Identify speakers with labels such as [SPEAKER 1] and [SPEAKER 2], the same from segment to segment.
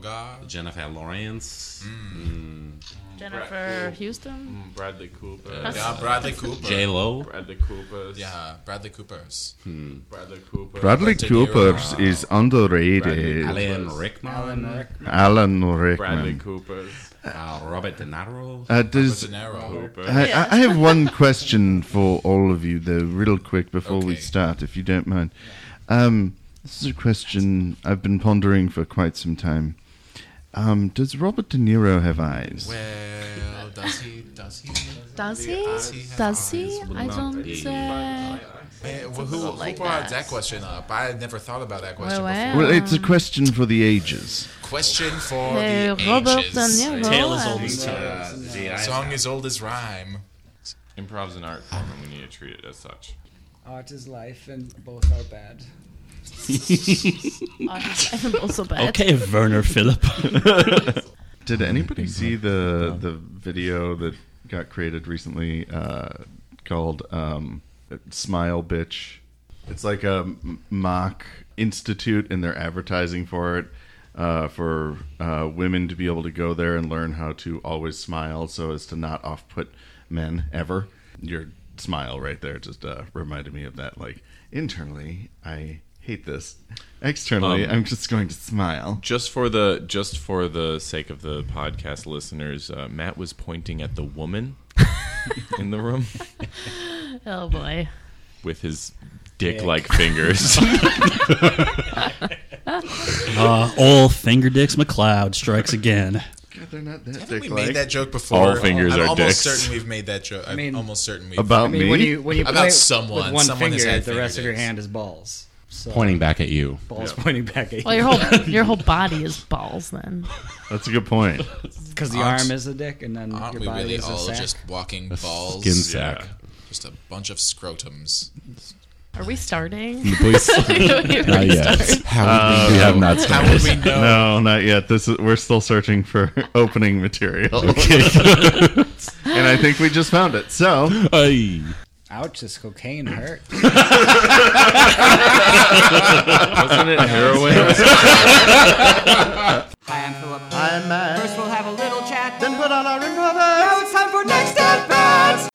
[SPEAKER 1] God.
[SPEAKER 2] Jennifer Lawrence,
[SPEAKER 3] Jennifer Houston.
[SPEAKER 4] Mm, Bradley Cooper.
[SPEAKER 1] Yeah, Bradley Cooper.
[SPEAKER 2] J Lo.
[SPEAKER 4] Bradley Cooper's.
[SPEAKER 1] Yeah, Bradley Cooper's.
[SPEAKER 4] Bradley Cooper.
[SPEAKER 5] Bradley
[SPEAKER 1] But to
[SPEAKER 5] Cooper
[SPEAKER 1] hear, uh,
[SPEAKER 5] is underrated.
[SPEAKER 2] Alan Rickman,
[SPEAKER 5] Alan
[SPEAKER 4] Bradley
[SPEAKER 5] Rickman.
[SPEAKER 4] Cooper's.
[SPEAKER 2] uh, Robert De Niro.
[SPEAKER 5] Uh, does,
[SPEAKER 1] De Niro.
[SPEAKER 4] Cooper.
[SPEAKER 5] I, I- I have one question for all of you, though, real quick before we
[SPEAKER 1] Okay.
[SPEAKER 5] start, if you don't mind. Um, this is a question I've been pondering for quite some time. Um, does Robert De Niro have eyes?
[SPEAKER 1] Well, does he? Does he?
[SPEAKER 3] Does he?
[SPEAKER 1] he has
[SPEAKER 3] Does he?
[SPEAKER 2] eyes.
[SPEAKER 3] I don't.
[SPEAKER 2] Would
[SPEAKER 3] Uh,
[SPEAKER 1] Eh, well, who who
[SPEAKER 3] like
[SPEAKER 1] brought
[SPEAKER 3] that.
[SPEAKER 1] that question up? I had never thought about that question
[SPEAKER 3] Well,
[SPEAKER 1] before.
[SPEAKER 3] well.
[SPEAKER 5] Well, it's a question for the ages.
[SPEAKER 6] eh?
[SPEAKER 1] Question for
[SPEAKER 3] hey,
[SPEAKER 1] the
[SPEAKER 3] Robert
[SPEAKER 1] ages.
[SPEAKER 3] De Niro.
[SPEAKER 2] Tale is old
[SPEAKER 3] and-
[SPEAKER 2] as time. The eyes-
[SPEAKER 1] Song is old as rhyme.
[SPEAKER 4] Improv's an art form, and we need to treat it as such.
[SPEAKER 6] Art is life, and both are bad.
[SPEAKER 3] Oh, I'm also bad.
[SPEAKER 7] Okay, Werner Philip.
[SPEAKER 5] Did anybody see the the video that got created recently uh, called um, "Smile Bitch"? It's like a m- mock institute, and they're advertising for it uh, for uh, women to be able to go there and learn how to always smile, so as to not off put men ever. Your smile right there just uh, reminded me of that. Like internally, I hate this. Externally,
[SPEAKER 4] Um,
[SPEAKER 5] I'm just going to smile.
[SPEAKER 4] Just for the just for the sake of the podcast listeners, uh, Matt was pointing at the woman in the room
[SPEAKER 3] Oh boy.
[SPEAKER 4] with his dick-like fingers.
[SPEAKER 7] Uh, all finger dicks McLeod strikes again.
[SPEAKER 5] God, they're not that
[SPEAKER 1] Have we
[SPEAKER 5] dick
[SPEAKER 1] made
[SPEAKER 5] like.
[SPEAKER 1] that joke before?
[SPEAKER 4] fingers
[SPEAKER 1] I'm
[SPEAKER 4] are
[SPEAKER 1] almost
[SPEAKER 4] dicks.
[SPEAKER 1] certain we've made that joke. I'm
[SPEAKER 6] mean-
[SPEAKER 1] almost certain we've
[SPEAKER 5] About
[SPEAKER 6] I mean,
[SPEAKER 5] me?
[SPEAKER 6] when you when you
[SPEAKER 1] About
[SPEAKER 6] play
[SPEAKER 1] someone.
[SPEAKER 6] with one
[SPEAKER 1] Someone has
[SPEAKER 6] finger,
[SPEAKER 1] had
[SPEAKER 6] the rest of your
[SPEAKER 1] fingers.
[SPEAKER 6] hand is balls. So
[SPEAKER 2] Pointing back at you.
[SPEAKER 6] balls pointing back at
[SPEAKER 3] Well,
[SPEAKER 6] you
[SPEAKER 3] your whole your whole body is balls then.
[SPEAKER 5] That's a good point.
[SPEAKER 6] because the
[SPEAKER 1] Aren't-
[SPEAKER 6] arm is a dick, and then
[SPEAKER 1] Aren't
[SPEAKER 6] your
[SPEAKER 1] we
[SPEAKER 6] body
[SPEAKER 1] really
[SPEAKER 6] is a
[SPEAKER 1] all
[SPEAKER 6] sack.
[SPEAKER 1] just walking balls?
[SPEAKER 2] Skin sack.
[SPEAKER 1] Just a bunch of scrotums.
[SPEAKER 3] Are we starting?
[SPEAKER 2] Please.
[SPEAKER 3] Not
[SPEAKER 2] How would we have not
[SPEAKER 1] How would we know?
[SPEAKER 5] No, not yet. This is, we're still searching for opening material, and I think we just found it. So,
[SPEAKER 2] Ay.
[SPEAKER 6] Ouch! This cocaine hurt.
[SPEAKER 4] Wasn't it heroin?
[SPEAKER 8] Hi, I'm Philip. I'm Matt. First, we'll have a little chat. Then put on our inverters. Now it's time for next at bat.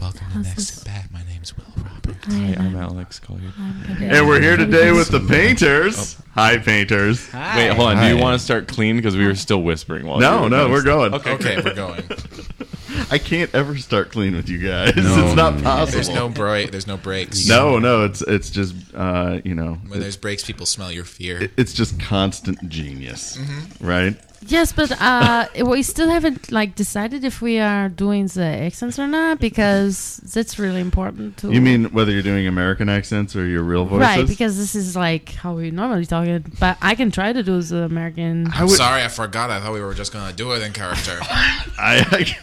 [SPEAKER 1] Welcome to Next at Bat. My name's Will Robert.
[SPEAKER 4] Hi, I'm Alex Collier.
[SPEAKER 5] and we're here today with the painters. Hi, painters.
[SPEAKER 6] Hi.
[SPEAKER 4] Wait, hold on. Do
[SPEAKER 5] Hi.
[SPEAKER 4] you want to start clean? Because we were still whispering while. you
[SPEAKER 5] No,
[SPEAKER 4] were
[SPEAKER 5] no,
[SPEAKER 4] going.
[SPEAKER 5] we're going.
[SPEAKER 4] Okay.
[SPEAKER 1] Okay, we're going.
[SPEAKER 5] I can't ever start clean with you guys. it's not possible.
[SPEAKER 1] There's no break. There's no breaks.
[SPEAKER 5] no, no. It's it's just uh, you know,
[SPEAKER 1] When there's breaks, people smell your fear.
[SPEAKER 5] it's just constant genius,
[SPEAKER 6] Mm-hmm.
[SPEAKER 5] right?
[SPEAKER 3] Yes, but uh, we still haven't like decided if we are doing the accents or not because that's really important to.
[SPEAKER 5] You mean whether you're doing American accents or your real voices?
[SPEAKER 3] right? Because this is like how we normally talk it. But I can try to do the American.
[SPEAKER 5] I would.
[SPEAKER 1] Sorry, I forgot. I thought we were just gonna do it in character.
[SPEAKER 5] I,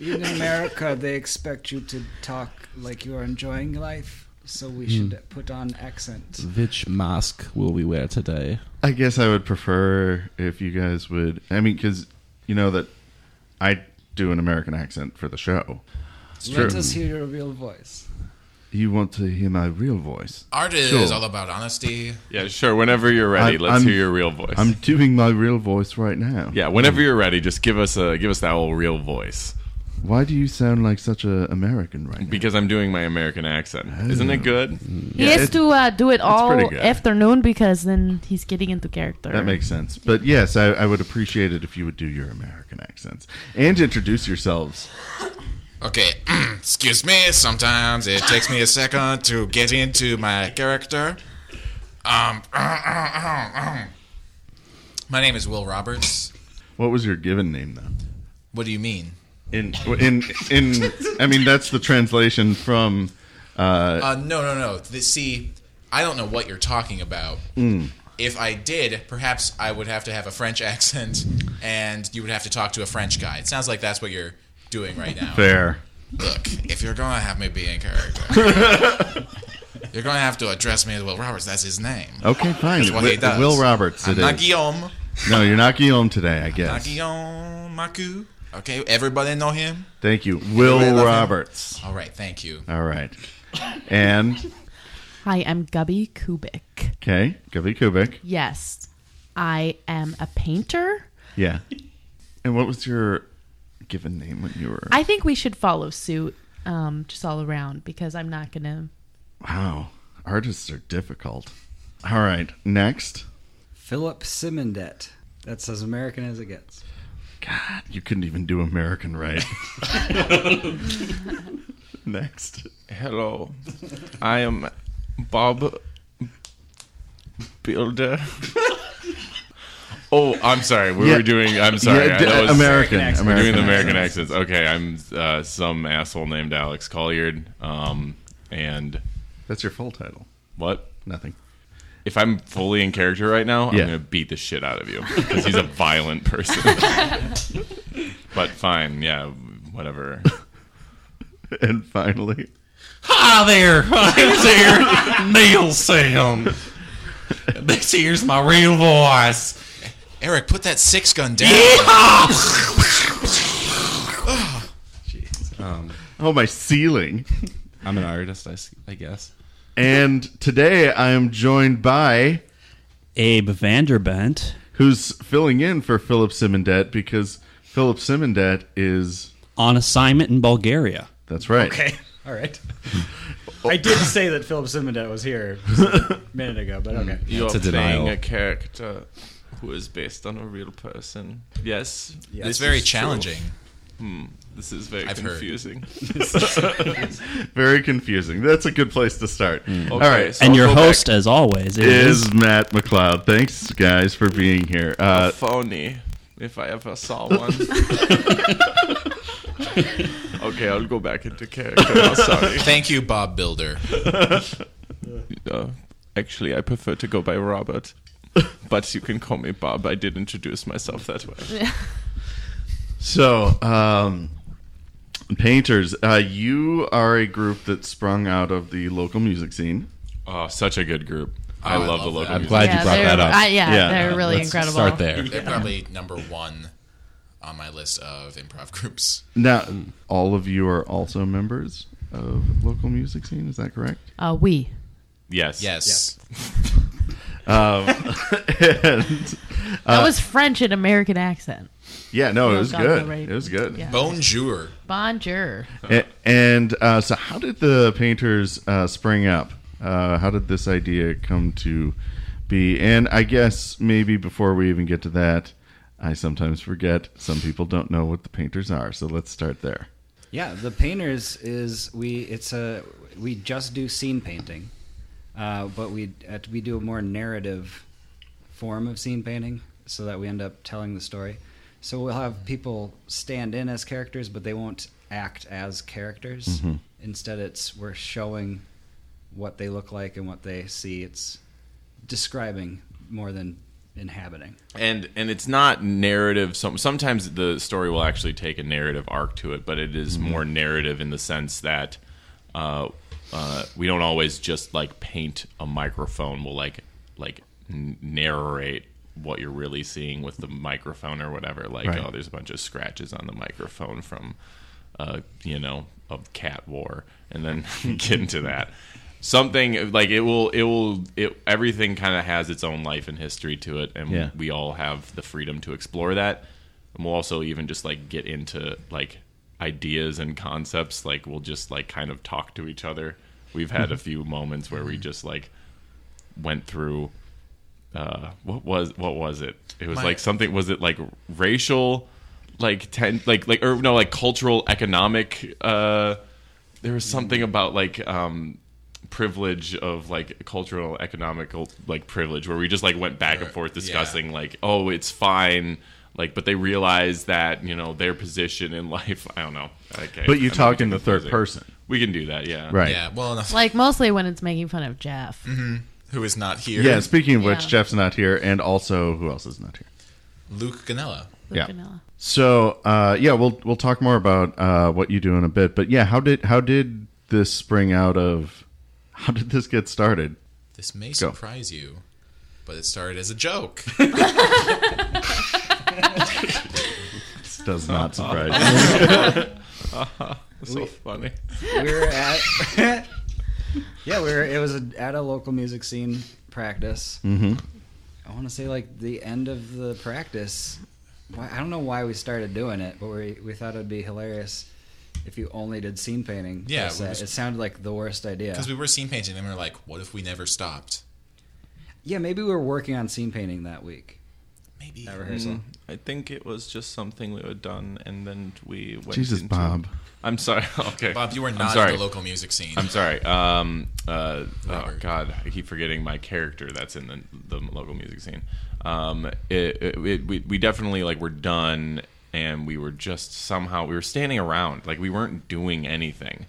[SPEAKER 6] In America, they expect you to talk like you are enjoying life, so we should
[SPEAKER 2] Hmm.
[SPEAKER 6] put on accent.
[SPEAKER 7] Which mask will we wear today?
[SPEAKER 5] I guess I would prefer if you guys would. I mean, because you know that I do an American accent for the show.
[SPEAKER 6] Let
[SPEAKER 5] true.
[SPEAKER 6] us hear your real voice.
[SPEAKER 5] You want to hear my real voice?
[SPEAKER 1] Art is
[SPEAKER 5] Sure.
[SPEAKER 1] all about honesty.
[SPEAKER 4] Yeah, sure. Whenever you're ready,
[SPEAKER 5] I'm-
[SPEAKER 4] let's
[SPEAKER 5] I'm-
[SPEAKER 4] hear your real voice.
[SPEAKER 5] I'm doing my real voice right now.
[SPEAKER 4] yeah, whenever you're ready, just give us a give us that old real voice
[SPEAKER 5] Why do you sound like such a American right now?
[SPEAKER 4] because I'm doing my American accent. Isn't it good?
[SPEAKER 3] he has to uh, do it
[SPEAKER 5] pretty
[SPEAKER 3] all
[SPEAKER 5] good.
[SPEAKER 3] afternoon because then he's getting into character.
[SPEAKER 5] That makes sense. But yes, I, I would appreciate it if you would do your American accents and introduce yourselves.
[SPEAKER 1] Okay, excuse me. Sometimes it takes me a second to get into my character. Um, my name is Will Roberts.
[SPEAKER 5] What was your given name, though?
[SPEAKER 1] What do you mean?
[SPEAKER 5] In in in. I mean, that's the translation from.
[SPEAKER 1] Uh, no, no, no. The, see, I don't know what you're talking about.
[SPEAKER 5] Mm.
[SPEAKER 1] If I did, perhaps I would have to have a French accent, and you would have to talk to a French guy. It sounds like that's what you're doing right now.
[SPEAKER 5] Fair.
[SPEAKER 1] Look, if you're gonna have me be in character, you're gonna have to address me as Will Roberts. That's his name.
[SPEAKER 5] Okay, fine.
[SPEAKER 1] what he
[SPEAKER 5] Wi-
[SPEAKER 1] does.
[SPEAKER 5] Will Roberts.
[SPEAKER 1] I'm
[SPEAKER 5] Oh, it
[SPEAKER 1] not
[SPEAKER 5] is.
[SPEAKER 1] Guillaume.
[SPEAKER 5] No, you're not Guillaume today, I guess.
[SPEAKER 1] Not Guillaume Maku. Okay, everybody know him.
[SPEAKER 5] Thank you. Will
[SPEAKER 1] Everybody love him.
[SPEAKER 5] Roberts.
[SPEAKER 1] All right, thank you.
[SPEAKER 5] All right. And,
[SPEAKER 3] Hi, I'm Gubby Kubik.
[SPEAKER 5] okay, Gubby Kubik.
[SPEAKER 3] Yes, I am a painter.
[SPEAKER 5] Yeah. And what was your given name when you were?
[SPEAKER 3] I think we should follow suit um, just all around because I'm not going to.
[SPEAKER 5] wow, artists are difficult. All right, next.
[SPEAKER 6] Philip Simondet. That's as American as it gets.
[SPEAKER 5] God, you couldn't even do American right. next.
[SPEAKER 4] Hello, I am Bob Builder. oh, I'm sorry. We
[SPEAKER 5] Yeah.
[SPEAKER 4] were doing. I'm sorry.
[SPEAKER 5] Yeah,
[SPEAKER 4] I
[SPEAKER 5] d-
[SPEAKER 4] know it's-
[SPEAKER 5] American. American.
[SPEAKER 4] We're doing the American accents. Okay, I'm uh, some asshole named Alex Colliard. Um, and
[SPEAKER 5] That's your full title.
[SPEAKER 4] what?
[SPEAKER 5] Nothing.
[SPEAKER 4] If I'm fully in character right now,
[SPEAKER 5] Yeah.
[SPEAKER 4] I'm gonna beat the shit out of you because he's a violent person. but fine, yeah, whatever.
[SPEAKER 5] And finally,
[SPEAKER 2] Hi there. I'm here, Neil Sam. This here's my real voice.
[SPEAKER 1] Eric, put that six gun down.
[SPEAKER 5] oh my ceiling.
[SPEAKER 2] Um, I'm an artist, I, s- I guess.
[SPEAKER 5] And today I am joined by
[SPEAKER 7] Abe Vanderbent
[SPEAKER 5] who's filling in for Philip Simondet because Philip Simondet is
[SPEAKER 7] on assignment in Bulgaria.
[SPEAKER 5] that's right.
[SPEAKER 6] Okay, all right. I did say that Philip Simondet was here just a minute ago, but okay.
[SPEAKER 4] You're
[SPEAKER 2] It's a
[SPEAKER 4] playing
[SPEAKER 2] denial.
[SPEAKER 4] a character who is based on a real person. Yes,
[SPEAKER 1] it's very challenging.
[SPEAKER 4] this is very
[SPEAKER 1] I've heard.
[SPEAKER 4] confusing.
[SPEAKER 5] Very confusing. That's a good place to start.
[SPEAKER 3] Hmm.
[SPEAKER 5] All right.
[SPEAKER 4] so
[SPEAKER 7] and
[SPEAKER 4] I'll
[SPEAKER 7] your
[SPEAKER 4] go
[SPEAKER 7] host,
[SPEAKER 4] back.
[SPEAKER 7] as always, is,
[SPEAKER 5] Is Matt McLeod. Thanks, guys, for being here. Uh,
[SPEAKER 4] phony. If I ever saw one. okay, I'll go back into character. now, sorry.
[SPEAKER 1] Thank you, Bob Builder.
[SPEAKER 4] Uh, actually, I prefer to go by Robert. But you can call me Bob. I did introduce myself that way.
[SPEAKER 5] So, um, painters, uh, you are a group that sprung out of the local music scene.
[SPEAKER 4] Oh, such a good group. I
[SPEAKER 3] Oh,
[SPEAKER 5] Uh,
[SPEAKER 1] I
[SPEAKER 4] love the
[SPEAKER 1] love
[SPEAKER 4] local
[SPEAKER 1] that.
[SPEAKER 2] I'm
[SPEAKER 4] music.
[SPEAKER 2] glad you brought
[SPEAKER 3] they're,
[SPEAKER 2] that up.
[SPEAKER 3] I, yeah,
[SPEAKER 5] Yeah,
[SPEAKER 3] they're
[SPEAKER 5] yeah,
[SPEAKER 3] really
[SPEAKER 2] Let's
[SPEAKER 3] incredible.
[SPEAKER 2] Start there.
[SPEAKER 1] They're probably number one on my list of improv groups.
[SPEAKER 5] Now, all of you are also members of local music scene. Is that correct?
[SPEAKER 3] Uh, we.
[SPEAKER 4] Yes.
[SPEAKER 1] Yes.
[SPEAKER 5] and
[SPEAKER 3] that was French in American accent.
[SPEAKER 5] yeah, no, it
[SPEAKER 3] Oh,
[SPEAKER 5] was
[SPEAKER 3] God,
[SPEAKER 5] good.
[SPEAKER 3] no, right.
[SPEAKER 5] It was good.
[SPEAKER 3] Yeah.
[SPEAKER 1] Bonjour.
[SPEAKER 3] Bonjour.
[SPEAKER 5] A- and uh, so, how did the painters uh, spring up? Uh, how did this idea come to be? And I guess maybe before we even get to that, I sometimes forget some people don't know what the painters are. So let's start there.
[SPEAKER 6] Yeah, the painters is we. It's a we just do scene painting, uh, but we uh, we do a more narrative form of scene painting, so that we end up telling the story. So we'll have people stand in as characters, but they won't act as characters. Instead, it's we're showing what they look like and what they see. It's describing more than inhabiting.
[SPEAKER 4] and and it's not narrative some sometimes the story will actually take a narrative arc to it but it is more narrative in the sense that uh, uh, we don't always just like paint a microphone we'll like like n- narrate what you're really seeing with the microphone or whatever like
[SPEAKER 5] Right.
[SPEAKER 4] oh there's a bunch of scratches on the microphone from uh, you know of cat war and then get into that something like it will it will it everything kind of has its own life and history to it and
[SPEAKER 5] Yeah.
[SPEAKER 4] we all have the freedom to explore that and we'll also even just like get into like ideas and concepts like we'll just like kind of talk to each other we've had a few moments where we just like went through uh what was what was it it was
[SPEAKER 1] My-
[SPEAKER 4] like something was it like racial like ten like like or no like cultural economic uh there was something about like um privilege of like cultural economical like privilege where we just like went back and forth discussing like oh it's fine like but they realize that you know their position in life i don't know okay
[SPEAKER 5] But you
[SPEAKER 4] I'm
[SPEAKER 5] talk in the
[SPEAKER 4] not
[SPEAKER 5] third
[SPEAKER 4] confusing.
[SPEAKER 5] person.
[SPEAKER 4] we can do that yeah
[SPEAKER 5] Right.
[SPEAKER 1] Yeah, well enough.
[SPEAKER 3] Like mostly when it's making fun of Jeff.
[SPEAKER 1] Who is not here?
[SPEAKER 5] Yeah, speaking of which,
[SPEAKER 3] Yeah.
[SPEAKER 5] Jeff's not here, and also who else is not here?
[SPEAKER 1] Luke Ganella.
[SPEAKER 5] Yeah.
[SPEAKER 3] Vanilla.
[SPEAKER 5] So uh, yeah, we'll we'll talk more about uh, what you do in a bit. But yeah, how did how did this spring out of? How did this get started?
[SPEAKER 1] This may surprise you, but it started as a joke.
[SPEAKER 5] This does
[SPEAKER 4] Oh,
[SPEAKER 5] not surprise me.
[SPEAKER 4] so funny
[SPEAKER 6] we were at yeah we were it was a, at a local music scene practice mm-hmm. I want to say like the end of the practice. Why- I don't know why we started doing it, but we we thought it would be hilarious if you only did scene painting. per
[SPEAKER 1] Yeah, we
[SPEAKER 6] se.
[SPEAKER 1] was-
[SPEAKER 6] it sounded like the worst idea.
[SPEAKER 1] Because we were scene painting, and we were like, "What if we never stopped?"
[SPEAKER 6] yeah, maybe we were working on scene painting that week Mm-hmm.
[SPEAKER 1] Maybe.
[SPEAKER 6] at rehearsal.
[SPEAKER 4] I think it was just something we had done, and then we went.
[SPEAKER 5] Jesus,
[SPEAKER 4] into-
[SPEAKER 5] Bob.
[SPEAKER 4] I'm sorry. Okay,
[SPEAKER 1] Bob, you were
[SPEAKER 4] I'm
[SPEAKER 1] not
[SPEAKER 4] sorry.
[SPEAKER 1] in the local music scene.
[SPEAKER 4] I'm sorry. Um, uh, oh
[SPEAKER 1] Robert.
[SPEAKER 4] God, I keep forgetting my character that's in the, the local music scene. Um, it, it, it- we, we definitely like were done, and we were just somehow we were standing around like we weren't doing anything,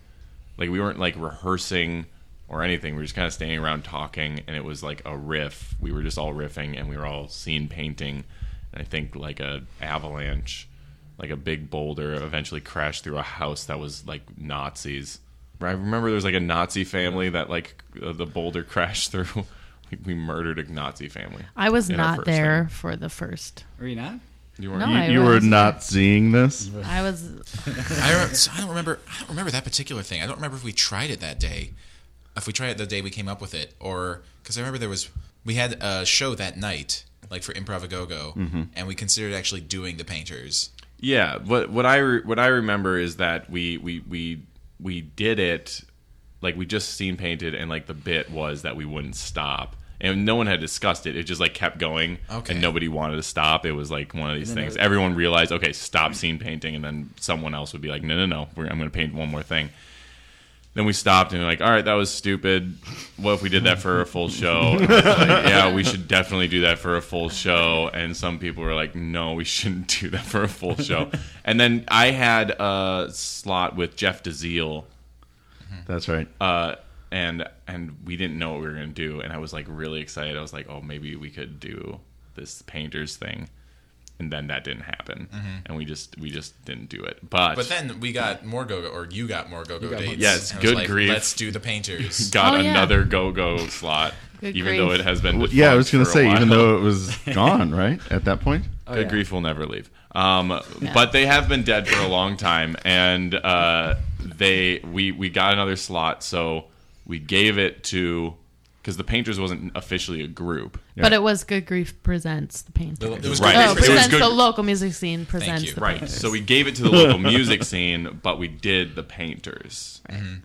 [SPEAKER 4] like we weren't like rehearsing or anything. We were just kind of standing around talking, and it was like a riff. We were just all riffing, and we were all scene painting. And I think like a avalanche, like a big boulder, eventually crashed through a house that was like Nazis. I remember there was like a Nazi family that like uh, the boulder crashed through. We- We murdered a Nazi family.
[SPEAKER 3] I was
[SPEAKER 4] In our
[SPEAKER 3] not
[SPEAKER 4] first
[SPEAKER 3] there for the first.
[SPEAKER 6] Were you not?
[SPEAKER 4] You
[SPEAKER 3] No,
[SPEAKER 4] you-
[SPEAKER 3] I
[SPEAKER 5] You were
[SPEAKER 3] was.
[SPEAKER 5] not seeing this.
[SPEAKER 3] I was.
[SPEAKER 1] I, rem- so I don't remember. I don't remember that particular thing. I don't remember if we tried it that day, if we tried it the day we came up with it, or because I remember there was we had a show that night, like for Improv A Go Go,
[SPEAKER 4] Mm-hmm.
[SPEAKER 1] and we considered actually doing the painters.
[SPEAKER 4] Yeah, what what I re- what I remember is that we we we we did it like we just scene painted and like the bit was that we wouldn't stop. And no one had discussed it. It just like kept going,
[SPEAKER 1] Okay.
[SPEAKER 4] and nobody wanted to stop. It was like one of these
[SPEAKER 6] then
[SPEAKER 4] things.
[SPEAKER 6] it-
[SPEAKER 4] Everyone realized, okay, stop scene painting, and then someone else would be like, no, no, no, we're, I'm going to paint one more thing. Then we stopped and we are like, all right, that was stupid. What if we did that for a full show? And I was like, yeah, we should definitely do that for a full show. And some people were like, no, we shouldn't do that for a full show. And then I had a slot with Jeff DeZiel
[SPEAKER 5] That's right.
[SPEAKER 4] uh, and and we didn't know what we were gonna do, and I was like really excited. I was like, oh, maybe we could do this painters thing, and then that didn't happen,
[SPEAKER 5] Mm-hmm.
[SPEAKER 4] and we just we just didn't do it. But,
[SPEAKER 1] But then we got more go go, or you got more go go
[SPEAKER 6] got
[SPEAKER 1] dates.
[SPEAKER 6] more-
[SPEAKER 4] Yes,
[SPEAKER 1] And I was
[SPEAKER 4] good
[SPEAKER 1] like,
[SPEAKER 4] grief.
[SPEAKER 1] Let's do the painters.
[SPEAKER 4] got
[SPEAKER 3] Oh, yeah.
[SPEAKER 4] another go go slot,
[SPEAKER 3] Good
[SPEAKER 4] even though
[SPEAKER 3] grief.
[SPEAKER 4] it has been
[SPEAKER 5] Yeah, I
[SPEAKER 4] defunct
[SPEAKER 5] was going
[SPEAKER 4] for
[SPEAKER 5] to
[SPEAKER 4] a
[SPEAKER 5] say, even
[SPEAKER 4] while.
[SPEAKER 5] though it was gone, right? At that point?
[SPEAKER 6] Oh,
[SPEAKER 4] Good
[SPEAKER 6] yeah.
[SPEAKER 4] grief will never leave. Um, But they have been dead for a long time, and uh, they we we got another slot, so we gave it to because the painters wasn't officially a group.
[SPEAKER 3] But it was Good Grief presents the painter.
[SPEAKER 1] It was great.
[SPEAKER 4] Right.
[SPEAKER 3] Oh,
[SPEAKER 4] It was
[SPEAKER 3] presents
[SPEAKER 4] Good-
[SPEAKER 3] the local music scene. Presents
[SPEAKER 1] you.
[SPEAKER 3] the
[SPEAKER 4] Right.
[SPEAKER 3] painters.
[SPEAKER 4] So we gave it to the local music scene, but we did the painters.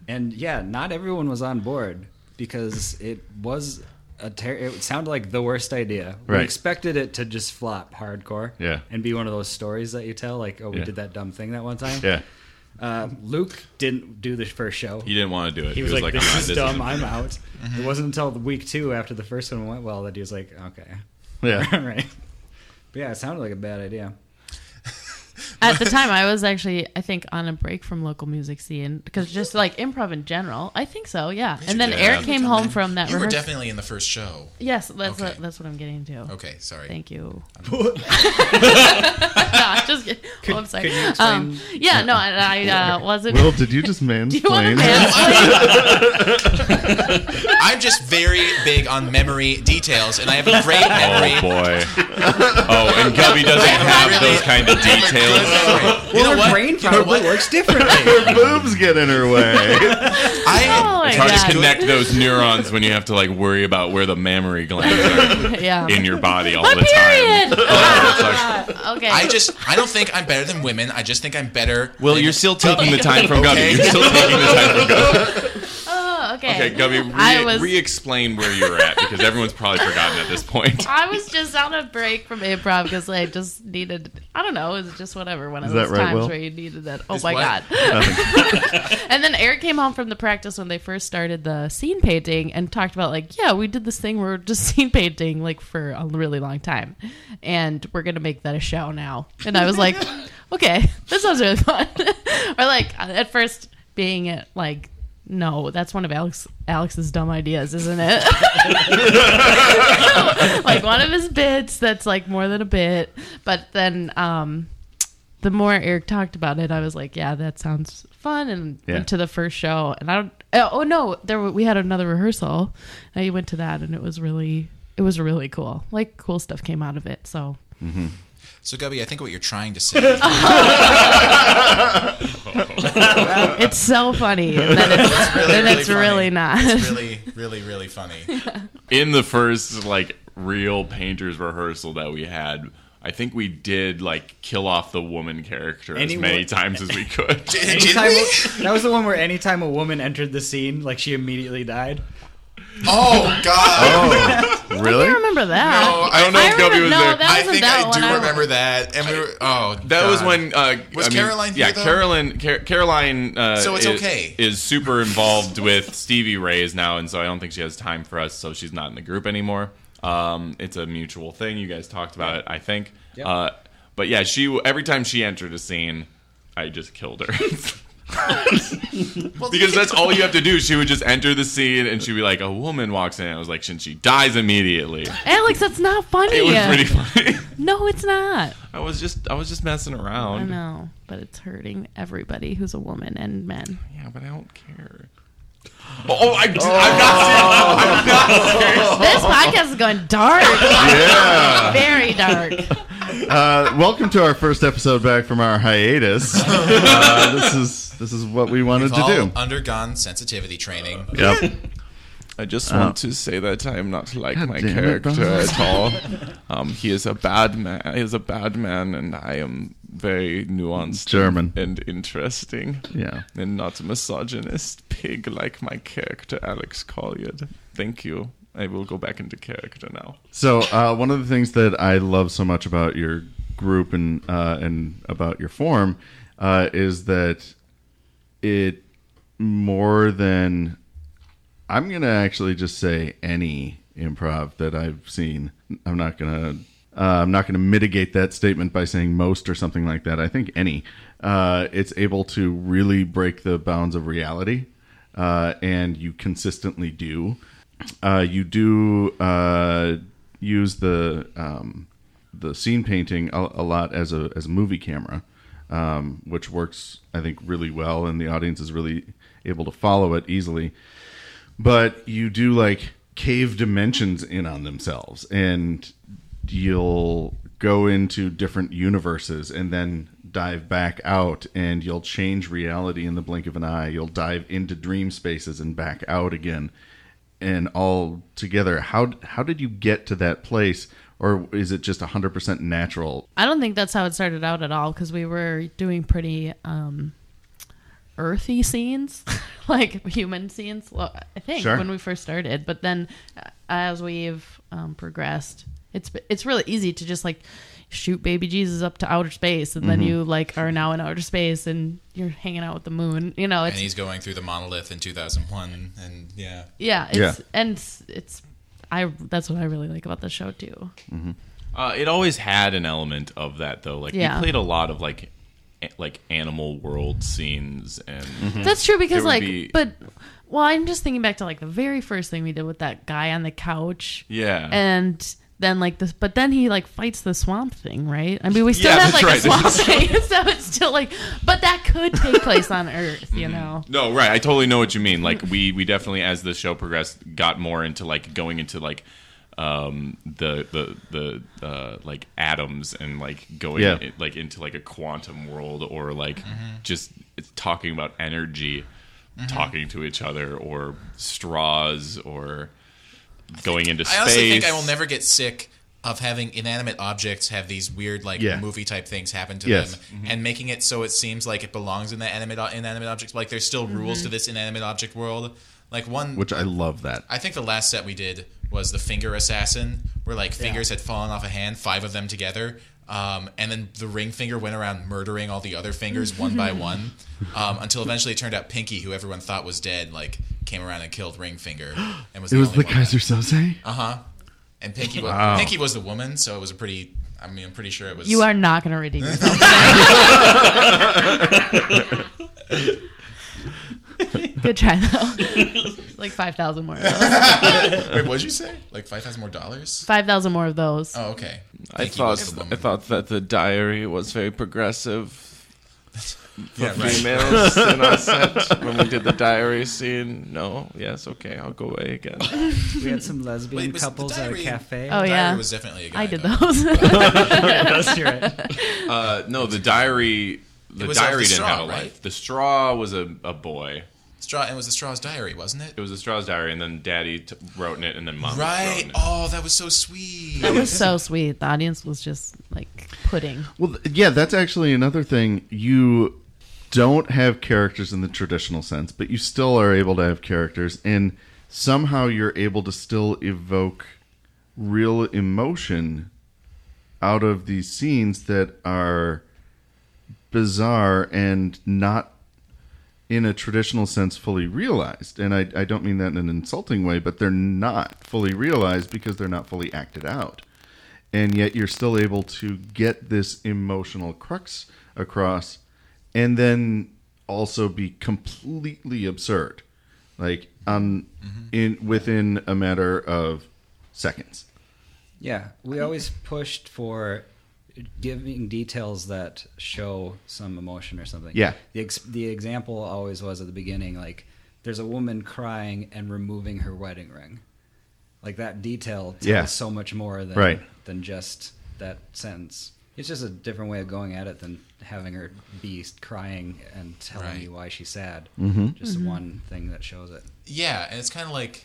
[SPEAKER 6] And yeah, not everyone was on board because it was a ter- it sounded like the worst idea.
[SPEAKER 5] Right.
[SPEAKER 6] We expected it to just flop hardcore.
[SPEAKER 5] Yeah.
[SPEAKER 6] And be one of those stories that you tell, like, oh, we
[SPEAKER 5] Yeah.
[SPEAKER 6] did that dumb thing that one time.
[SPEAKER 5] Yeah.
[SPEAKER 6] Uh, Luke didn't do the first show.
[SPEAKER 4] He didn't want to do it.
[SPEAKER 6] He was, like,
[SPEAKER 4] "I'm not-
[SPEAKER 6] "This is dumb.
[SPEAKER 4] isn't-
[SPEAKER 6] I'm out." It wasn't until the week two after the first one went well that he was like, "Okay, all
[SPEAKER 5] Yeah.
[SPEAKER 6] right." But yeah, it sounded like a bad idea.
[SPEAKER 3] At the time, I was actually, I think, on a break from local music scene because just like improv in general. I think so. Yeah. And then
[SPEAKER 1] Yeah.
[SPEAKER 3] Eric came home from that.
[SPEAKER 1] You were
[SPEAKER 3] rehearsal-
[SPEAKER 1] definitely in the first show.
[SPEAKER 3] Yes, that's
[SPEAKER 1] Okay.
[SPEAKER 3] what, that's what I'm getting to.
[SPEAKER 1] Okay, sorry.
[SPEAKER 3] Thank you. no, just kidding. oh, I'm sorry.
[SPEAKER 6] could you explain-
[SPEAKER 3] Um, yeah, no, I, I uh, wasn't.
[SPEAKER 5] Will, did you just
[SPEAKER 3] do you want to
[SPEAKER 5] mansplain?
[SPEAKER 3] mansplain?
[SPEAKER 1] I'm just very big on memory details, and I have a great
[SPEAKER 4] Oh
[SPEAKER 1] memory.
[SPEAKER 4] boy. Oh, and Gubby doesn't have those kind of details.
[SPEAKER 1] Memory. You know
[SPEAKER 6] Well,
[SPEAKER 1] what?
[SPEAKER 6] her brain
[SPEAKER 1] You know
[SPEAKER 6] probably
[SPEAKER 1] what?
[SPEAKER 6] works differently.
[SPEAKER 5] Her boobs get in her way.
[SPEAKER 3] Oh
[SPEAKER 1] I
[SPEAKER 3] my
[SPEAKER 4] It's hard
[SPEAKER 3] God.
[SPEAKER 4] to connect those neurons when you have to like worry about where the mammary glands
[SPEAKER 3] yeah.
[SPEAKER 4] are in your body all
[SPEAKER 3] My
[SPEAKER 4] the time.
[SPEAKER 3] period.
[SPEAKER 4] It's like,
[SPEAKER 3] okay.
[SPEAKER 1] Oh, I just I don't think I'm better than women. I just think I'm better.
[SPEAKER 4] Well,
[SPEAKER 1] than-
[SPEAKER 4] you're still taking the time from Gubby.
[SPEAKER 1] Okay.
[SPEAKER 4] You're still taking the time from Gubby.
[SPEAKER 3] oh, okay.
[SPEAKER 4] Okay, Gubby, re-
[SPEAKER 3] I was-
[SPEAKER 4] re-explain where you were at because everyone's probably forgotten at this point.
[SPEAKER 3] I was just on a break from improv because I just needed. I don't know. It was just whatever. One of
[SPEAKER 5] Is that
[SPEAKER 3] those
[SPEAKER 5] right,
[SPEAKER 3] times
[SPEAKER 5] Will?
[SPEAKER 3] where you needed that. Oh
[SPEAKER 1] Is
[SPEAKER 3] my
[SPEAKER 1] what?
[SPEAKER 3] god. and then Eric came home from the practice when they first started the scene painting and talked about like, yeah, we did this thing where we're just scene painting like for a really long time, and we're gonna make that a show now. And I was like, okay, this sounds really fun. or like at first being at like. No, that's one of Alex Alex's dumb ideas, isn't it? like one of his bits that's like more than a bit. But then um the more Eric talked about it, I was like, yeah, that sounds fun and
[SPEAKER 5] Yeah.
[SPEAKER 3] went to the first show. And I don't oh, oh no, there were- we had another rehearsal. I went to that and it was really it was really cool. Like cool stuff came out of it. So
[SPEAKER 1] so Gubby. I think what you're trying to say.
[SPEAKER 3] it's so funny. And then it's,
[SPEAKER 1] really,
[SPEAKER 3] and it's
[SPEAKER 1] funny.
[SPEAKER 3] really not.
[SPEAKER 1] It's really, really, really funny.
[SPEAKER 4] in the first like real painters rehearsal that we had, I think we did like kill off the woman character as
[SPEAKER 6] Anyone-
[SPEAKER 4] many times as we could.
[SPEAKER 6] Anytime, that was the one where anytime a woman entered the scene, like she immediately died.
[SPEAKER 1] Oh God!
[SPEAKER 3] I
[SPEAKER 5] Really?
[SPEAKER 3] don't remember that.
[SPEAKER 1] No, I don't
[SPEAKER 4] know if Gubby
[SPEAKER 3] remember-
[SPEAKER 4] was
[SPEAKER 3] no,
[SPEAKER 4] there.
[SPEAKER 3] That
[SPEAKER 1] I
[SPEAKER 3] wasn't
[SPEAKER 1] think
[SPEAKER 3] that
[SPEAKER 1] I
[SPEAKER 3] one
[SPEAKER 1] do
[SPEAKER 3] was-
[SPEAKER 1] remember that, and we were. Oh,
[SPEAKER 4] That was
[SPEAKER 1] God.
[SPEAKER 4] when uh,
[SPEAKER 1] Was
[SPEAKER 4] I mean,
[SPEAKER 1] Caroline here,
[SPEAKER 4] Yeah,
[SPEAKER 1] though?
[SPEAKER 4] Caroline. Car- Caroline. Uh,
[SPEAKER 1] So it's
[SPEAKER 4] is,
[SPEAKER 1] okay.
[SPEAKER 4] Is super involved with Stevie Ray's now, and so I don't think she has time for us. So she's not in the group anymore. Um, it's a mutual thing. You guys talked about it, I think. Uh, but yeah, she every time she entered a scene, I just killed her. because that's all you have to do. She would just enter the scene, and she'd be like, "A woman walks in." I was like, "And she dies immediately."
[SPEAKER 3] Alex, that's not funny.
[SPEAKER 4] It was pretty funny.
[SPEAKER 3] no, it's not.
[SPEAKER 4] I was just, I was just messing
[SPEAKER 3] I
[SPEAKER 4] around.
[SPEAKER 3] know, but it's hurting everybody who's a woman and men.
[SPEAKER 4] Yeah, but I don't care. Oh, I, am not
[SPEAKER 3] This podcast is going dark.
[SPEAKER 5] Yeah.
[SPEAKER 3] Very dark.
[SPEAKER 5] Uh, welcome to our first episode back from our hiatus. Uh, this is this is what we wanted
[SPEAKER 1] All
[SPEAKER 5] to
[SPEAKER 1] undergone sensitivity training.
[SPEAKER 5] do. Yep.
[SPEAKER 4] I just want to say that I am not like
[SPEAKER 5] God
[SPEAKER 4] my
[SPEAKER 5] damn it,
[SPEAKER 4] character
[SPEAKER 5] Bones.
[SPEAKER 4] at all. Um, he is a bad man. He is a bad man, and I am very nuanced,
[SPEAKER 5] German.
[SPEAKER 4] and interesting.
[SPEAKER 5] Yeah.
[SPEAKER 4] and not a misogynist pig like my character Alex Colliard. Thank you. I will go back into character now.
[SPEAKER 5] So uh, one of the things that I love so much about your group and uh, and about your form uh, is that it more than I'm gonna actually just say any improv that I've seen. I'm not gonna uh, I'm not gonna mitigate that statement by saying most or something like that. I think any. Uh, it's able to really break the bounds of reality, uh, and you consistently do. Uh, you do uh, use the um, the scene painting a, a lot as a as a movie camera, um, which works I think really well, and the audience is really able to follow it easily but you do like cave dimensions in on themselves and you'll go into different universes and then dive back out and you'll change reality in the blink of an eye you'll dive into dream spaces and back out again and all together how how did you get to that place or is it just 100% natural
[SPEAKER 3] I don't think that's how it started out at all because we were doing pretty um, earthy scenes, like human scenes, well, I think,
[SPEAKER 5] Sure.
[SPEAKER 3] when we first started. But then uh, as we've um, progressed, it's it's really easy to just like shoot baby Jesus up to outer space and
[SPEAKER 5] Mm-hmm.
[SPEAKER 3] then you like are now in outer space and you're hanging out with the moon. You know,
[SPEAKER 1] And
[SPEAKER 3] it's
[SPEAKER 1] he's going through the monolith in 2001, and yeah.
[SPEAKER 3] yeah, it's
[SPEAKER 5] Yeah.
[SPEAKER 3] and it's, it's I that's what I really like about the show too.
[SPEAKER 4] Uh, it always had an element of that though. Like
[SPEAKER 3] Yeah.
[SPEAKER 4] we played a lot of like a- like animal world scenes and
[SPEAKER 3] That's true
[SPEAKER 4] There
[SPEAKER 3] because
[SPEAKER 4] would
[SPEAKER 3] like,
[SPEAKER 4] be-
[SPEAKER 3] but well, I'm just thinking back to like the very first thing we did with that guy on the couch,
[SPEAKER 4] yeah.
[SPEAKER 3] and then like this, but then he like fights the swamp thing, right? I mean, we still
[SPEAKER 4] Yeah,
[SPEAKER 3] have
[SPEAKER 4] that's
[SPEAKER 3] like a
[SPEAKER 4] right.
[SPEAKER 3] swamp thing, so it's still like, but that could take place on Earth,
[SPEAKER 4] Mm-hmm.
[SPEAKER 3] you know?
[SPEAKER 4] no, right. I totally know what you mean. Like we we definitely as the show progressed got more into like going into like um the the the uh like atoms and like going
[SPEAKER 5] Yeah.
[SPEAKER 4] in- like into like a quantum world or like
[SPEAKER 1] Mm-hmm.
[SPEAKER 4] just talking about energy talking to each other or straws or going into space
[SPEAKER 1] I honestly think I will never get sick of having inanimate objects have these weird like
[SPEAKER 5] Yeah.
[SPEAKER 1] movie type things happen to
[SPEAKER 5] Yes.
[SPEAKER 1] them and making it so it seems like it belongs in the animate inanimate objects like there's still rules to this inanimate object world like one
[SPEAKER 5] which I love that
[SPEAKER 1] I think the last set we did was the finger assassin, where like fingers had fallen off a hand, five of them together. Um, and then the ring finger went around murdering all the other fingers one by one, um, until eventually it turned out Pinky, who everyone thought was dead, like came around and killed Ring Finger, and was
[SPEAKER 5] it
[SPEAKER 1] the
[SPEAKER 5] was
[SPEAKER 1] only
[SPEAKER 5] the
[SPEAKER 1] one
[SPEAKER 5] Kaiser Soze
[SPEAKER 1] left. And Pinky, was,
[SPEAKER 5] Wow.
[SPEAKER 1] Pinky was the woman, so it was a pretty. I mean, I'm pretty sure it was.
[SPEAKER 3] You are not going to redeem yourself. Good try though. like five thousand more. Of those.
[SPEAKER 1] Wait, what did you say? Like five thousand more dollars?
[SPEAKER 3] Five thousand more of those.
[SPEAKER 1] Oh, okay.
[SPEAKER 4] I
[SPEAKER 1] Pinky
[SPEAKER 4] thought
[SPEAKER 1] was the woman.
[SPEAKER 4] I thought that the diary was very progressive for
[SPEAKER 1] Yeah, right.
[SPEAKER 4] females in our set when we did the diary scene. No, yes, okay, I'll go away again.
[SPEAKER 6] We had some lesbian
[SPEAKER 1] Wait, was the
[SPEAKER 6] couples at a
[SPEAKER 1] diary-
[SPEAKER 6] cafe.
[SPEAKER 3] Oh,
[SPEAKER 1] Diary
[SPEAKER 3] yeah.
[SPEAKER 1] was definitely a guy.
[SPEAKER 3] I did
[SPEAKER 1] though.
[SPEAKER 3] those.
[SPEAKER 6] That's right.
[SPEAKER 4] Uh, no, the diary, the
[SPEAKER 1] was of
[SPEAKER 4] diary
[SPEAKER 1] the
[SPEAKER 4] didn't
[SPEAKER 1] straw,
[SPEAKER 4] have a
[SPEAKER 1] right?
[SPEAKER 4] life. The straw was a, a boy.
[SPEAKER 1] Straw and it was the Straw's Diary, wasn't it?
[SPEAKER 4] It was a Straw's Diary, and then Daddy t- wrote in it, and then Mom wrote in
[SPEAKER 1] Right.
[SPEAKER 4] it.
[SPEAKER 1] Oh, that was so sweet.
[SPEAKER 3] It was so sweet. The audience was just like pudding.
[SPEAKER 5] Well, th- yeah, that's actually another thing. You don't have characters in the traditional sense, but you still are able to have characters, and somehow you're able to still evoke real emotion out of these scenes that are bizarre and not in a traditional sense fully realized and I, I don't mean that in an insulting way but they're not fully realized because they're not fully acted out and yet you're still able to get this emotional crux across and then also be completely absurd like um in within a matter of seconds
[SPEAKER 6] Yeah, we always pushed for giving details that show some emotion or something.
[SPEAKER 5] Yeah.
[SPEAKER 6] The ex- the example always was at the beginning like there's a woman crying and removing her wedding ring. Like that detail tells
[SPEAKER 5] Yeah.
[SPEAKER 6] so much more than
[SPEAKER 5] Right.
[SPEAKER 6] than just that sentence. It's just a different way of going at it than having her be crying and telling
[SPEAKER 1] Right.
[SPEAKER 6] you why she's sad.
[SPEAKER 5] Mm-hmm.
[SPEAKER 6] Just one thing that shows it.
[SPEAKER 1] Yeah, and it's kind of like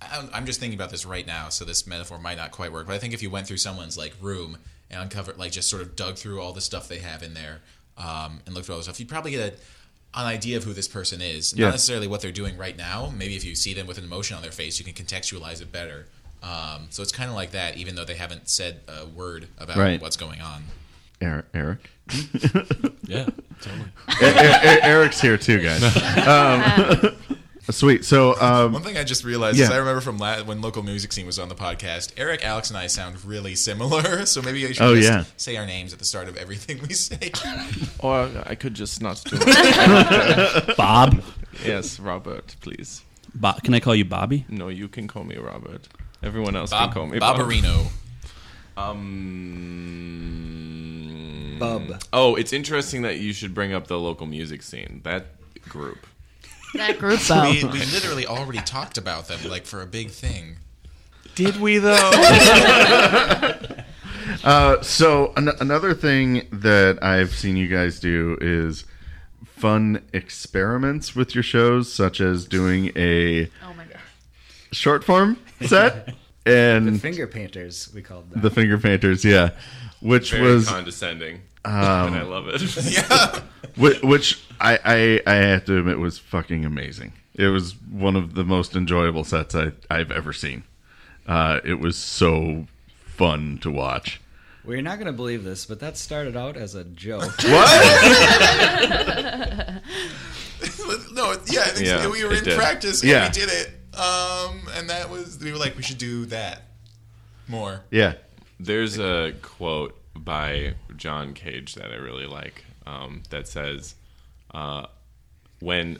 [SPEAKER 1] I- I'm just thinking about this right now, so this metaphor might not quite work. But I think if you went through someone's like room and uncovered, like, just sort of dug through all the stuff they have in there um, and looked at all the stuff, you'd probably get a, an idea of who this person is.
[SPEAKER 5] Yeah.
[SPEAKER 1] Not necessarily what they're doing right now. Maybe if you see them with an emotion on their face, you can contextualize it better. Um, so it's kind of like that, even though they haven't said a word about
[SPEAKER 5] Right.
[SPEAKER 1] what's going on.
[SPEAKER 5] eric Er, eric
[SPEAKER 2] Yeah, totally.
[SPEAKER 5] E- E- E- eric's here too guys um, sweet so um,
[SPEAKER 1] One thing I just realized is
[SPEAKER 5] Yeah.
[SPEAKER 1] I remember from la- when local music scene was on the podcast, Eric, Alex, and I sound really similar. So maybe I should
[SPEAKER 5] Oh,
[SPEAKER 1] just
[SPEAKER 5] yeah.
[SPEAKER 1] say our names at the start of everything we say.
[SPEAKER 4] Or I could just not do it.
[SPEAKER 7] Bob.
[SPEAKER 4] yes, Robert, please.
[SPEAKER 7] Bo- can I call you Bobby?
[SPEAKER 4] No, you can call me Robert. Everyone else
[SPEAKER 1] Bob,
[SPEAKER 4] can call me
[SPEAKER 1] Bobberino.
[SPEAKER 4] Um,
[SPEAKER 6] Bub.
[SPEAKER 4] Oh, it's interesting that you should bring up the local music scene. That group.
[SPEAKER 3] That group though.
[SPEAKER 1] We, we literally already talked about them, like for a big thing.
[SPEAKER 4] Did we though?
[SPEAKER 5] so an- another thing that I've seen you guys do is fun experiments with your shows, such as doing a
[SPEAKER 3] oh my god.
[SPEAKER 5] short form set and
[SPEAKER 6] Finger painters, we called them.
[SPEAKER 5] Mm. the finger painters, yeah, which
[SPEAKER 4] Very
[SPEAKER 5] was
[SPEAKER 4] condescending. and I love it.
[SPEAKER 1] Yeah.
[SPEAKER 5] Whi- which I, I I have to admit was fucking amazing. It was one of the most enjoyable sets I, I've ever seen. Uh, it was so fun to watch.
[SPEAKER 6] We're not going to believe this, but that started out as a joke.
[SPEAKER 1] no, yeah, I think
[SPEAKER 4] Yeah,
[SPEAKER 1] we were
[SPEAKER 4] it
[SPEAKER 1] in
[SPEAKER 4] did.
[SPEAKER 1] practice
[SPEAKER 5] Yeah.
[SPEAKER 1] and we did it. Um, and that was, we were like, we should do that more.
[SPEAKER 5] Yeah,
[SPEAKER 4] There's a quote by John Cage that I really like um, that says, uh, "When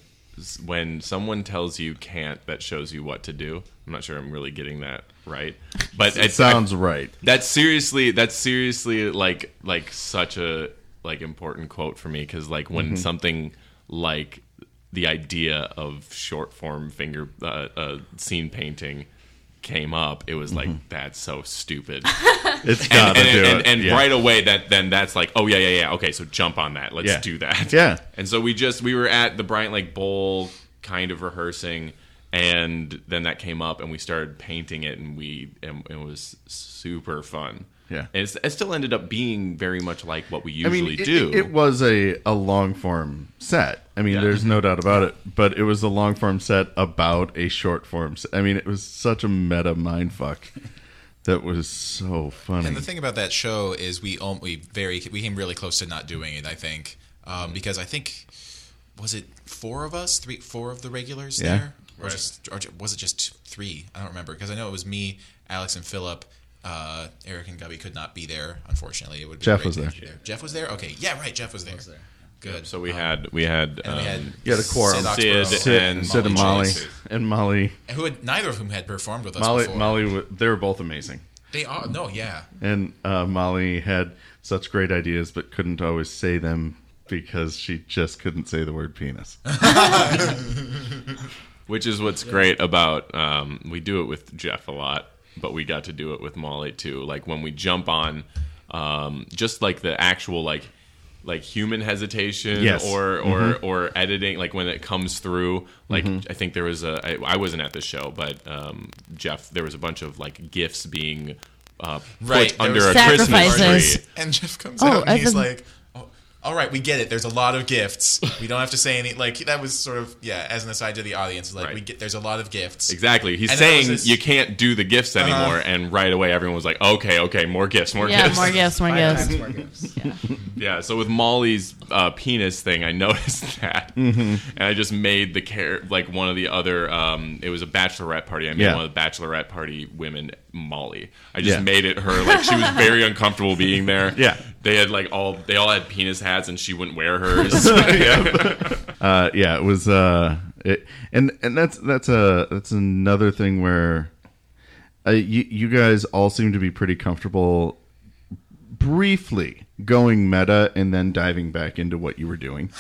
[SPEAKER 4] when someone tells you can't, that shows you what to do." I'm not sure I'm really getting that right, but
[SPEAKER 5] it sounds right.
[SPEAKER 4] that's seriously that's seriously like like such a like important quote for me because like when
[SPEAKER 5] Mm-hmm.
[SPEAKER 4] something like the idea of short form finger uh, uh, scene painting came up it was like
[SPEAKER 5] Mm-hmm.
[SPEAKER 4] that's so stupid
[SPEAKER 5] It's
[SPEAKER 4] and,
[SPEAKER 5] gotta
[SPEAKER 4] and,
[SPEAKER 5] do
[SPEAKER 4] and,
[SPEAKER 5] it.
[SPEAKER 4] and
[SPEAKER 5] yeah.
[SPEAKER 4] right away that then that's like oh yeah yeah yeah okay so jump on that let's
[SPEAKER 5] Yeah.
[SPEAKER 4] do that
[SPEAKER 5] Yeah.
[SPEAKER 4] and so we just we were at the Bryant Lake Bowl kind of rehearsing and then that came up and we started painting it and we and it was super fun
[SPEAKER 5] Yeah.
[SPEAKER 4] and it's, it still ended up being very much like what we
[SPEAKER 5] I
[SPEAKER 4] usually
[SPEAKER 5] mean, it,
[SPEAKER 4] do
[SPEAKER 5] it was a, a long form set. I mean, there's no doubt about it. But it was a long form set about a short form. Set. I mean, it was such a meta mind fuck that was so funny.
[SPEAKER 1] And the thing about that show is we om- we very we came really close to not doing it. I think um, because I think was it four of us, three, four of the regulars
[SPEAKER 5] Yeah.
[SPEAKER 1] there, or, just, or ju- was it just three? I don't remember because I know it was me, Alex, and Philip. Uh, Eric and Gubby could not be there, unfortunately. It would be
[SPEAKER 5] Jeff
[SPEAKER 1] great
[SPEAKER 5] was
[SPEAKER 1] to
[SPEAKER 5] there.
[SPEAKER 1] have you Jeff was there. Okay, yeah, right. Jeff was there. Good.
[SPEAKER 4] so we had we had,
[SPEAKER 1] and
[SPEAKER 4] um,
[SPEAKER 1] we had
[SPEAKER 5] Yeah, the quorum.
[SPEAKER 1] Sid,
[SPEAKER 4] Sid
[SPEAKER 1] Oxborough,
[SPEAKER 5] Sid
[SPEAKER 4] and
[SPEAKER 5] Sid and Molly
[SPEAKER 1] Chase,
[SPEAKER 5] and Molly
[SPEAKER 1] who had neither of whom had performed with us
[SPEAKER 5] Molly
[SPEAKER 1] before.
[SPEAKER 5] Molly. wa- They were both amazing.
[SPEAKER 1] They are no, yeah.
[SPEAKER 5] And uh, Molly had such great ideas, but couldn't always say them because she just couldn't say the word penis.
[SPEAKER 4] which is what's great about um, we do it with jeff a lot but we got to do it with molly too like when we jump on um, just like the actual like like human hesitation
[SPEAKER 5] Yes.
[SPEAKER 4] or or or editing like when it comes through like i think there was a I, I wasn't at the show but um jeff there was a bunch of like gifts being uh put
[SPEAKER 1] Right, there
[SPEAKER 4] under
[SPEAKER 1] was-
[SPEAKER 4] a christmas
[SPEAKER 3] Sacrifices.
[SPEAKER 4] tree
[SPEAKER 1] And Jeff comes
[SPEAKER 3] Oh,
[SPEAKER 1] out and
[SPEAKER 3] I've
[SPEAKER 1] he's
[SPEAKER 3] been-
[SPEAKER 1] like, oh, "All right, we get it. There's a lot of gifts. We don't have to say any." Like that was sort of yeah, as an aside to the audience, like
[SPEAKER 4] Right.
[SPEAKER 1] we get there's a lot of gifts.
[SPEAKER 4] Exactly. He's
[SPEAKER 1] And that was Uh-huh.
[SPEAKER 4] saying
[SPEAKER 1] this-
[SPEAKER 4] you can't do the gifts anymore, and right away everyone was like, "Okay, okay, more gifts, more
[SPEAKER 3] yeah,
[SPEAKER 4] gifts."
[SPEAKER 3] more gifts, more
[SPEAKER 6] Five
[SPEAKER 3] gifts.
[SPEAKER 6] times more gifts.
[SPEAKER 4] Yeah. So with Molly's uh, penis thing, I noticed that,
[SPEAKER 5] Mm-hmm.
[SPEAKER 4] and I just made the care like one of the other. Um, it was a bachelorette party. I made
[SPEAKER 5] Yeah.
[SPEAKER 4] one of the bachelorette party women Molly. I just
[SPEAKER 5] Yeah.
[SPEAKER 4] made it her like she was very uncomfortable being there.
[SPEAKER 5] Yeah.
[SPEAKER 4] They had like all they all had penis hats, and she wouldn't wear hers.
[SPEAKER 5] uh, yeah, it was. Uh, it, and and that's that's a that's another thing where uh, you you guys all seem to be pretty comfortable briefly going meta and then diving back into what you were doing.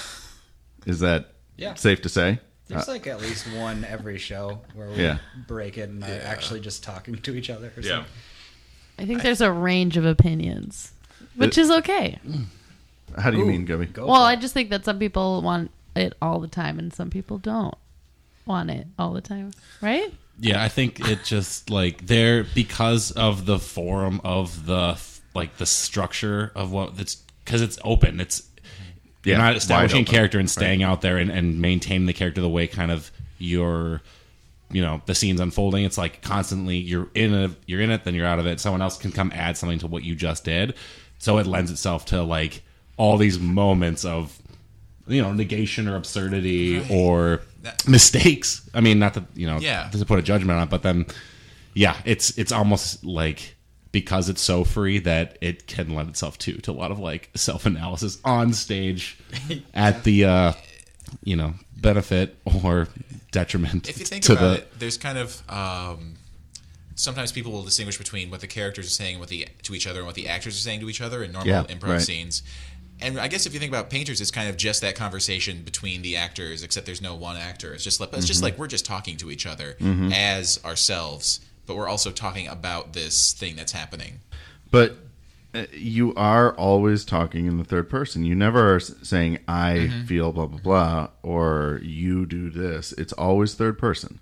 [SPEAKER 5] Is that
[SPEAKER 6] Yeah.
[SPEAKER 5] safe to say?
[SPEAKER 6] There's like at least one every show where we
[SPEAKER 5] Uh. Yeah.
[SPEAKER 6] break it and are actually just talking to each other. Or
[SPEAKER 4] yeah.
[SPEAKER 6] something.
[SPEAKER 3] I think there's a range of opinions, which is okay.
[SPEAKER 5] Uh, How do you mean, Gubby?
[SPEAKER 6] Go
[SPEAKER 3] Well,
[SPEAKER 6] for
[SPEAKER 3] I
[SPEAKER 6] it.
[SPEAKER 3] just think that some people want it all the time and some people don't want it all the time, right?
[SPEAKER 2] Yeah, I think it just like there because of the form of the like the structure of what it's because it's open. It's you're
[SPEAKER 5] Yeah,
[SPEAKER 2] not
[SPEAKER 5] wide
[SPEAKER 2] establishing
[SPEAKER 5] open,
[SPEAKER 2] character and staying out there and, and maintaining the character the way kind of your you know the scenes unfolding it's like constantly you're in a you're in it then you're out of it someone else can come add something to what you just did so it lends itself to like all these moments of you know negation or absurdity or
[SPEAKER 1] That-
[SPEAKER 2] mistakes i mean not that you know
[SPEAKER 1] Yeah.
[SPEAKER 2] to put a judgment on it but then yeah it's it's almost like because it's so free that it can lend itself to to a lot of like self-analysis on stage at the uh you know benefit or detriment
[SPEAKER 1] if you think
[SPEAKER 2] to
[SPEAKER 1] about
[SPEAKER 2] the
[SPEAKER 1] it, there's kind of um, sometimes people will distinguish between what the characters are saying what the to each other and what the actors are saying to each other in normal
[SPEAKER 5] Yeah,
[SPEAKER 1] improv
[SPEAKER 5] right.
[SPEAKER 1] scenes. And I guess if you think about painters, it's kind of just that conversation between the actors, except there's no one actor. It's just like it's just like we're just talking to each other as ourselves, but we're also talking about this thing that's happening.
[SPEAKER 5] But uh, you are always talking in the third person. You never are s- saying I feel blah blah blah or you do this. It's always third person.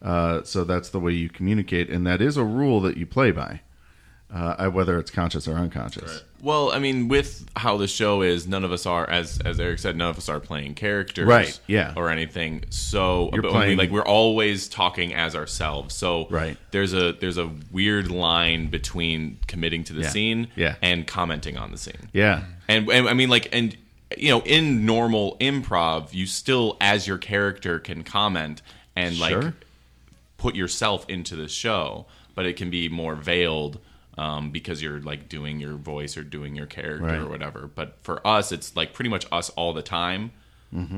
[SPEAKER 5] Uh, so that's the way you communicate, and that is a rule that you play by, uh, I- whether it's conscious or unconscious.
[SPEAKER 4] Well, I mean, with how the show is, none of us are, as as Eric said, none of us are playing characters,
[SPEAKER 5] Right, yeah.
[SPEAKER 4] or anything. So,
[SPEAKER 5] You're
[SPEAKER 4] but when we-
[SPEAKER 5] playing-
[SPEAKER 4] like we're always talking as ourselves. So,
[SPEAKER 5] Right.
[SPEAKER 4] there's a there's a weird line between committing to the
[SPEAKER 5] Yeah,
[SPEAKER 4] scene,
[SPEAKER 5] yeah.
[SPEAKER 4] and commenting on the scene,
[SPEAKER 5] Yeah,
[SPEAKER 4] and, and I mean, like, and you know, in normal improv, you still, as your character, can comment and like
[SPEAKER 5] Sure.
[SPEAKER 4] put yourself into the show, but it can be more veiled um, because you're like doing your voice or doing your character
[SPEAKER 5] Right.
[SPEAKER 4] or whatever. But for us, it's like pretty much us all the time.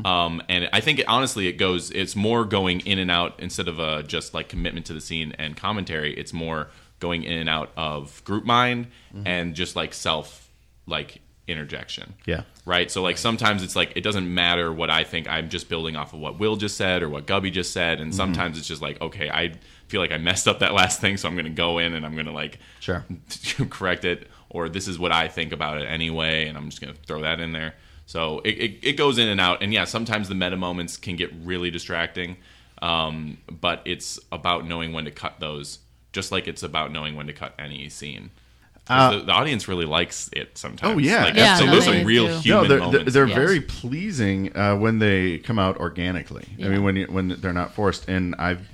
[SPEAKER 4] Um, and I think it, honestly, it goes. It's more going in and out instead of uh, just like commitment to the scene and commentary. It's more going in and out of group mind and just like self, like interjection
[SPEAKER 5] yeah,
[SPEAKER 4] right? So like sometimes it's like it doesn't matter what I think. I'm just building off of what Will just said or what Gubby just said,
[SPEAKER 5] Mm-hmm.
[SPEAKER 4] and sometimes it's just like okay, I feel like I messed up that last thing, so I'm gonna go in and I'm gonna like
[SPEAKER 5] Sure.
[SPEAKER 4] correct it, or this is what I think about it anyway, and I'm just gonna throw that in there. So it, it, it goes in and out, and yeah, sometimes the meta moments can get really distracting, um, but it's about knowing when to cut those, just like it's about knowing when to cut any scene. 'Cause the, the audience really likes it sometimes.
[SPEAKER 5] Uh, Oh, yeah,
[SPEAKER 4] like,
[SPEAKER 5] Yeah,
[SPEAKER 4] absolutely.
[SPEAKER 3] no, they
[SPEAKER 4] Some real
[SPEAKER 3] do.
[SPEAKER 4] human
[SPEAKER 5] no, they're
[SPEAKER 4] moments.
[SPEAKER 5] they're
[SPEAKER 3] Yes.
[SPEAKER 5] very pleasing uh, when they come out organically. I mean, when you, when they're not forced. And I've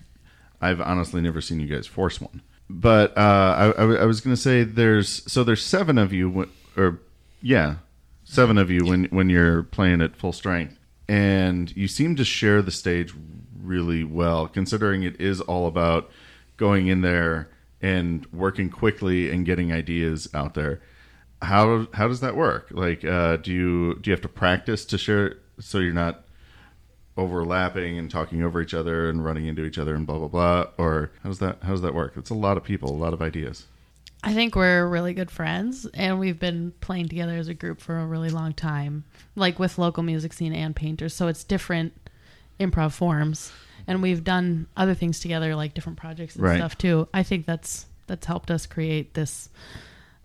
[SPEAKER 5] I've honestly never seen you guys force one. But uh, I, I w- I was going to say there's so there's seven of you when, or yeah, seven of you when when you're playing at full strength, and you seem to share the stage really well, considering it is all about going in there and working quickly and getting ideas out there how how does that work? Like, uh, do you do you have to practice to share so you're not overlapping and talking over each other and running into each other and blah blah blah? Or how does that how does that work? It's a lot of people, a lot of ideas.
[SPEAKER 3] I think we're really good friends and we've been playing together as a group for a really long time, like with local music scene and painters. So it's different improv forms and we've done other things together like different projects and
[SPEAKER 5] Right.
[SPEAKER 3] stuff too. I think that's that's helped us create this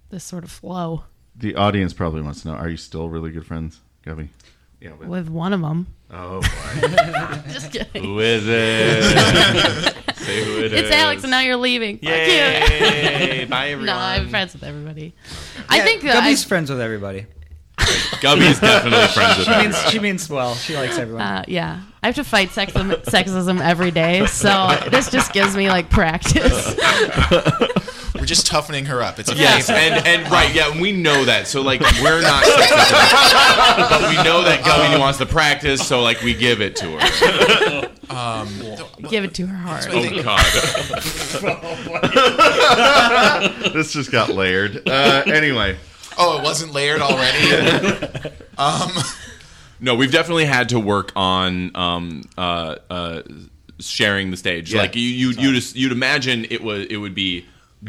[SPEAKER 3] this sort of flow
[SPEAKER 5] the audience probably wants to know: Are you still really good friends, Gabby? Yeah. With,
[SPEAKER 3] with one of them.
[SPEAKER 5] oh,
[SPEAKER 3] Just kidding.
[SPEAKER 4] Who is it? Say who it
[SPEAKER 3] It's
[SPEAKER 4] is.
[SPEAKER 3] Alex, and now you're leaving. Fuck you.
[SPEAKER 4] Yay! Bye, everyone.
[SPEAKER 3] no, I'm friends with everybody. I think that I,
[SPEAKER 6] Gubby's friends with everybody.
[SPEAKER 4] Gubby's definitely friends with
[SPEAKER 6] She means
[SPEAKER 4] everyone.
[SPEAKER 6] she means well. She likes everyone.
[SPEAKER 3] uh, yeah, I have to fight sexism, sexism every day, so this just gives me like practice.
[SPEAKER 1] We're just toughening her up. It's a
[SPEAKER 4] Yes, and and right, yeah, and we know that. So like, we're not, sexist, but we know that Gubby wants to practice. So like, we give it to her.
[SPEAKER 3] Give it to her heart.
[SPEAKER 4] Oh God.
[SPEAKER 5] this just got layered. Uh, anyway,
[SPEAKER 1] Oh, it wasn't layered already.
[SPEAKER 4] No, we've definitely had to work on um, uh, uh, sharing the stage.
[SPEAKER 5] Yeah.
[SPEAKER 4] Like you, you, you just, you'd imagine it was it would be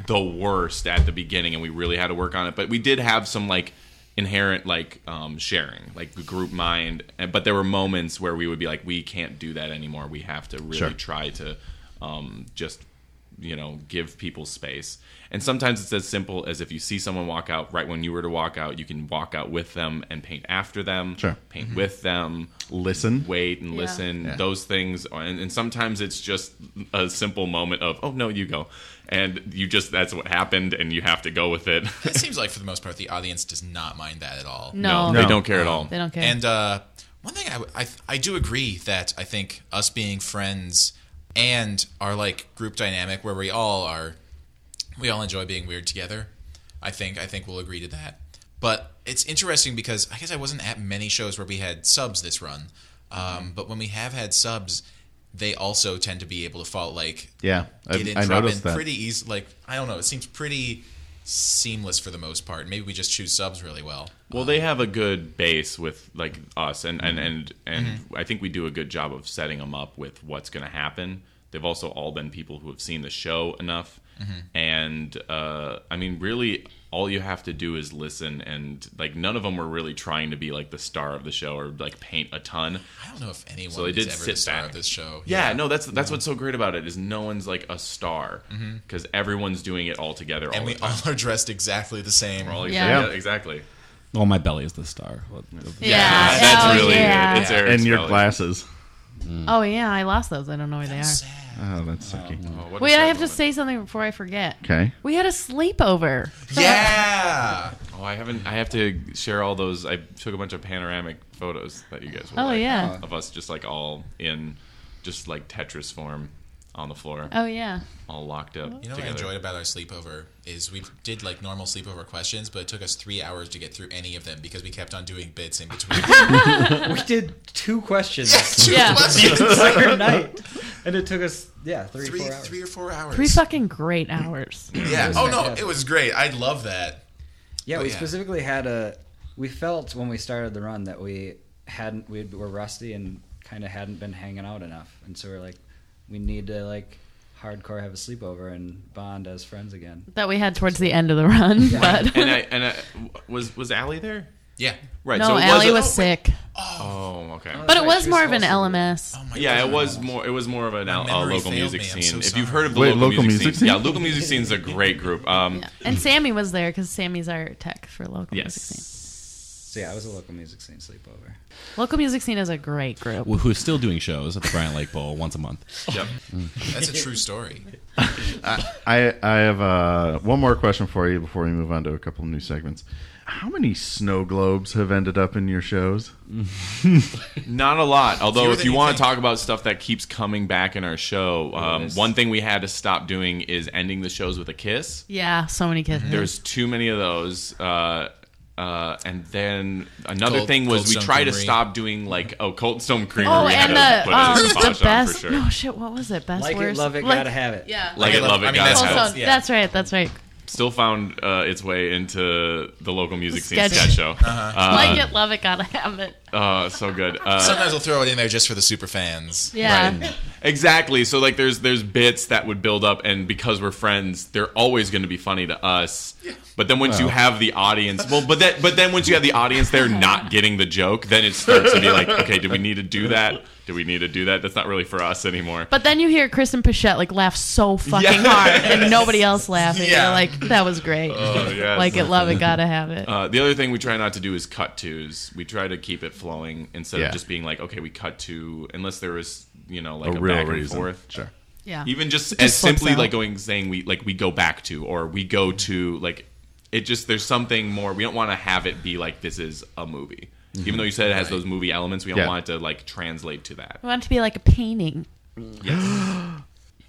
[SPEAKER 4] the worst at the beginning, and we really had to work on it. But we did have some like inherent like um, sharing, like the group mind. And, but there were moments where we would be like, we can't do that anymore. We have to really
[SPEAKER 5] Sure.
[SPEAKER 4] try to um, just you know give people space and sometimes it's as simple as if you see someone walk out right when you were to walk out you can walk out with them and paint after them
[SPEAKER 5] Sure.
[SPEAKER 4] paint with them
[SPEAKER 5] listen.
[SPEAKER 4] wait and listen
[SPEAKER 5] Yeah.
[SPEAKER 4] those things are- and, and sometimes it's just a simple moment of oh no you go and you just that's what happened and you have to go with it
[SPEAKER 1] it seems like for the most part, the audience does not mind that at all.
[SPEAKER 3] No,
[SPEAKER 4] they
[SPEAKER 5] No.
[SPEAKER 4] don't care at all
[SPEAKER 3] they don't care.
[SPEAKER 1] And uh, one thing I, w- I th- I do agree that I think us being friends and our like group dynamic where we all are we all enjoy being weird together. I think I think we'll agree to that. But it's interesting because I guess I wasn't at many shows where we had subs this run. Um, but when we have had subs, they also tend to be able to fall like
[SPEAKER 5] Yeah, I,
[SPEAKER 1] get in
[SPEAKER 5] I
[SPEAKER 1] drop
[SPEAKER 5] noticed
[SPEAKER 1] in
[SPEAKER 5] that.
[SPEAKER 1] pretty easy. Like I don't know, it seems pretty seamless for the most part. Maybe we just choose subs really well.
[SPEAKER 4] well they have a good base with like us and and and, and i think we do a good job of setting them up with what's going to happen they've also all been people who have seen the show enough and uh, i mean really all you have to do is listen and like none of them were really trying to be like the star of the show or like paint a ton
[SPEAKER 1] I don't know if anyone
[SPEAKER 4] So they
[SPEAKER 1] is
[SPEAKER 4] did
[SPEAKER 1] ever
[SPEAKER 4] sit
[SPEAKER 1] the star
[SPEAKER 4] back.
[SPEAKER 1] of this show.
[SPEAKER 4] Yeah, no, that's that's what's so great about it is no one's like a star because everyone's doing it all together. all
[SPEAKER 1] and we
[SPEAKER 4] the time.
[SPEAKER 1] all are dressed exactly the same.
[SPEAKER 4] All
[SPEAKER 3] Yeah.
[SPEAKER 4] exactly, exactly.
[SPEAKER 2] Oh, my belly is the star. What-
[SPEAKER 3] yeah,
[SPEAKER 4] that's
[SPEAKER 3] oh,
[SPEAKER 4] really
[SPEAKER 3] yeah.
[SPEAKER 4] it. It's Eric's
[SPEAKER 5] and your
[SPEAKER 4] belly.
[SPEAKER 5] glasses.
[SPEAKER 3] Oh yeah, I lost those. I don't know where they are.
[SPEAKER 1] Sad.
[SPEAKER 5] Oh, that's sucky.
[SPEAKER 4] Oh, what a
[SPEAKER 3] Wait,
[SPEAKER 4] sad
[SPEAKER 3] I have to
[SPEAKER 4] moment.
[SPEAKER 3] say something before I forget.
[SPEAKER 5] Okay.
[SPEAKER 3] We had a sleepover.
[SPEAKER 1] Yeah.
[SPEAKER 4] Oh, I haven't. I have to share all those. I took a bunch of panoramic photos that you guys. Will
[SPEAKER 3] Oh
[SPEAKER 4] like,
[SPEAKER 3] yeah.
[SPEAKER 4] of us just like all in, just like Tetris form, on the floor,
[SPEAKER 3] Oh yeah.
[SPEAKER 4] all locked up
[SPEAKER 1] You know what I
[SPEAKER 4] together.
[SPEAKER 1] enjoyed about our sleepover is we did like normal sleepover questions, but it took us three hours to get through any of them because we kept on doing bits in between.
[SPEAKER 3] Uh.
[SPEAKER 6] we did two questions
[SPEAKER 1] Two
[SPEAKER 3] Yeah.
[SPEAKER 1] questions.
[SPEAKER 6] per night, and it took us yeah three,
[SPEAKER 1] Three,
[SPEAKER 6] four hours.
[SPEAKER 1] three or four hours.
[SPEAKER 3] Three fucking great hours.
[SPEAKER 1] yeah. Oh no, it was great. I love that.
[SPEAKER 6] Oh, Yeah,
[SPEAKER 1] But
[SPEAKER 6] we
[SPEAKER 1] yeah.
[SPEAKER 6] specifically had a. We felt when we started the run that we hadn't we were rusty and kind of hadn't been hanging out enough, and so we're like, we need to like hardcore have a sleepover and bond as friends again.
[SPEAKER 3] That we had towards the end of the run, but
[SPEAKER 4] And I and I, was was Allie there?
[SPEAKER 1] Yeah.
[SPEAKER 4] Right.
[SPEAKER 3] no,
[SPEAKER 4] so it
[SPEAKER 3] Allie
[SPEAKER 4] wasn't-
[SPEAKER 3] was sick.
[SPEAKER 4] Oh, okay.
[SPEAKER 3] But it
[SPEAKER 6] right,
[SPEAKER 3] was
[SPEAKER 6] she
[SPEAKER 3] more
[SPEAKER 6] was
[SPEAKER 3] of an
[SPEAKER 6] supposed to be.
[SPEAKER 3] LMS.
[SPEAKER 1] Oh my
[SPEAKER 4] Yeah,
[SPEAKER 1] God.
[SPEAKER 4] it was more. It was more of an uh,
[SPEAKER 1] memory
[SPEAKER 4] local
[SPEAKER 1] failed
[SPEAKER 4] music
[SPEAKER 1] me. I'm
[SPEAKER 4] scene.
[SPEAKER 1] so
[SPEAKER 4] if
[SPEAKER 1] sorry.
[SPEAKER 4] you've heard of the
[SPEAKER 5] Wait,
[SPEAKER 4] local,
[SPEAKER 5] local
[SPEAKER 4] music,
[SPEAKER 5] music
[SPEAKER 4] scene, yeah,
[SPEAKER 5] scene?
[SPEAKER 4] local music scene is a great group. Um,
[SPEAKER 3] Yeah. And Sammy was there because Sammy's our tech for local music scene.
[SPEAKER 4] yes,
[SPEAKER 6] So yeah, it was a local music scene sleepover.
[SPEAKER 3] Local music scene is a great group.
[SPEAKER 2] Who is still doing shows at the Bryant Lake Bowl once a month.
[SPEAKER 4] yep.
[SPEAKER 1] That's a true story.
[SPEAKER 5] I I have uh, one more question for you before we move on to a couple of new segments. How many snow globes have ended up in your shows?
[SPEAKER 4] Not a lot. Although,
[SPEAKER 1] Fewer
[SPEAKER 4] if
[SPEAKER 1] than
[SPEAKER 4] you
[SPEAKER 1] you
[SPEAKER 4] want
[SPEAKER 1] think.
[SPEAKER 4] to talk about stuff that keeps coming back in our show, um, one thing we had to stop doing is ending the shows with a kiss.
[SPEAKER 3] Yeah, so many kids.
[SPEAKER 4] There's too many of those. Uh, uh, and then another
[SPEAKER 1] Cold-
[SPEAKER 4] thing was
[SPEAKER 1] Cold
[SPEAKER 4] we
[SPEAKER 1] Stone
[SPEAKER 4] tried to
[SPEAKER 1] Creamery.
[SPEAKER 4] stop doing like oh Cold Stone Creamery.
[SPEAKER 3] Oh,
[SPEAKER 4] we had
[SPEAKER 3] and
[SPEAKER 4] to
[SPEAKER 3] the
[SPEAKER 4] put a
[SPEAKER 3] um, the
[SPEAKER 4] kibosh on
[SPEAKER 3] best.
[SPEAKER 4] for sure.
[SPEAKER 3] No shit. What was it? Best
[SPEAKER 6] Like it,
[SPEAKER 3] worst.
[SPEAKER 6] love it,
[SPEAKER 3] Like-
[SPEAKER 6] gotta have it.
[SPEAKER 3] Yeah.
[SPEAKER 4] Like it, love it,
[SPEAKER 1] I mean,
[SPEAKER 4] gotta
[SPEAKER 1] that's
[SPEAKER 4] have
[SPEAKER 1] how
[SPEAKER 4] it.
[SPEAKER 1] it's-
[SPEAKER 3] Cold Stone.
[SPEAKER 1] yeah.
[SPEAKER 3] That's right. That's right.
[SPEAKER 4] Still found uh, its way into the local music scene
[SPEAKER 3] Sketch.
[SPEAKER 4] sketch show.
[SPEAKER 1] Uh-huh.
[SPEAKER 3] like it, love it, gotta have it.
[SPEAKER 4] Uh, so good. Uh,
[SPEAKER 1] Sometimes we'll throw it in there just for the super fans.
[SPEAKER 3] Yeah.
[SPEAKER 4] Exactly. So like there's there's bits that would build up and because we're friends, they're always going to be funny to us. But then once you have the audience, well, but that, but then once you have the audience there not getting the joke, then it starts to be like, okay, do we need to do that? Do we need to do that? That's not really for us anymore.
[SPEAKER 3] But then you hear Kristen Pichette like laugh so fucking
[SPEAKER 4] Yes.
[SPEAKER 3] hard, and nobody else laughing.
[SPEAKER 1] Yeah.
[SPEAKER 3] You're like, that was great.
[SPEAKER 4] Oh, yes.
[SPEAKER 3] like it, love it, gotta have it.
[SPEAKER 4] Uh, the other thing we try not to do is cut twos. We try to keep it flowing instead
[SPEAKER 5] Yeah.
[SPEAKER 4] of just being like, okay, we cut to, unless there is, you know, like
[SPEAKER 5] A
[SPEAKER 4] a,
[SPEAKER 5] real
[SPEAKER 4] back and
[SPEAKER 5] reason.
[SPEAKER 4] forth.
[SPEAKER 5] Sure.
[SPEAKER 3] yeah,
[SPEAKER 4] Even just,
[SPEAKER 3] It
[SPEAKER 4] as
[SPEAKER 3] just slips
[SPEAKER 4] simply
[SPEAKER 3] out.
[SPEAKER 4] like going saying we like we go back to or we go to like it just there's something more. We don't want to have it be like this is a movie.
[SPEAKER 3] Mm-hmm.
[SPEAKER 4] Even though you said it has those movie elements, we don't
[SPEAKER 5] Yeah.
[SPEAKER 4] want it to like translate to that.
[SPEAKER 3] I want it to be like a painting.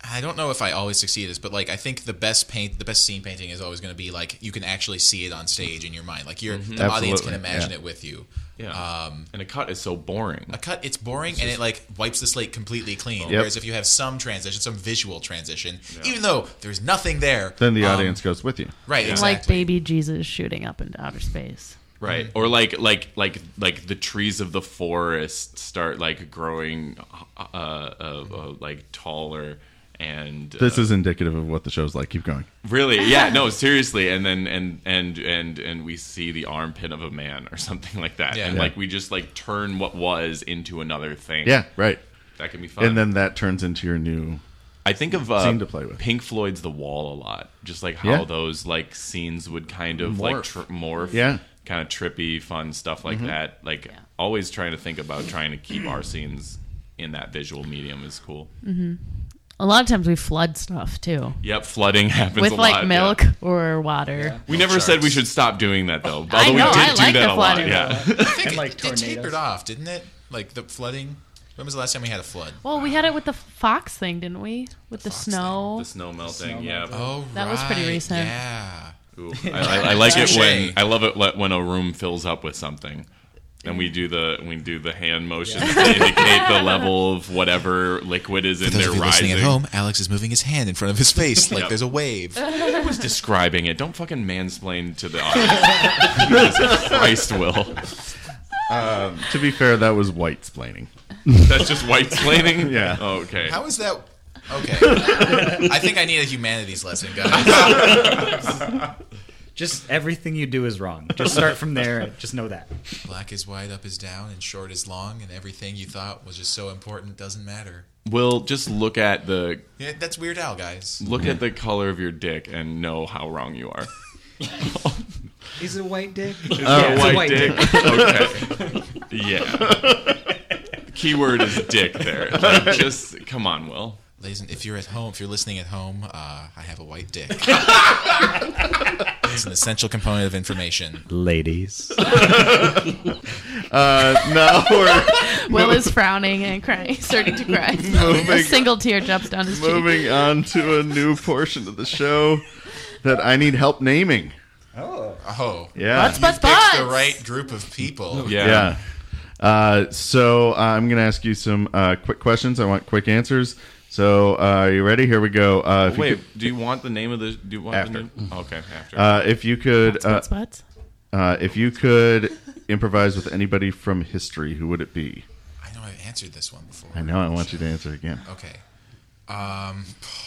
[SPEAKER 1] I don't know if I always succeed at this, but like I think the best paint, the best scene painting is always going to be like you can actually see it on stage in your mind, like your the audience can
[SPEAKER 5] Mm-hmm. Absolutely,
[SPEAKER 1] imagine
[SPEAKER 5] yeah.
[SPEAKER 1] it with you.
[SPEAKER 4] Yeah. Um, and a cut is so boring.
[SPEAKER 1] A cut, it's boring and it like wipes the slate completely clean. Whereas if you have some transition, some visual transition, even though there's nothing there,
[SPEAKER 5] Then the
[SPEAKER 1] um,
[SPEAKER 5] audience goes with you.
[SPEAKER 1] right,
[SPEAKER 3] Like
[SPEAKER 1] exactly.
[SPEAKER 3] baby Jesus shooting up into outer space.
[SPEAKER 4] Right. Or like like like like the trees of the forest start like growing uh, uh, uh like taller and uh,
[SPEAKER 5] This is indicative of what the show's like. Keep going.
[SPEAKER 4] really yeah no seriously and then and and and and we see the armpit of a man or something like that
[SPEAKER 1] Yeah.
[SPEAKER 4] and
[SPEAKER 1] Yeah.
[SPEAKER 4] like we just like turn what was into another thing
[SPEAKER 5] Yeah, right.
[SPEAKER 4] that can be fun
[SPEAKER 5] And then that turns into your new.
[SPEAKER 4] I think of uh,
[SPEAKER 5] Scene to play with.
[SPEAKER 4] Pink Floyd's The Wall a lot, just like how
[SPEAKER 5] Yeah.
[SPEAKER 4] those like scenes would kind of
[SPEAKER 5] Morph.
[SPEAKER 4] like tr- morph,
[SPEAKER 5] Yeah. Mm-hmm.
[SPEAKER 4] kind of trippy, fun stuff like that. Like always trying to think about trying to keep our scenes in that visual medium is cool.
[SPEAKER 3] Mm-hmm. A lot of times we flood stuff too
[SPEAKER 4] Yep, flooding happens
[SPEAKER 3] with
[SPEAKER 4] a
[SPEAKER 3] like
[SPEAKER 4] lot, yeah.
[SPEAKER 3] milk or water.
[SPEAKER 4] We never said we should stop doing that though. Although
[SPEAKER 3] I know,
[SPEAKER 4] we did
[SPEAKER 3] I
[SPEAKER 4] do
[SPEAKER 3] like the
[SPEAKER 4] that a lot.
[SPEAKER 3] flooding.
[SPEAKER 4] Yeah.
[SPEAKER 1] I think
[SPEAKER 9] And, like,
[SPEAKER 1] it, it tapered
[SPEAKER 9] tornadoes.
[SPEAKER 1] off, didn't it? Like the flooding. When was the last time we had a flood?
[SPEAKER 3] Well, we had it with the fox thing, didn't we? With the, snow.
[SPEAKER 4] the snow melting, Oh. yeah.
[SPEAKER 1] Oh,
[SPEAKER 3] That was pretty
[SPEAKER 1] right,
[SPEAKER 3] recent.
[SPEAKER 1] Yeah.
[SPEAKER 4] Ooh, I, I- I like it when
[SPEAKER 1] Touché.
[SPEAKER 4] I love it le- when a room fills up with something. And we do the we do the hand motions to indicate the level of whatever liquid is in
[SPEAKER 1] For those
[SPEAKER 4] there
[SPEAKER 1] of you
[SPEAKER 4] rising.
[SPEAKER 1] listening at home, Alex is moving his hand in front of his face like
[SPEAKER 4] Yep.
[SPEAKER 1] there's a wave.
[SPEAKER 4] Who's describing it? Don't fucking mansplain to the audience. Jesus Christ will.
[SPEAKER 5] To be fair, that was white splaining.
[SPEAKER 4] That's just white splaining.
[SPEAKER 5] Yeah.
[SPEAKER 4] Oh, okay.
[SPEAKER 1] How is that? Okay. I think I need a humanities lesson, guys.
[SPEAKER 9] Just everything you do is wrong. Just start from there. Just know that.
[SPEAKER 1] Black is wide, up is down, and short is long, and everything you thought was just so important doesn't matter.
[SPEAKER 4] Will just look at the
[SPEAKER 1] Yeah, that's Weird Al, guys.
[SPEAKER 4] look at the color of your dick and know how wrong you are.
[SPEAKER 6] Is it a white dick?
[SPEAKER 4] A
[SPEAKER 6] it's a
[SPEAKER 4] white,
[SPEAKER 6] white
[SPEAKER 4] dick. okay. Yeah. Keyword is dick there. Like, just come on, Will.
[SPEAKER 1] Ladies, and- if you're at home, if you're listening at home, uh, I have a white dick. it's an essential component of information.
[SPEAKER 9] Ladies.
[SPEAKER 5] Uh, now we're
[SPEAKER 3] Will is frowning and crying, starting to cry. a single tear drops down his cheek.
[SPEAKER 5] moving on to a new portion of the show that I need help naming.
[SPEAKER 1] Oh,
[SPEAKER 5] Yeah.
[SPEAKER 3] Butts, butts,
[SPEAKER 1] pick
[SPEAKER 3] butts.
[SPEAKER 1] the right group of people.
[SPEAKER 4] Yeah.
[SPEAKER 5] Yeah. Uh, so I'm going to ask you some uh, quick questions. I want quick answers. So uh, are you ready? Here we go. Uh, if You
[SPEAKER 4] Wait,
[SPEAKER 5] could,
[SPEAKER 4] do you want the name of the? Do you want
[SPEAKER 5] After.
[SPEAKER 4] the name? Okay, after.
[SPEAKER 5] uh, if you could, uh,
[SPEAKER 3] Butts, butts.
[SPEAKER 5] uh, if you could improvise with anybody from history, who would it be?
[SPEAKER 1] I know I've answered this one before.
[SPEAKER 5] I know. I want you to answer again.
[SPEAKER 1] Okay. Um,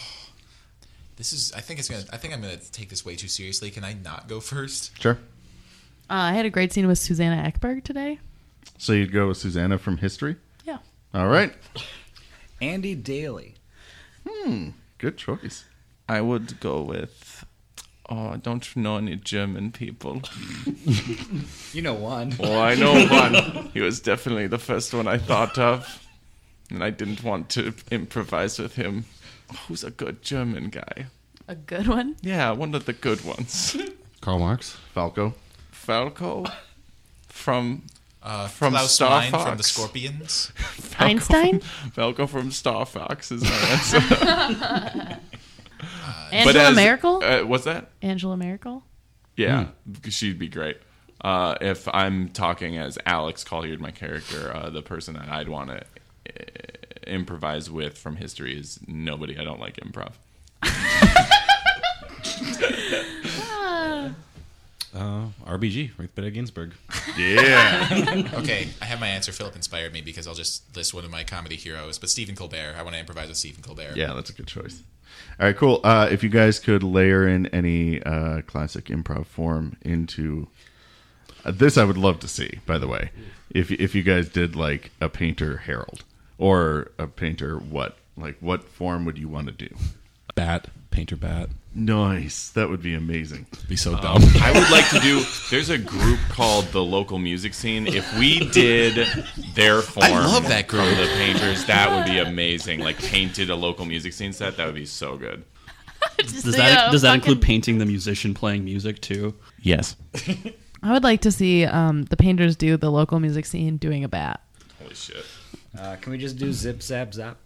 [SPEAKER 1] this is. I think it's gonna. I think I'm gonna take this way too seriously. Can I not go first?
[SPEAKER 5] Sure.
[SPEAKER 3] Uh, I had a great scene with Susanna Eckberg today.
[SPEAKER 5] So you'd go with Susanna from history.
[SPEAKER 3] Yeah.
[SPEAKER 5] All right.
[SPEAKER 6] Andy Daly.
[SPEAKER 5] Good choice.
[SPEAKER 4] I would go with. Oh, I don't know any German people.
[SPEAKER 6] You know one.
[SPEAKER 4] Oh, I know one. He was definitely the first one I thought of, and I didn't want to improvise with him. Who's a good German guy?
[SPEAKER 3] A good one.
[SPEAKER 4] Yeah, one of the good ones.
[SPEAKER 2] Karl Marx.
[SPEAKER 5] Falco.
[SPEAKER 4] Falco from
[SPEAKER 1] Uh,
[SPEAKER 4] From
[SPEAKER 1] Klaus
[SPEAKER 4] Star
[SPEAKER 1] Meine from
[SPEAKER 4] Fox.
[SPEAKER 1] the Scorpions.
[SPEAKER 4] Falco
[SPEAKER 3] Einstein?
[SPEAKER 4] From, Falco from Star Fox is my answer. But
[SPEAKER 3] Angela
[SPEAKER 4] as-
[SPEAKER 3] Miracle.
[SPEAKER 4] Uh, what's that?
[SPEAKER 3] Angela Miracle.
[SPEAKER 4] Yeah,
[SPEAKER 1] Hmm.
[SPEAKER 4] she'd be great. Uh, if I'm talking as Alex Collier, my character, uh, the person that I'd want to uh, improvise with from history is nobody. I don't like improv.
[SPEAKER 2] uh, RBG, Ruth Bader Ginsburg.
[SPEAKER 4] Yeah.
[SPEAKER 1] Okay, I have my answer. Philip inspired me because I'll just list one of my comedy heroes, but Stephen Colbert. I want to improvise with Stephen Colbert.
[SPEAKER 5] Yeah, that's a good choice. All right, cool. Uh, if you guys could layer in any uh, classic improv form into uh, this, I would love to see. By the way, if if you guys did like a painter herald or a painter what, like what form would you want to do?
[SPEAKER 2] Bat, painter bat.
[SPEAKER 5] Nice, that would be amazing.
[SPEAKER 2] Be so
[SPEAKER 1] Um,
[SPEAKER 2] dumb.
[SPEAKER 4] I would like to do. There's a group called the local music scene. If we did their form,
[SPEAKER 1] I love that
[SPEAKER 4] from
[SPEAKER 1] group.
[SPEAKER 4] The painters, that would be amazing. Like painted a local music scene set, that would be so good.
[SPEAKER 7] Does that does that include painting the musician playing music too?
[SPEAKER 2] yes.
[SPEAKER 3] I would like to see um, the painters do the local music scene doing a bat.
[SPEAKER 4] Holy shit!
[SPEAKER 6] Uh, can we just do zip zap zap?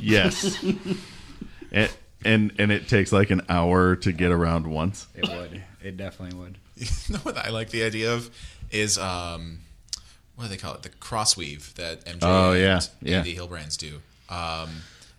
[SPEAKER 5] Yes, and, and and it takes like an hour to get around once.
[SPEAKER 6] It would. It definitely would.
[SPEAKER 1] You know what I like the idea of is um, what do they call it? The crossweave that MJ
[SPEAKER 5] Oh, yeah,
[SPEAKER 1] and
[SPEAKER 5] yeah.
[SPEAKER 1] Andy Hillbrands do. Um,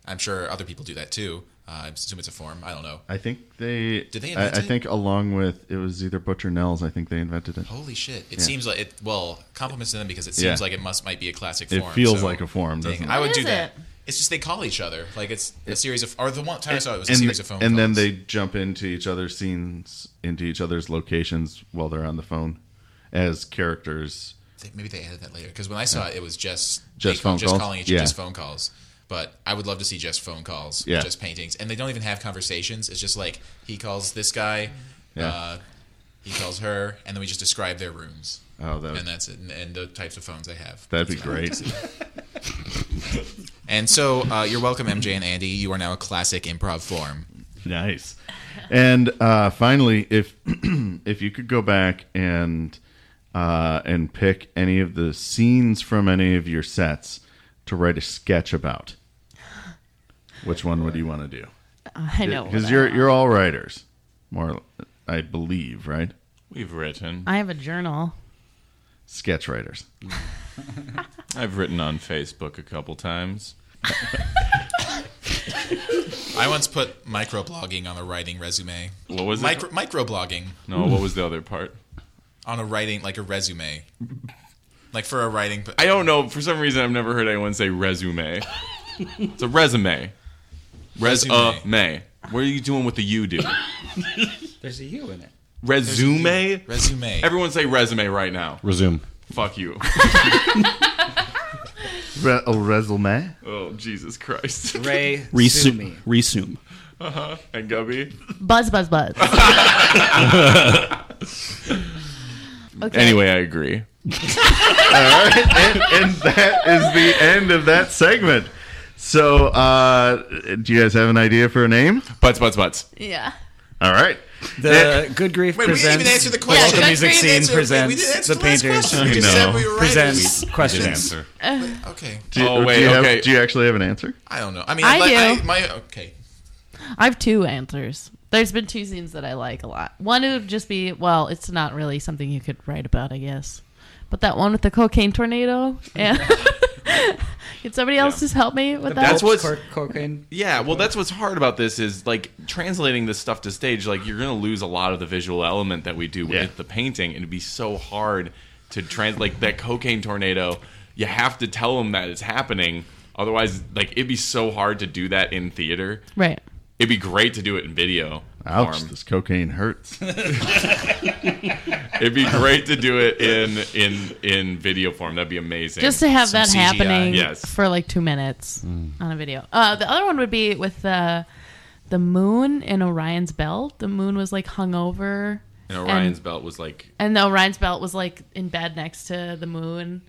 [SPEAKER 1] I'm sure other people do that too. Uh, I assume it's a form. I don't know.
[SPEAKER 5] I think they.
[SPEAKER 1] Did they
[SPEAKER 5] I,
[SPEAKER 1] invent
[SPEAKER 5] I
[SPEAKER 1] it?
[SPEAKER 5] think along with it was either Butcher Nels. I think they invented it.
[SPEAKER 1] Holy shit! It seems like it. Well, compliments to them because it seems
[SPEAKER 5] Yeah.
[SPEAKER 1] like it must might be a classic
[SPEAKER 5] It
[SPEAKER 1] form.
[SPEAKER 5] feels
[SPEAKER 1] so-
[SPEAKER 5] like a form,
[SPEAKER 1] Dang,
[SPEAKER 5] doesn't it?
[SPEAKER 1] I would
[SPEAKER 3] What
[SPEAKER 1] do
[SPEAKER 3] is
[SPEAKER 1] that.
[SPEAKER 3] it?
[SPEAKER 1] It's just they call each other. Like it's a series of, or the one time I saw it was a
[SPEAKER 5] and,
[SPEAKER 1] series of phone
[SPEAKER 5] and
[SPEAKER 1] calls.
[SPEAKER 5] then they jump into each other's scenes into each other's locations while they're on the phone as characters
[SPEAKER 1] They- maybe they added that later because when I saw it, it was just
[SPEAKER 5] Just
[SPEAKER 1] they-
[SPEAKER 5] phone
[SPEAKER 1] just
[SPEAKER 5] calls?
[SPEAKER 1] calling each
[SPEAKER 5] Yeah.
[SPEAKER 1] just phone calls. But I would love to see just phone calls,
[SPEAKER 5] Yeah.
[SPEAKER 1] just paintings, and they don't even have conversations. It's just like he calls this guy,
[SPEAKER 5] Yeah.
[SPEAKER 1] uh, he calls her, and then we just describe their rooms,
[SPEAKER 5] oh that
[SPEAKER 1] and that's it, and, and the types of phones they have.
[SPEAKER 5] that'd be great
[SPEAKER 1] And so uh, you're welcome, MJ and Andy. You are now a classic improv form.
[SPEAKER 5] nice and uh finally if if you could go back and uh and pick any of the scenes from any of your sets to write a sketch about which one would you want to do
[SPEAKER 3] I know.
[SPEAKER 5] because
[SPEAKER 3] what
[SPEAKER 5] you're
[SPEAKER 3] I-
[SPEAKER 5] you're all writers more i believe right
[SPEAKER 4] We've written.
[SPEAKER 3] I have a journal.
[SPEAKER 5] sketch writers
[SPEAKER 4] I've written on Facebook a couple times.
[SPEAKER 1] I once put microblogging on a writing resume.
[SPEAKER 4] What was
[SPEAKER 1] Micro
[SPEAKER 4] it?
[SPEAKER 1] microblogging
[SPEAKER 4] No, what was the other part?
[SPEAKER 1] on a writing like a resume, like for a writing.
[SPEAKER 4] I don't know. For some reason, I've never heard anyone say resume. it's a resume.
[SPEAKER 1] Resume.
[SPEAKER 4] Resume. What are you doing with the you do?
[SPEAKER 6] There's a U in it.
[SPEAKER 4] Resume.
[SPEAKER 1] resume.
[SPEAKER 4] Everyone say resume right now.
[SPEAKER 2] Resume.
[SPEAKER 4] Fuck you.
[SPEAKER 5] Re- a resume
[SPEAKER 4] Oh Jesus Christ.
[SPEAKER 6] Ray sue me.
[SPEAKER 7] Resume. Resume.
[SPEAKER 4] And Gubby.
[SPEAKER 3] Buzz, buzz, buzz. okay.
[SPEAKER 4] Anyway, I agree.
[SPEAKER 5] All right, and, and that is the end of that segment. So, uh, do you guys have an idea for a name?
[SPEAKER 4] Butts, butts, butts.
[SPEAKER 3] Yeah.
[SPEAKER 5] All right.
[SPEAKER 9] The Good Grief
[SPEAKER 1] Wait, we
[SPEAKER 9] presents.
[SPEAKER 1] didn't even answer the
[SPEAKER 9] The
[SPEAKER 1] question.
[SPEAKER 9] local
[SPEAKER 3] Yeah,
[SPEAKER 9] music
[SPEAKER 3] Good Grief
[SPEAKER 9] scene
[SPEAKER 1] answer-
[SPEAKER 9] presents
[SPEAKER 1] we didn't answer
[SPEAKER 9] the
[SPEAKER 1] the last
[SPEAKER 9] painters.
[SPEAKER 1] question. We just
[SPEAKER 5] I know.
[SPEAKER 1] said we were
[SPEAKER 9] Presents questions.
[SPEAKER 1] Okay.
[SPEAKER 5] Do,
[SPEAKER 4] Oh,
[SPEAKER 5] do
[SPEAKER 4] wait,
[SPEAKER 5] you have-
[SPEAKER 4] okay.
[SPEAKER 5] do you actually have an answer?
[SPEAKER 1] I don't know. I mean,
[SPEAKER 3] I
[SPEAKER 1] like,
[SPEAKER 3] do.
[SPEAKER 1] my okay.
[SPEAKER 3] I have two answers. There's been two scenes that I like a lot. One would just be, well, it's not really something you could write about, I guess. But that one with the cocaine tornado, and can somebody else just help me with that?
[SPEAKER 4] That's what's-
[SPEAKER 6] Cor- cocaine.
[SPEAKER 4] Yeah, well, that's what's hard about this is like translating this stuff to stage. Like you're gonna lose a lot of the visual element that we do with
[SPEAKER 5] Yeah.
[SPEAKER 4] the painting, and it'd be so hard to translate like that cocaine tornado. You have to tell them that it's happening, otherwise, like it'd be so hard to do that in theater.
[SPEAKER 3] right.
[SPEAKER 4] It'd be great to do it in video.
[SPEAKER 5] Ouch,
[SPEAKER 4] form.
[SPEAKER 5] this cocaine hurts.
[SPEAKER 4] It'd be great to do it in in in video form. That'd be amazing.
[SPEAKER 3] Just to have that
[SPEAKER 1] CGI.
[SPEAKER 3] happening
[SPEAKER 4] Yes.
[SPEAKER 3] for like two minutes on a video. Uh, the other one would be with the the moon in Orion's belt. The moon was like hung over,
[SPEAKER 4] and Orion's belt was like
[SPEAKER 3] and the Orion's belt was like in bed next to the moon.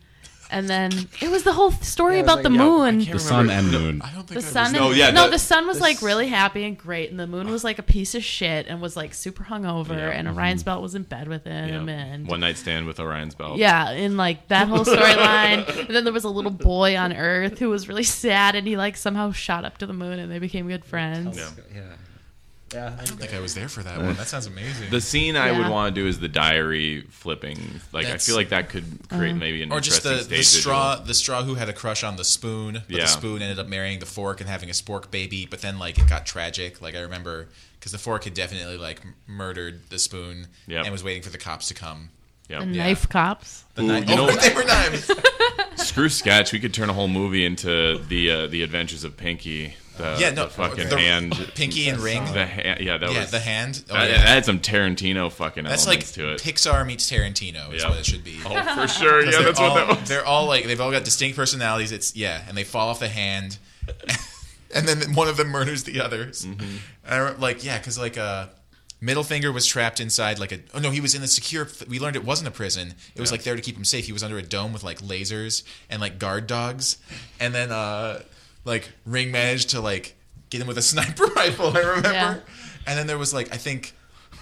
[SPEAKER 3] And then it was the whole story
[SPEAKER 6] Yeah, it was
[SPEAKER 3] about
[SPEAKER 6] like-
[SPEAKER 3] the
[SPEAKER 6] Yeah,
[SPEAKER 3] moon.
[SPEAKER 2] The sun and moon.
[SPEAKER 1] I don't think
[SPEAKER 3] The
[SPEAKER 1] I
[SPEAKER 3] sun,
[SPEAKER 1] was-
[SPEAKER 3] and,
[SPEAKER 4] No, yeah,
[SPEAKER 3] no,
[SPEAKER 4] the-
[SPEAKER 3] the, sun was like really happy and great, and the moon was like a piece of shit and was like super hungover,
[SPEAKER 4] Yeah.
[SPEAKER 3] and Orion's belt was in bed with
[SPEAKER 4] you
[SPEAKER 3] him,
[SPEAKER 4] know,
[SPEAKER 3] and
[SPEAKER 4] one night stand with Orion's belt.
[SPEAKER 3] yeah, and like that whole storyline. and then there was a little boy on Earth who was really sad, and he like somehow shot up to the moon, and they became good friends.
[SPEAKER 4] Yeah.
[SPEAKER 6] Yeah.
[SPEAKER 9] Yeah.
[SPEAKER 1] I don't think I was there for that one. That sounds amazing.
[SPEAKER 4] The scene I
[SPEAKER 3] Yeah.
[SPEAKER 4] would want to do is the diary flipping. Like I
[SPEAKER 1] That's-
[SPEAKER 4] feel like that could create maybe an
[SPEAKER 1] or just
[SPEAKER 4] interesting
[SPEAKER 1] the,
[SPEAKER 4] stage
[SPEAKER 1] the straw
[SPEAKER 4] visual.
[SPEAKER 1] the straw who had a crush on the spoon but
[SPEAKER 4] Yeah.
[SPEAKER 1] the spoon ended up marrying the fork and having a spork baby but then like it got tragic like i remember because the fork had definitely like m- murdered the spoon
[SPEAKER 4] Yep.
[SPEAKER 1] and was waiting for the cops to come
[SPEAKER 4] Yeah.
[SPEAKER 3] And knife cops.
[SPEAKER 1] the
[SPEAKER 4] Ooh,
[SPEAKER 1] knife
[SPEAKER 4] you know-
[SPEAKER 1] they were knives
[SPEAKER 4] Screw sketch. We could turn a whole movie into the uh, the Adventures of Pinky. The,
[SPEAKER 1] yeah no
[SPEAKER 4] the fucking
[SPEAKER 1] the-
[SPEAKER 4] hand.
[SPEAKER 1] pinky and ring
[SPEAKER 4] The hand. Yeah, that
[SPEAKER 1] yeah
[SPEAKER 4] was
[SPEAKER 1] the hand oh,
[SPEAKER 4] That,
[SPEAKER 1] yeah.
[SPEAKER 4] that had some Tarantino fucking
[SPEAKER 1] that's like
[SPEAKER 4] elements to it.
[SPEAKER 1] pixar meets tarantino is
[SPEAKER 4] Yep.
[SPEAKER 1] what it should be
[SPEAKER 4] oh, for sure. Yeah,
[SPEAKER 1] They're
[SPEAKER 4] that's
[SPEAKER 1] all,
[SPEAKER 4] what that was.
[SPEAKER 1] They're all like they've all got distinct personalities. It's yeah, and they fall off the hand, and then one of them murders the others. And I re- like yeah, because like uh, middle finger was trapped inside like a oh no he was in the secure. We learned it wasn't a prison. It was like there to keep him safe. He was under a dome with like lasers and like guard dogs, and then uh, like ring managed to like get him with a sniper rifle. I remember,
[SPEAKER 3] Yeah.
[SPEAKER 1] and then there was like I think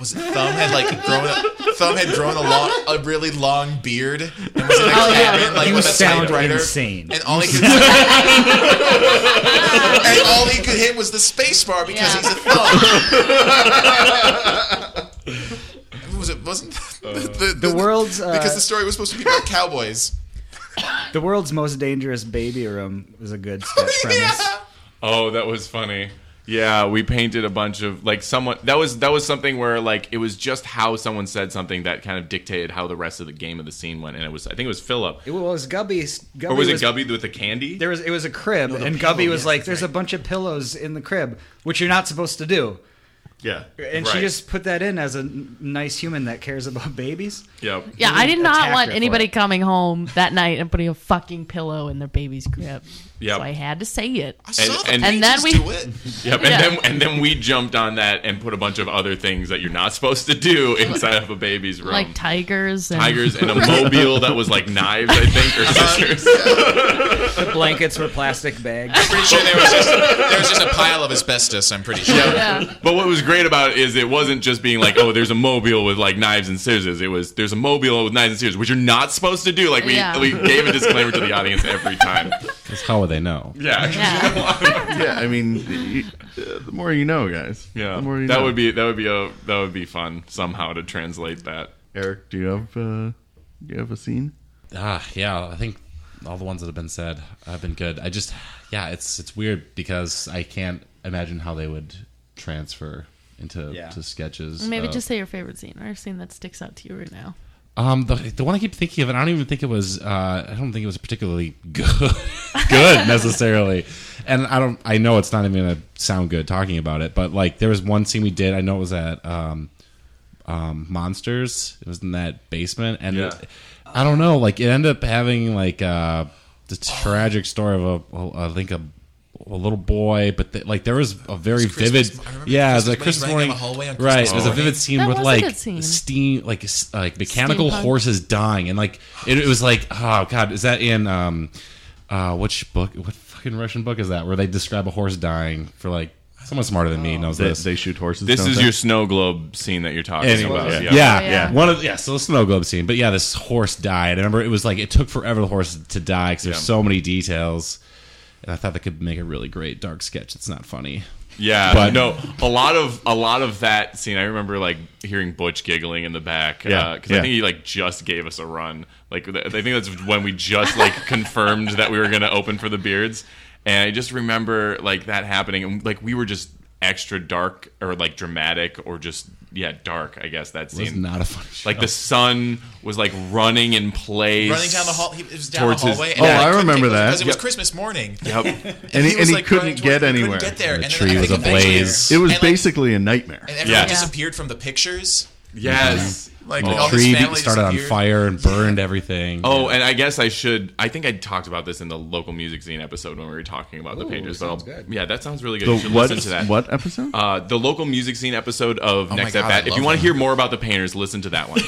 [SPEAKER 1] was it Thumb had like grown a, Thumb had grown a long a really long beard and was in a
[SPEAKER 6] Oh,
[SPEAKER 1] cabin Oh, like
[SPEAKER 9] You
[SPEAKER 1] with a
[SPEAKER 9] sound
[SPEAKER 1] typewriter.
[SPEAKER 9] insane.
[SPEAKER 1] And all he could and all he could hit was the space bar because
[SPEAKER 3] Yeah.
[SPEAKER 1] he's a thumb. was it wasn't that- the, the,
[SPEAKER 6] The world's uh,
[SPEAKER 1] because the story was supposed to be about cowboys.
[SPEAKER 6] the world's most dangerous baby room was a good sketch premise.
[SPEAKER 1] yeah.
[SPEAKER 4] Oh, that was funny. Yeah, we painted a bunch of like someone that was that was something where like it was just how someone said something that kind of dictated how the rest of the game of the scene went, and it was I think it was Philip
[SPEAKER 6] It was Gubby. Gubby
[SPEAKER 4] or was, it Gubby with the candy?
[SPEAKER 6] There was it was a crib, and
[SPEAKER 1] pillow,
[SPEAKER 6] Gubby was
[SPEAKER 1] yes,
[SPEAKER 6] like,
[SPEAKER 1] that's
[SPEAKER 6] "There's a
[SPEAKER 1] right.
[SPEAKER 6] bunch of pillows in the crib, which you're not supposed to do."
[SPEAKER 5] Yeah.
[SPEAKER 6] And she
[SPEAKER 4] Right.
[SPEAKER 6] just put that in as a n- nice human that cares about babies.
[SPEAKER 4] Yep.
[SPEAKER 3] Yeah, I did
[SPEAKER 6] attack
[SPEAKER 3] not
[SPEAKER 6] her
[SPEAKER 3] want
[SPEAKER 6] for
[SPEAKER 3] anybody
[SPEAKER 6] it.
[SPEAKER 3] coming home that night and putting a fucking pillow in their baby's crib.
[SPEAKER 4] Yep.
[SPEAKER 3] So I had to say it.
[SPEAKER 1] I saw the
[SPEAKER 4] and-
[SPEAKER 1] and,
[SPEAKER 4] And
[SPEAKER 3] then we-
[SPEAKER 1] do it.
[SPEAKER 4] Yep. And
[SPEAKER 3] Yeah.
[SPEAKER 4] then and then we jumped on that and put a bunch of other things that you're not supposed to do inside of a baby's room.
[SPEAKER 3] Like tigers and
[SPEAKER 4] Tigers and a mobile that was like knives, I think, or scissors.
[SPEAKER 6] The blankets were plastic bags.
[SPEAKER 1] Pretty sure there was just there was just a pile of asbestos. I'm pretty sure.
[SPEAKER 3] Yeah.
[SPEAKER 4] But what was great about it is it wasn't just being like, oh, there's a mobile with like knives and scissors. It was there's a mobile with knives and scissors, which you're not supposed to do. Like we
[SPEAKER 3] Yeah.
[SPEAKER 4] we gave a disclaimer to the audience every time.
[SPEAKER 2] Because how would they know?
[SPEAKER 4] Yeah.
[SPEAKER 3] Yeah.
[SPEAKER 5] Yeah, I mean, y- uh, the more you know, guys.
[SPEAKER 4] Yeah.
[SPEAKER 5] The more you
[SPEAKER 4] that
[SPEAKER 5] know.
[SPEAKER 4] would be that would be a that would be fun somehow to translate that.
[SPEAKER 5] Eric, do you have uh, you have a scene?
[SPEAKER 2] Ah, yeah. I think all the ones that have been said have been good. I just, yeah, it's it's weird because I can't imagine how they would transfer into
[SPEAKER 9] Yeah.
[SPEAKER 2] to sketches.
[SPEAKER 3] Maybe
[SPEAKER 2] Uh,
[SPEAKER 3] just say your favorite scene or a scene that sticks out to you right now.
[SPEAKER 2] um the, the one I keep thinking of, and I don't even think it was. Uh, I don't think it was particularly good, good necessarily. And I don't. I know it's not even gonna sound good talking about it, but like there was one scene we did. I know it was at. Um, um, monsters. It was in that basement, and
[SPEAKER 4] Yeah.
[SPEAKER 2] I don't know. Like it ended up having like uh, the tragic story of a, I think a, a little boy, but th- like there was a very
[SPEAKER 1] Christmas-
[SPEAKER 2] vivid,
[SPEAKER 1] I remember
[SPEAKER 2] yeah, it was a
[SPEAKER 1] Christmas
[SPEAKER 2] Christmas
[SPEAKER 1] morning
[SPEAKER 2] morning,
[SPEAKER 1] running down the hallway on
[SPEAKER 2] right?
[SPEAKER 1] Christmas
[SPEAKER 2] It was a
[SPEAKER 1] morning.
[SPEAKER 2] vivid scene
[SPEAKER 3] That
[SPEAKER 2] with
[SPEAKER 3] was a
[SPEAKER 2] like
[SPEAKER 3] good scene.
[SPEAKER 2] steam, like s- like mechanical
[SPEAKER 3] Steampunk.
[SPEAKER 2] horses dying, and like it, it was like oh god, is that in um, uh, which book? What fucking Russian book is that? Where they describe a horse dying for like. Someone smarter than
[SPEAKER 3] Oh.
[SPEAKER 2] me knows
[SPEAKER 5] They,
[SPEAKER 2] this.
[SPEAKER 5] they shoot horses.
[SPEAKER 4] This
[SPEAKER 5] don't
[SPEAKER 4] is
[SPEAKER 5] they?
[SPEAKER 4] your snow globe scene that you're talking
[SPEAKER 2] Anyway,
[SPEAKER 4] about.
[SPEAKER 2] yeah.
[SPEAKER 4] yeah.
[SPEAKER 2] Yeah.
[SPEAKER 3] Yeah. Yeah.
[SPEAKER 2] one of yeah. So the snow globe scene, but yeah, this horse died. I remember it was like it took forever the horse to die because there's
[SPEAKER 4] Yeah.
[SPEAKER 2] so many details, and I thought that could make a really great dark sketch. It's not funny.
[SPEAKER 4] Yeah,
[SPEAKER 2] But-
[SPEAKER 4] no, a lot of a lot of that scene. I remember like hearing Butch giggling in the back because
[SPEAKER 5] Yeah,
[SPEAKER 4] I
[SPEAKER 5] yeah.
[SPEAKER 4] think he like just gave us a run. Like th- I think that's when we just like confirmed that we were gonna open for the beards, and I just remember like that happening and like we were just extra dark or like dramatic or just yeah dark. I guess that
[SPEAKER 2] It's
[SPEAKER 4] scene.
[SPEAKER 2] not a funny. Show.
[SPEAKER 4] like the sun was like running in place,
[SPEAKER 1] Running down the hall, he it was down
[SPEAKER 4] towards
[SPEAKER 1] the
[SPEAKER 4] his-
[SPEAKER 1] hallway.
[SPEAKER 5] Oh,
[SPEAKER 1] then
[SPEAKER 5] I
[SPEAKER 1] couldn't
[SPEAKER 5] remember
[SPEAKER 1] get-
[SPEAKER 5] that.
[SPEAKER 1] because it was
[SPEAKER 4] Yep.
[SPEAKER 1] Christmas morning.
[SPEAKER 4] Yep.
[SPEAKER 5] and he, and
[SPEAKER 1] was,
[SPEAKER 5] he
[SPEAKER 1] like, running
[SPEAKER 5] couldn't
[SPEAKER 1] towards-
[SPEAKER 5] get
[SPEAKER 1] he
[SPEAKER 5] anywhere.
[SPEAKER 1] Couldn't get there.
[SPEAKER 2] the
[SPEAKER 1] and
[SPEAKER 2] tree
[SPEAKER 1] then I
[SPEAKER 2] was
[SPEAKER 1] think
[SPEAKER 2] ablaze.
[SPEAKER 5] It
[SPEAKER 1] eventually-
[SPEAKER 5] was
[SPEAKER 1] and, like,
[SPEAKER 5] basically a nightmare.
[SPEAKER 1] and everyone
[SPEAKER 4] Yeah.
[SPEAKER 1] disappeared from the pictures.
[SPEAKER 4] Yes.
[SPEAKER 1] Like
[SPEAKER 2] the
[SPEAKER 1] all his
[SPEAKER 2] tree
[SPEAKER 1] family
[SPEAKER 2] started on
[SPEAKER 1] disappeared.
[SPEAKER 2] fire and burned everything.
[SPEAKER 4] Oh, and I guess I should. I think I talked about this in the local music scene episode when we were talking about the painters. But I'll, yeah, that sounds really good.
[SPEAKER 5] The
[SPEAKER 4] you should
[SPEAKER 5] what?
[SPEAKER 4] listen to that.
[SPEAKER 5] What episode?
[SPEAKER 4] Uh, the local music scene episode of
[SPEAKER 1] Oh my
[SPEAKER 4] Next
[SPEAKER 1] God,
[SPEAKER 4] At Bat.
[SPEAKER 1] I
[SPEAKER 4] If
[SPEAKER 1] love
[SPEAKER 4] you want
[SPEAKER 1] that.
[SPEAKER 4] to hear more about the painters, listen to that one.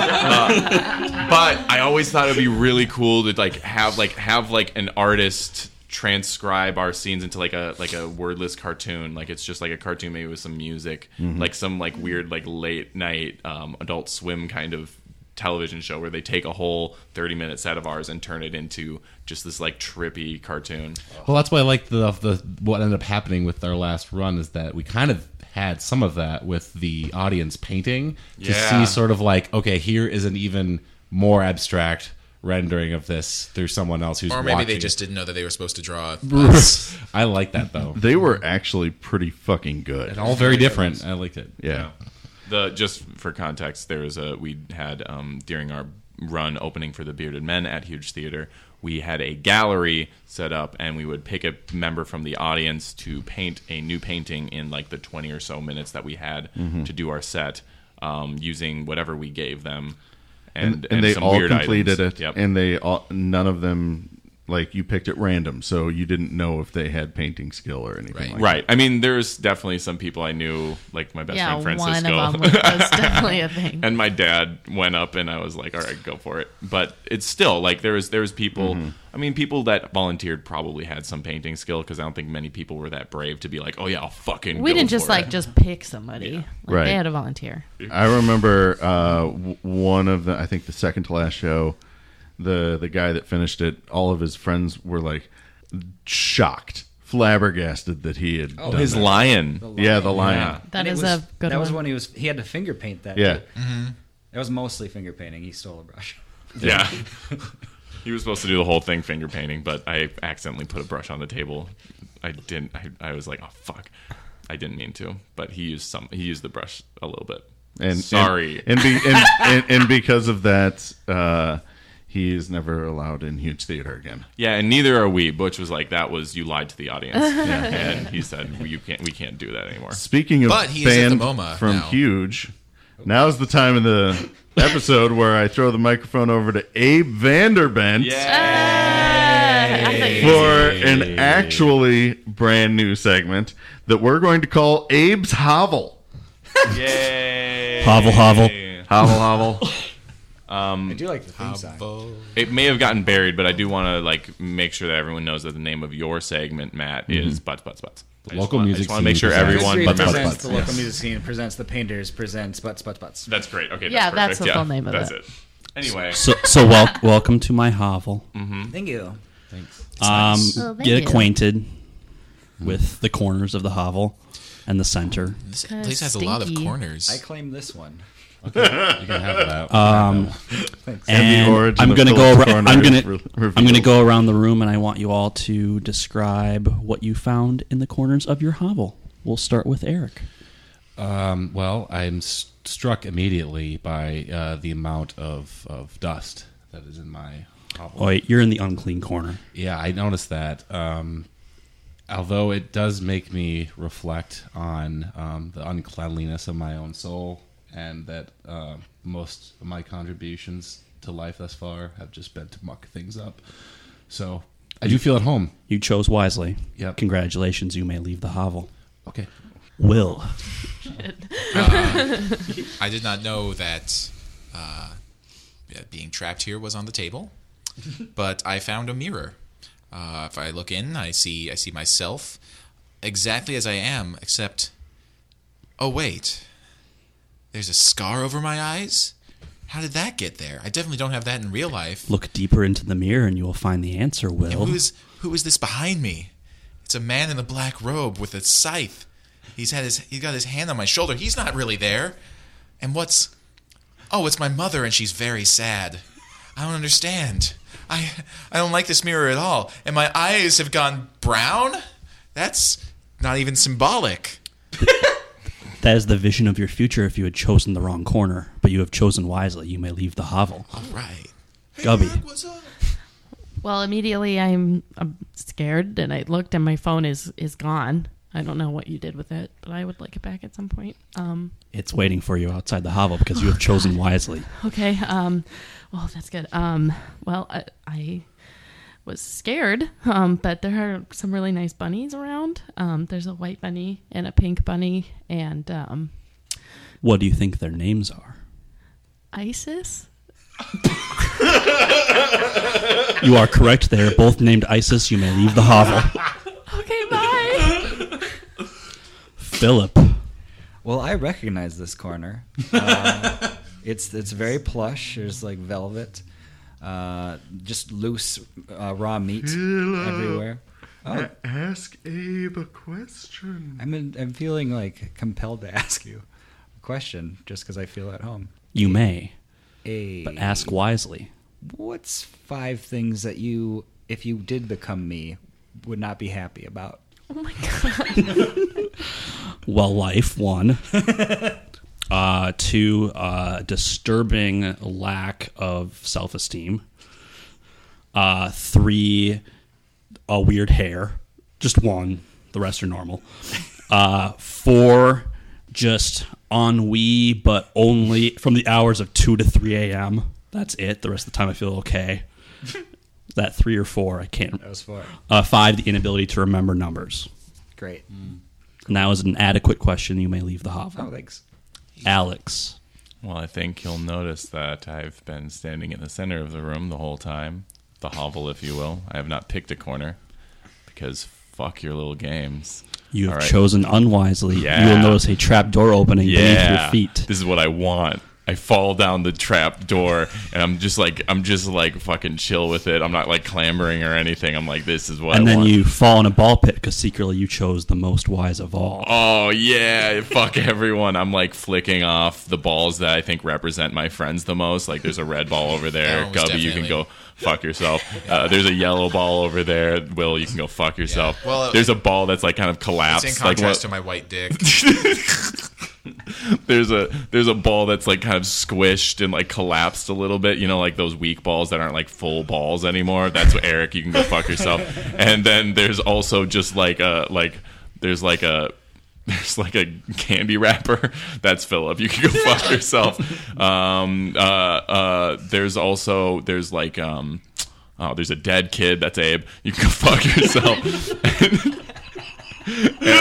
[SPEAKER 4] Uh, but I always thought it'd be really cool to like have like have like an artist transcribe our scenes into like a like a wordless cartoon like it's just like a cartoon
[SPEAKER 1] Mm-hmm.
[SPEAKER 4] maybe with some music like some like weird like late night um, adult swim kind of television show where they take a whole 30 minute set of ours and turn it into just this like trippy cartoon.
[SPEAKER 2] Well, that's why I like the the what ended up happening with our last run is that we kind of had some of that with the audience painting to
[SPEAKER 4] Yeah.
[SPEAKER 2] see sort of like okay, here is an even more abstract rendering of this through someone else who's
[SPEAKER 1] Or maybe they
[SPEAKER 2] watching.
[SPEAKER 1] just didn't know that they were supposed to draw us.
[SPEAKER 2] I like that though.
[SPEAKER 5] They were actually pretty fucking good.
[SPEAKER 2] All very different. I liked it.
[SPEAKER 5] Yeah.
[SPEAKER 4] The just for context, there was a we had um, during our run opening for the Bearded Men at Huge Theater, we had a gallery set up, and we would pick a member from the audience to paint a new painting in like the twenty or so minutes that we had
[SPEAKER 5] Mm-hmm.
[SPEAKER 4] to do our set, um, using whatever we gave them, and
[SPEAKER 5] and, and they
[SPEAKER 4] some
[SPEAKER 5] all
[SPEAKER 4] weird
[SPEAKER 5] completed
[SPEAKER 4] items.
[SPEAKER 5] it,
[SPEAKER 4] Yep.
[SPEAKER 5] and they all none of them like you picked at random, so you didn't know if they had painting skill or anything.
[SPEAKER 1] Right.
[SPEAKER 5] like
[SPEAKER 4] right. I mean, there's definitely some people I knew, like my best
[SPEAKER 3] yeah, one
[SPEAKER 4] friend
[SPEAKER 3] of
[SPEAKER 4] Francisco.
[SPEAKER 3] them was definitely a thing.
[SPEAKER 4] and my dad went up and i was like all right go for it but it's still like there was there was people i mean people that volunteered probably had some painting skill because i don't think many people were that brave to be like oh yeah i'll fucking
[SPEAKER 3] we
[SPEAKER 4] go
[SPEAKER 3] didn't just
[SPEAKER 4] for it."
[SPEAKER 3] like just pick somebody. Like,
[SPEAKER 5] Right.
[SPEAKER 3] They had a volunteer.
[SPEAKER 5] I remember uh, w- one of the, I think the second to last show, the the guy that finished it, all of his friends were like shocked, flabbergasted that he had done
[SPEAKER 4] Oh, his
[SPEAKER 5] that.
[SPEAKER 4] lion
[SPEAKER 5] Yeah, the lion.
[SPEAKER 4] Yeah.
[SPEAKER 3] That
[SPEAKER 6] And it
[SPEAKER 3] is
[SPEAKER 6] was-
[SPEAKER 3] a good
[SPEAKER 6] That
[SPEAKER 3] one.
[SPEAKER 6] was when he was he had to finger paint that.
[SPEAKER 5] Yeah.
[SPEAKER 6] too. That was mostly finger painting. He stole a brush.
[SPEAKER 4] yeah he was supposed to do the whole thing finger painting but i accidentally put a brush on the table i didn't i, I was like oh fuck i didn't mean to but he used some he used the brush a little bit
[SPEAKER 5] And
[SPEAKER 4] sorry
[SPEAKER 5] and and, be, and, and, and because of that, uh, he is never allowed in huge theater again.
[SPEAKER 4] Yeah, and neither are we. Butch was like, "That was you lied to the audience," and he said, well, "You can't, we can't do that anymore."
[SPEAKER 5] Speaking of
[SPEAKER 1] But he is at the
[SPEAKER 5] banned
[SPEAKER 1] MoMA
[SPEAKER 5] from
[SPEAKER 1] now.
[SPEAKER 5] Huge, now's the time in the episode where I throw the microphone over to Abe Vanderbent
[SPEAKER 3] I thought you
[SPEAKER 5] for an actually brand new segment that we're going to call Abe's Hovel.
[SPEAKER 4] Yay!
[SPEAKER 7] Hovel, hovel.
[SPEAKER 5] Hovel, hovel.
[SPEAKER 9] I do like the theme song.
[SPEAKER 4] It may have gotten buried, but I do want to like make sure that everyone knows that the name of your segment, Matt, is Butts, Butts, Butts. I just
[SPEAKER 2] Local
[SPEAKER 4] wanna- I
[SPEAKER 2] music
[SPEAKER 4] just want to make
[SPEAKER 2] scene
[SPEAKER 4] sure
[SPEAKER 2] presents-
[SPEAKER 4] everyone
[SPEAKER 2] Butts,
[SPEAKER 4] remembers.
[SPEAKER 2] Butts,
[SPEAKER 6] presents
[SPEAKER 2] Butts,
[SPEAKER 6] the local music scene, presents the painters, presents butts, butts, butts.
[SPEAKER 4] That's great. Okay.
[SPEAKER 3] Yeah, that's
[SPEAKER 4] that's perfect.
[SPEAKER 3] the
[SPEAKER 4] yeah,
[SPEAKER 3] full name of
[SPEAKER 4] that's
[SPEAKER 3] it.
[SPEAKER 4] Anyway,
[SPEAKER 7] So, so wel- welcome to my hovel.
[SPEAKER 6] Thank you.
[SPEAKER 7] Um,
[SPEAKER 3] Oh, thank
[SPEAKER 7] get
[SPEAKER 3] you.
[SPEAKER 7] acquainted with the corners of the hovel and the center.
[SPEAKER 1] This
[SPEAKER 3] Kinda
[SPEAKER 1] place has a lot of
[SPEAKER 3] stinky.
[SPEAKER 6] I
[SPEAKER 1] corners.
[SPEAKER 6] claim this one.
[SPEAKER 2] You can have that.
[SPEAKER 7] Um,
[SPEAKER 5] And the
[SPEAKER 7] and
[SPEAKER 5] origin
[SPEAKER 7] I'm
[SPEAKER 5] of
[SPEAKER 7] gonna go.
[SPEAKER 5] Philip's
[SPEAKER 7] Ar- I'm
[SPEAKER 5] corner
[SPEAKER 7] gonna.
[SPEAKER 5] is re-
[SPEAKER 7] I'm gonna
[SPEAKER 5] revealed.
[SPEAKER 7] go around the room, and I want you all to describe what you found in the corners of your hovel. We'll start with Eric.
[SPEAKER 2] Um, well, I'm s- struck immediately by uh, the amount of, of dust that is in my hovel.
[SPEAKER 7] Oh, wait, you're in the unclean corner.
[SPEAKER 2] Yeah, I noticed that. Um, although it does make me reflect on um, the uncleanliness of my own soul, and that uh, most of my contributions to life thus far have just been to muck things up. So I do feel at home.
[SPEAKER 7] You chose wisely.
[SPEAKER 2] Yep.
[SPEAKER 7] Congratulations, you may leave the hovel.
[SPEAKER 2] Okay.
[SPEAKER 7] Will.
[SPEAKER 1] I did not know that uh, yeah, being trapped here was on the table, but I found a mirror. Uh, if I look in, I see I see myself exactly as I am, except oh wait, there's a scar over my eyes. How did that get there? I definitely don't have that in real life.
[SPEAKER 7] Look deeper into the mirror and you will find the answer, Will.
[SPEAKER 1] Who is who is this behind me? It's a man in a black robe with a scythe. He's had his he's got his hand on my shoulder. He's not really there. And what's Oh, it's my mother and she's very sad. I don't understand. I I don't like this mirror at all. And my eyes have gone brown? That's not even symbolic.
[SPEAKER 7] That is the vision of your future if you had chosen the wrong corner, but you have chosen wisely. You may leave the hovel.
[SPEAKER 1] All right.
[SPEAKER 7] Gubby.
[SPEAKER 1] Doug, what's up?
[SPEAKER 3] Well, immediately I'm, I'm scared, and I looked, and my phone is is gone. I don't know what you did with it, but I would like it back at some point. Um,
[SPEAKER 7] It's waiting for you outside the hovel because you have chosen wisely.
[SPEAKER 3] okay. Um, well, that's good. Um, well, I, I was scared, um, but there are some really nice bunnies around. Um, there's a white bunny and a pink bunny, and um,
[SPEAKER 7] What do you think their names are?
[SPEAKER 3] Isis.
[SPEAKER 7] You are correct. They are both named Isis. You may leave the hovel.
[SPEAKER 3] Okay, bye.
[SPEAKER 7] Philip.
[SPEAKER 6] Well, I recognize this corner. Um, It's it's very plush. There's like velvet, uh, just loose uh, raw meat everywhere. Oh,
[SPEAKER 5] Ask Abe a question.
[SPEAKER 6] I'm in, I'm feeling like compelled to ask you a question just because I feel at home.
[SPEAKER 7] You may,
[SPEAKER 6] Hey,
[SPEAKER 7] but ask wisely.
[SPEAKER 6] what's five things that you, if you did become me, would not be happy about?
[SPEAKER 3] Oh my god.
[SPEAKER 7] Well, life one. uh, two, uh, disturbing lack of self esteem. Uh, three, a weird hair. Just one. The rest are normal. Uh, four, just ennui, but only from the hours of 2 to 3 a.m. That's it. The rest of the time I feel okay. that three or four, I can't.
[SPEAKER 6] That was four.
[SPEAKER 7] Uh, five, the inability to remember numbers.
[SPEAKER 6] Great.
[SPEAKER 7] And that was an adequate question. You may leave the hovel.
[SPEAKER 6] Oh, thanks.
[SPEAKER 7] Alex.
[SPEAKER 4] Well, I think you'll notice that I've been standing in the center of the room the whole time, the hovel, if you will. I have not picked a corner because fuck your little games.
[SPEAKER 7] You have
[SPEAKER 4] All right.
[SPEAKER 7] chosen unwisely. You
[SPEAKER 4] Yeah.
[SPEAKER 7] will notice a trap door opening beneath
[SPEAKER 4] Yeah,
[SPEAKER 7] your feet.
[SPEAKER 4] this is what I want. I fall down the trap door, and I'm just like, I'm just like fucking chill with it. I'm not like clambering or anything. I'm like, this is what
[SPEAKER 7] and
[SPEAKER 4] I
[SPEAKER 7] then
[SPEAKER 4] want.
[SPEAKER 7] you fall in a ball pit because secretly you chose the most wise of all.
[SPEAKER 4] Oh yeah, fuck everyone. I'm like flicking off the balls that I think represent my friends the most. Like there's a red ball over there,
[SPEAKER 1] Almost
[SPEAKER 4] Gubby, you can
[SPEAKER 1] definitely.
[SPEAKER 4] go fuck yourself. Uh, there's a yellow ball over there, Will, you can go fuck yourself.
[SPEAKER 1] Yeah. Well, it-
[SPEAKER 4] there's a ball that's like kind of collapsed.
[SPEAKER 1] It's in
[SPEAKER 4] like,
[SPEAKER 1] contrast
[SPEAKER 4] what-
[SPEAKER 1] to my white dick.
[SPEAKER 4] there's a there's a ball that's like kind of squished and like collapsed a little bit. You know, like those weak balls that aren't like full balls anymore. That's what Eric, you can go fuck yourself. And then there's also just like a like there's like a there's like a candy wrapper. That's Philip. You can go fuck yourself. Um, uh, uh, there's also there's like um, oh there's a dead kid. That's Abe. You can go fuck yourself.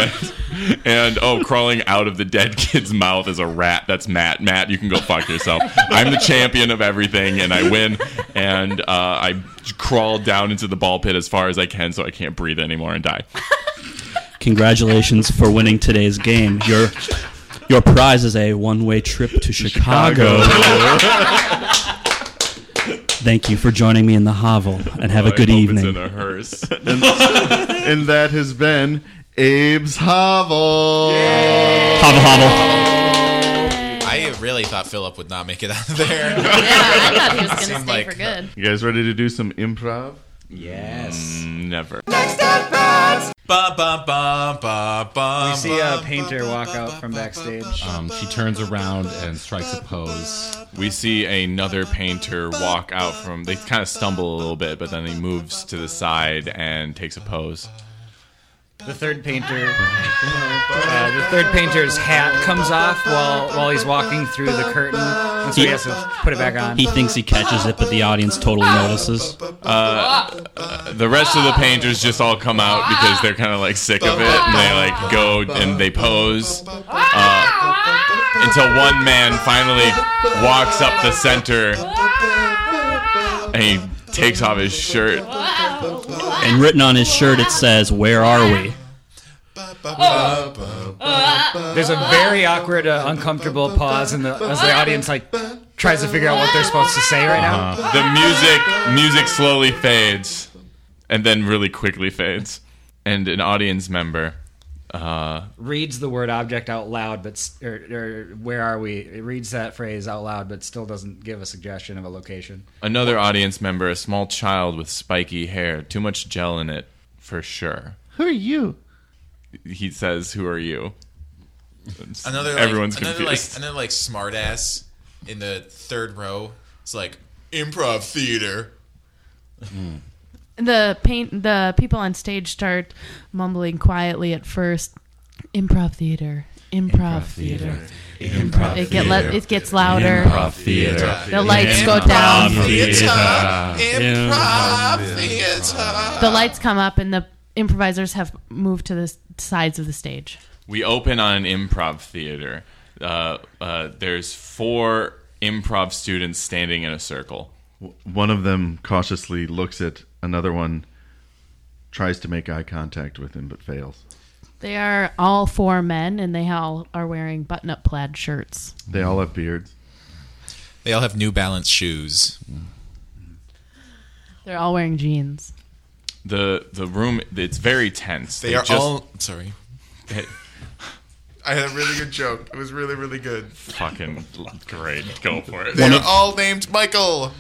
[SPEAKER 4] And oh, crawling out of the dead kid's mouth is a rat. That's Matt. Matt, you can go fuck yourself. I'm the champion of everything, and I win. And uh, I crawl down into the ball pit as far as I can, so I can't breathe anymore and die.
[SPEAKER 7] Congratulations for winning today's game. Your your prize is a one way trip to Chicago. Thank you for joining me in the hovel and have a good
[SPEAKER 4] I hope
[SPEAKER 7] evening.
[SPEAKER 4] It's in a hearse.
[SPEAKER 5] And that has been Abe's Hovel.
[SPEAKER 7] hovel, hovel.
[SPEAKER 1] I really thought Philip would not make it out of there.
[SPEAKER 3] I thought he was gonna
[SPEAKER 1] Seemed
[SPEAKER 3] stay
[SPEAKER 1] like-
[SPEAKER 3] for good.
[SPEAKER 5] You guys ready to do some improv?
[SPEAKER 6] Yes.
[SPEAKER 4] Never.
[SPEAKER 1] Ba ba ba ba ba.
[SPEAKER 6] I see a
[SPEAKER 1] ba,
[SPEAKER 6] painter
[SPEAKER 1] ba,
[SPEAKER 6] walk
[SPEAKER 1] ba,
[SPEAKER 6] out
[SPEAKER 1] ba,
[SPEAKER 6] from
[SPEAKER 1] ba,
[SPEAKER 6] backstage.
[SPEAKER 1] ba, ba,
[SPEAKER 2] Um, she turns around and strikes a pose.
[SPEAKER 4] We see another painter walk out from. They kind of stumble a little bit, but then he moves to the side and takes a pose.
[SPEAKER 6] The third painter, uh, the third painter's hat comes off while while he's walking through the curtain, and so he has to put it back on.
[SPEAKER 7] He thinks he catches it, but the audience totally notices.
[SPEAKER 4] The rest of the painters just all come out because they're kind of like sick of it, and they like go and they pose. uh, until one man finally walks up the center and he takes off his shirt.
[SPEAKER 7] And written on his shirt, it says, Where are we?
[SPEAKER 6] There's a very awkward, uh, uncomfortable pause, in the, as the audience like tries to figure out what they're supposed to say right now.
[SPEAKER 4] The music music slowly fades and then really quickly fades. And an audience member uh,
[SPEAKER 6] Reads the word object out loud, but s- or, or where are we? It reads that phrase out loud, but still doesn't give a suggestion of a location.
[SPEAKER 4] another audience member, a small child with spiky hair, too much gel in it for sure.
[SPEAKER 5] Who are you?
[SPEAKER 4] He says, "Who are you?"
[SPEAKER 1] Another like,
[SPEAKER 4] everyone's
[SPEAKER 1] another,
[SPEAKER 4] confused.
[SPEAKER 1] Like, another like smart ass in the third row. It's like improv theater.
[SPEAKER 3] The paint the people on stage start mumbling quietly at first. Improv theater. Improv, theater. Improv it get le- it gets louder. The lights go down.
[SPEAKER 1] Theater. Improv Ah, theater.
[SPEAKER 3] The lights come up and the improvisers have moved to the s- sides of the stage.
[SPEAKER 4] We open on an improv theater. Uh, uh, there's four improv students standing in a circle.
[SPEAKER 5] One of them cautiously looks at another one, tries to make eye contact with him, but fails.
[SPEAKER 3] They are all four men and they all are wearing button up plaid shirts.
[SPEAKER 5] They all have beards.
[SPEAKER 1] They all have New Balance shoes.
[SPEAKER 3] They're all wearing jeans.
[SPEAKER 4] the the room it's very tense.
[SPEAKER 1] They, are
[SPEAKER 4] just-
[SPEAKER 1] all sorry.
[SPEAKER 4] they-
[SPEAKER 1] I had a really good joke. It was really really good.
[SPEAKER 4] fucking great. Go for it.
[SPEAKER 1] They're all named Michael.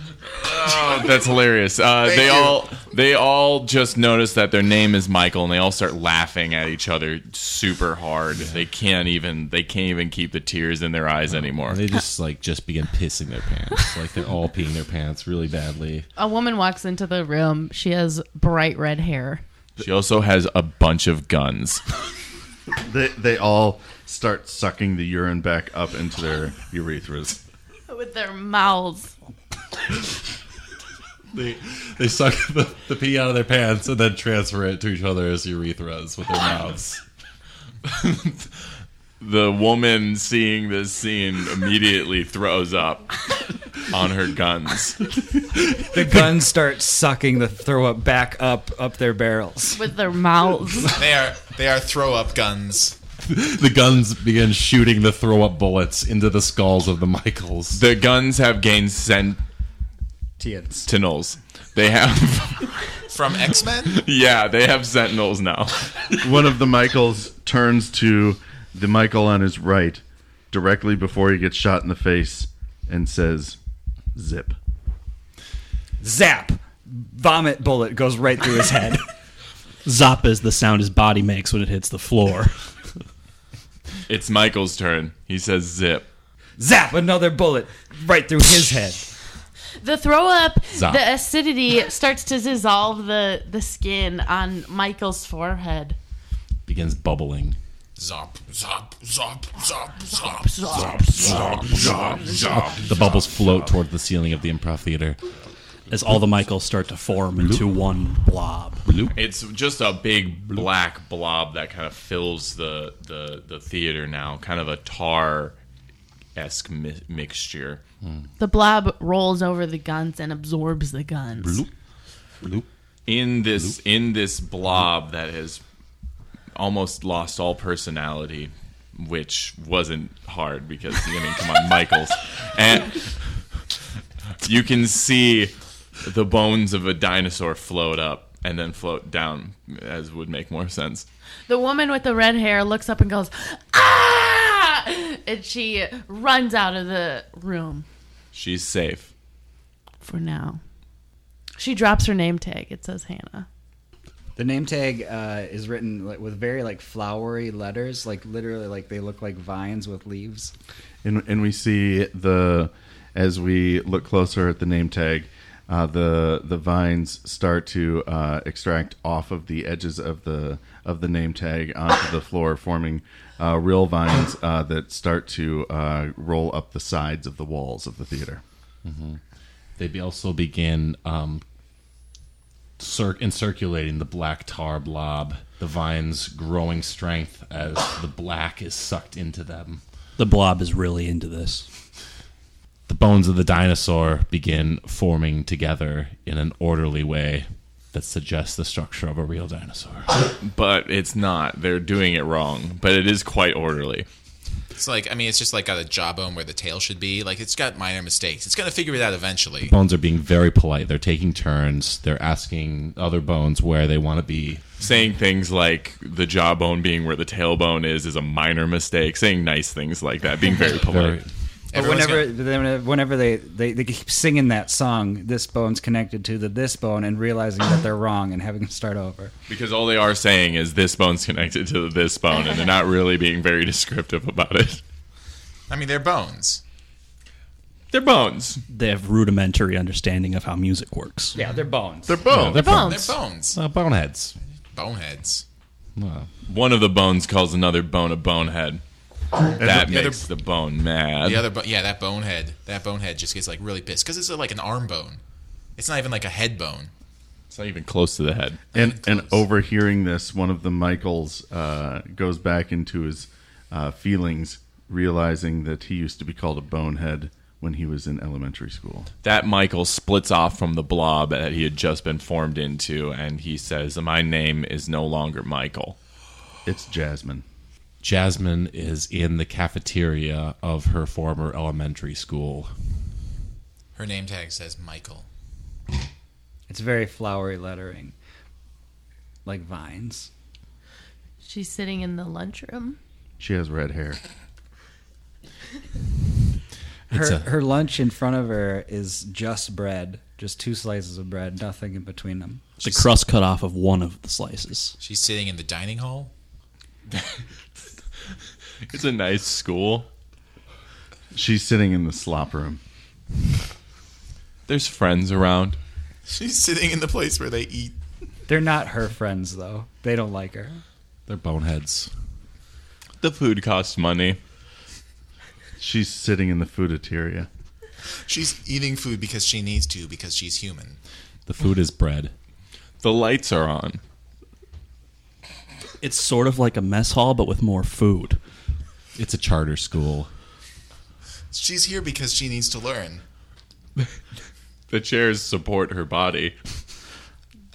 [SPEAKER 4] Oh, that's hilarious. Uh,
[SPEAKER 1] Thank
[SPEAKER 4] they
[SPEAKER 1] you.
[SPEAKER 4] all they all just notice that their name is Michael, and they all start laughing at each other super hard. They can't even they can't even keep the tears in their eyes anymore.
[SPEAKER 2] They just like just begin pissing their pants. Like they're all peeing their pants really badly.
[SPEAKER 3] A woman walks into the room. She has bright red hair.
[SPEAKER 4] She also has a bunch of guns.
[SPEAKER 5] They they all start sucking the urine back up into their urethras.
[SPEAKER 3] With their mouths.
[SPEAKER 2] They they suck the, the pee out of their pants and then transfer it to each other as urethras with their mouths.
[SPEAKER 4] The woman seeing this scene immediately throws up on her guns.
[SPEAKER 6] The guns start sucking the throw up back up up their barrels.
[SPEAKER 3] With their mouths.
[SPEAKER 1] They are they are throw up guns.
[SPEAKER 2] The guns begin shooting the throw up bullets into the skulls of the Michaels.
[SPEAKER 4] The guns have gained
[SPEAKER 6] Tians.
[SPEAKER 4] sentinels. They have
[SPEAKER 1] From X Men?
[SPEAKER 4] yeah, they have sentinels now.
[SPEAKER 5] One of the Michaels turns to the Michael on his right, directly before he gets shot in the face, and says, "Zip."
[SPEAKER 6] Zap. Vomit bullet goes right through his head.
[SPEAKER 7] Zop is the sound his body makes when it hits the floor.
[SPEAKER 4] It's Michael's turn. He says zip.
[SPEAKER 6] Zap. Another bullet right through his head.
[SPEAKER 3] The throw up,
[SPEAKER 2] Zap.
[SPEAKER 3] the acidity starts to dissolve the, the skin on Michael's forehead.
[SPEAKER 2] begins bubbling.
[SPEAKER 1] Zop, zop, zop, zop, zop, zop, zop, zop, zop.
[SPEAKER 2] The bubbles float toward the ceiling of the improv theater.
[SPEAKER 7] as all the Michaels start to form into one blob.
[SPEAKER 4] It's just a big black blob that kind of fills the the, the theater now, kind of a tar esque mi- mixture.
[SPEAKER 3] The blob rolls over the guns and absorbs the guns.
[SPEAKER 4] In this in this blob that has almost lost all personality, which wasn't hard because I mean, come on, Michaels, and you can see the bones of a dinosaur float up and then float down, as would make more sense.
[SPEAKER 3] The woman with the red hair looks up and goes, Ah! And she runs out of the room
[SPEAKER 4] She's safe.
[SPEAKER 3] for now. She drops her name tag. It says Hannah.
[SPEAKER 6] The name tag uh, is written like, with very like flowery letters, like literally like they look like vines with leaves.
[SPEAKER 5] and and we see the as we look closer at the name tag, uh, the the vines start to uh, extract off of the edges of the of the name tag onto the floor, forming uh, real vines uh, that start to uh, roll up the sides of the walls of the theater.
[SPEAKER 2] They be- also begin um, cir- encirculating the black tar blob, the vines growing strength as the black is sucked into them.
[SPEAKER 7] The blob is really into this.
[SPEAKER 2] The bones of the dinosaur begin forming together in an orderly way that suggests the structure of a real dinosaur.
[SPEAKER 4] but it's not. They're doing it wrong, but it is quite orderly.
[SPEAKER 1] It's like I mean, it's just like got a jawbone where the tail should be. Like it's got minor mistakes. It's gonna figure it out eventually.
[SPEAKER 2] Bones are being very polite. They're taking turns. They're asking other bones where they want to be.
[SPEAKER 4] Saying things like the jawbone being where the tailbone is is a minor mistake. Saying nice things like that, being very polite.
[SPEAKER 2] Very,
[SPEAKER 6] But
[SPEAKER 1] Everyone's
[SPEAKER 6] whenever,
[SPEAKER 1] gonna-
[SPEAKER 6] then whenever they, they, they keep singing that song, this bone's connected to the this bone, and realizing that they're wrong and having to start over.
[SPEAKER 4] because all they are saying is this bone's connected to this bone, and they're not really being very descriptive about it.
[SPEAKER 1] I mean, they're bones.
[SPEAKER 4] They're bones.
[SPEAKER 7] They have rudimentary understanding of how music works.
[SPEAKER 6] Yeah, they're bones.
[SPEAKER 5] They're bones.
[SPEAKER 2] they're
[SPEAKER 1] They're
[SPEAKER 2] bones.
[SPEAKER 1] bones.
[SPEAKER 2] Uh, boneheads.
[SPEAKER 1] Boneheads.
[SPEAKER 2] Well,
[SPEAKER 4] One of the bones calls another bone a bonehead. That
[SPEAKER 1] the other-
[SPEAKER 4] makes the bone mad.
[SPEAKER 1] The other, bo- yeah, that bonehead. That bonehead just gets like really pissed because it's uh, like an arm bone. It's not even like a head bone.
[SPEAKER 4] it's not even close to the head.
[SPEAKER 5] And and overhearing this, one of the Michaels uh, goes back into his uh, feelings, realizing that he used to be called a bonehead when he was in elementary school.
[SPEAKER 4] that Michael splits off from the blob that he had just been formed into, and he says, "My name is no longer Michael."
[SPEAKER 5] It's Jasmine.
[SPEAKER 2] Jasmine is in the cafeteria of her former elementary school.
[SPEAKER 1] Her name tag says Michael.
[SPEAKER 6] It's very flowery lettering, like vines.
[SPEAKER 3] She's sitting in the lunchroom.
[SPEAKER 5] She has red hair.
[SPEAKER 2] It's
[SPEAKER 6] Her
[SPEAKER 2] a-
[SPEAKER 6] her lunch in front of her is just bread, just two slices of bread, nothing in between them.
[SPEAKER 7] The crust cut off of one of the slices.
[SPEAKER 1] She's sitting in the dining hall.
[SPEAKER 4] It's a nice school.
[SPEAKER 5] She's sitting in the slop room.
[SPEAKER 4] There's friends around.
[SPEAKER 1] She's sitting in the place where they eat.
[SPEAKER 6] They're not her friends though. They don't like her.
[SPEAKER 2] They're boneheads.
[SPEAKER 4] The food costs money.
[SPEAKER 5] She's sitting in the foodateria.
[SPEAKER 1] She's eating food because she needs to because she's human.
[SPEAKER 2] The food is bread.
[SPEAKER 4] The lights are on.
[SPEAKER 7] It's sort of like a mess hall, but with more food.
[SPEAKER 2] It's a charter school.
[SPEAKER 1] She's here because she needs to learn.
[SPEAKER 4] The chairs support her body.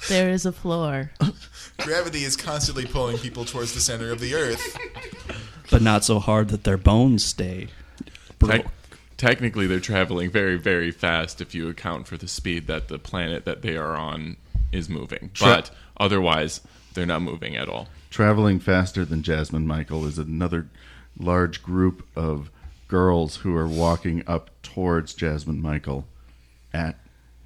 [SPEAKER 3] There is a floor.
[SPEAKER 1] Gravity is constantly pulling people towards the center of the earth.
[SPEAKER 7] But not so hard that their bones stay.
[SPEAKER 4] Tec- technically, they're traveling very, very fast if you account for the speed that the planet that they are on is moving. But otherwise, they're not moving at all.
[SPEAKER 5] Traveling faster than Jasmine Michael is another large group of girls who are walking up towards Jasmine Michael at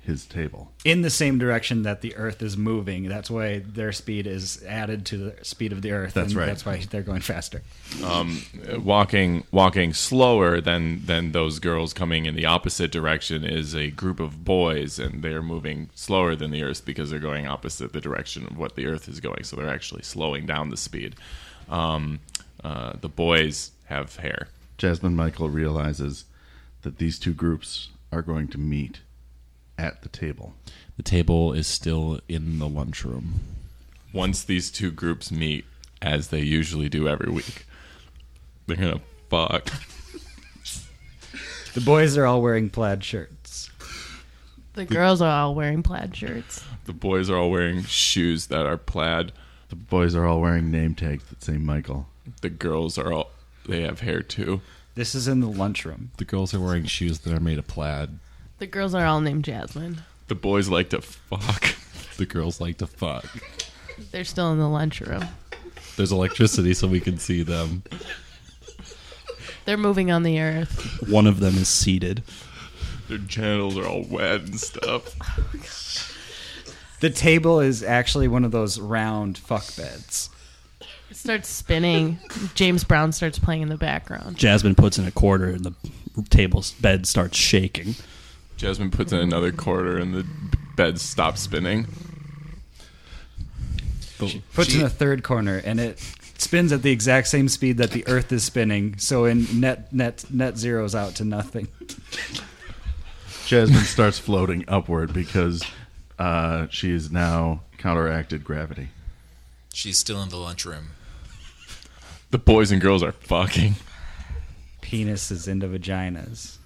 [SPEAKER 5] his table.
[SPEAKER 9] in the same direction that the Earth is moving. That's why their speed is added to the speed of the Earth.
[SPEAKER 5] That's
[SPEAKER 9] and
[SPEAKER 5] right.
[SPEAKER 9] That's why they're going faster.
[SPEAKER 4] Uh, Walking, walking slower than than those girls coming in the opposite direction is a group of boys, and they are moving slower than the Earth because they're going opposite the direction of what the Earth is going. So they're actually slowing down the speed. Um, uh, the boys have hair.
[SPEAKER 5] Jasmine Michael realizes that these two groups are going to meet at the table.
[SPEAKER 2] The table is still in the lunchroom.
[SPEAKER 4] once these two groups meet, as they usually do every week, they're gonna fuck.
[SPEAKER 6] The boys are all wearing plaid shirts.
[SPEAKER 3] The girls are all wearing plaid shirts.
[SPEAKER 4] The boys are all wearing shoes that are plaid.
[SPEAKER 5] The boys are all wearing name tags that say Michael.
[SPEAKER 4] The girls are all they have hair too.
[SPEAKER 6] This is in the lunchroom.
[SPEAKER 2] The girls are wearing shoes that are made of plaid.
[SPEAKER 3] The girls are all named Jasmine.
[SPEAKER 4] The boys like to fuck.
[SPEAKER 2] The girls like to fuck.
[SPEAKER 3] They're still in the lunchroom.
[SPEAKER 2] There's electricity so we can see them.
[SPEAKER 3] They're moving on the earth.
[SPEAKER 7] One of them is seated.
[SPEAKER 4] Their genitals are all wet and stuff.
[SPEAKER 6] The table is actually one of those round fuck beds.
[SPEAKER 3] It starts spinning. James Brown starts playing in the background.
[SPEAKER 7] Jasmine puts in a quarter, and the table's bed starts shaking.
[SPEAKER 4] Jasmine puts in another quarter, and the bed stops spinning.
[SPEAKER 6] Puts in a third corner and it spins at the exact same speed that the earth is spinning. So in net net net zeros out to nothing.
[SPEAKER 5] Jasmine starts floating upward because uh, she has now counteracted gravity.
[SPEAKER 1] She's still in the lunchroom.
[SPEAKER 4] The boys and girls are fucking.
[SPEAKER 6] Penises into vaginas.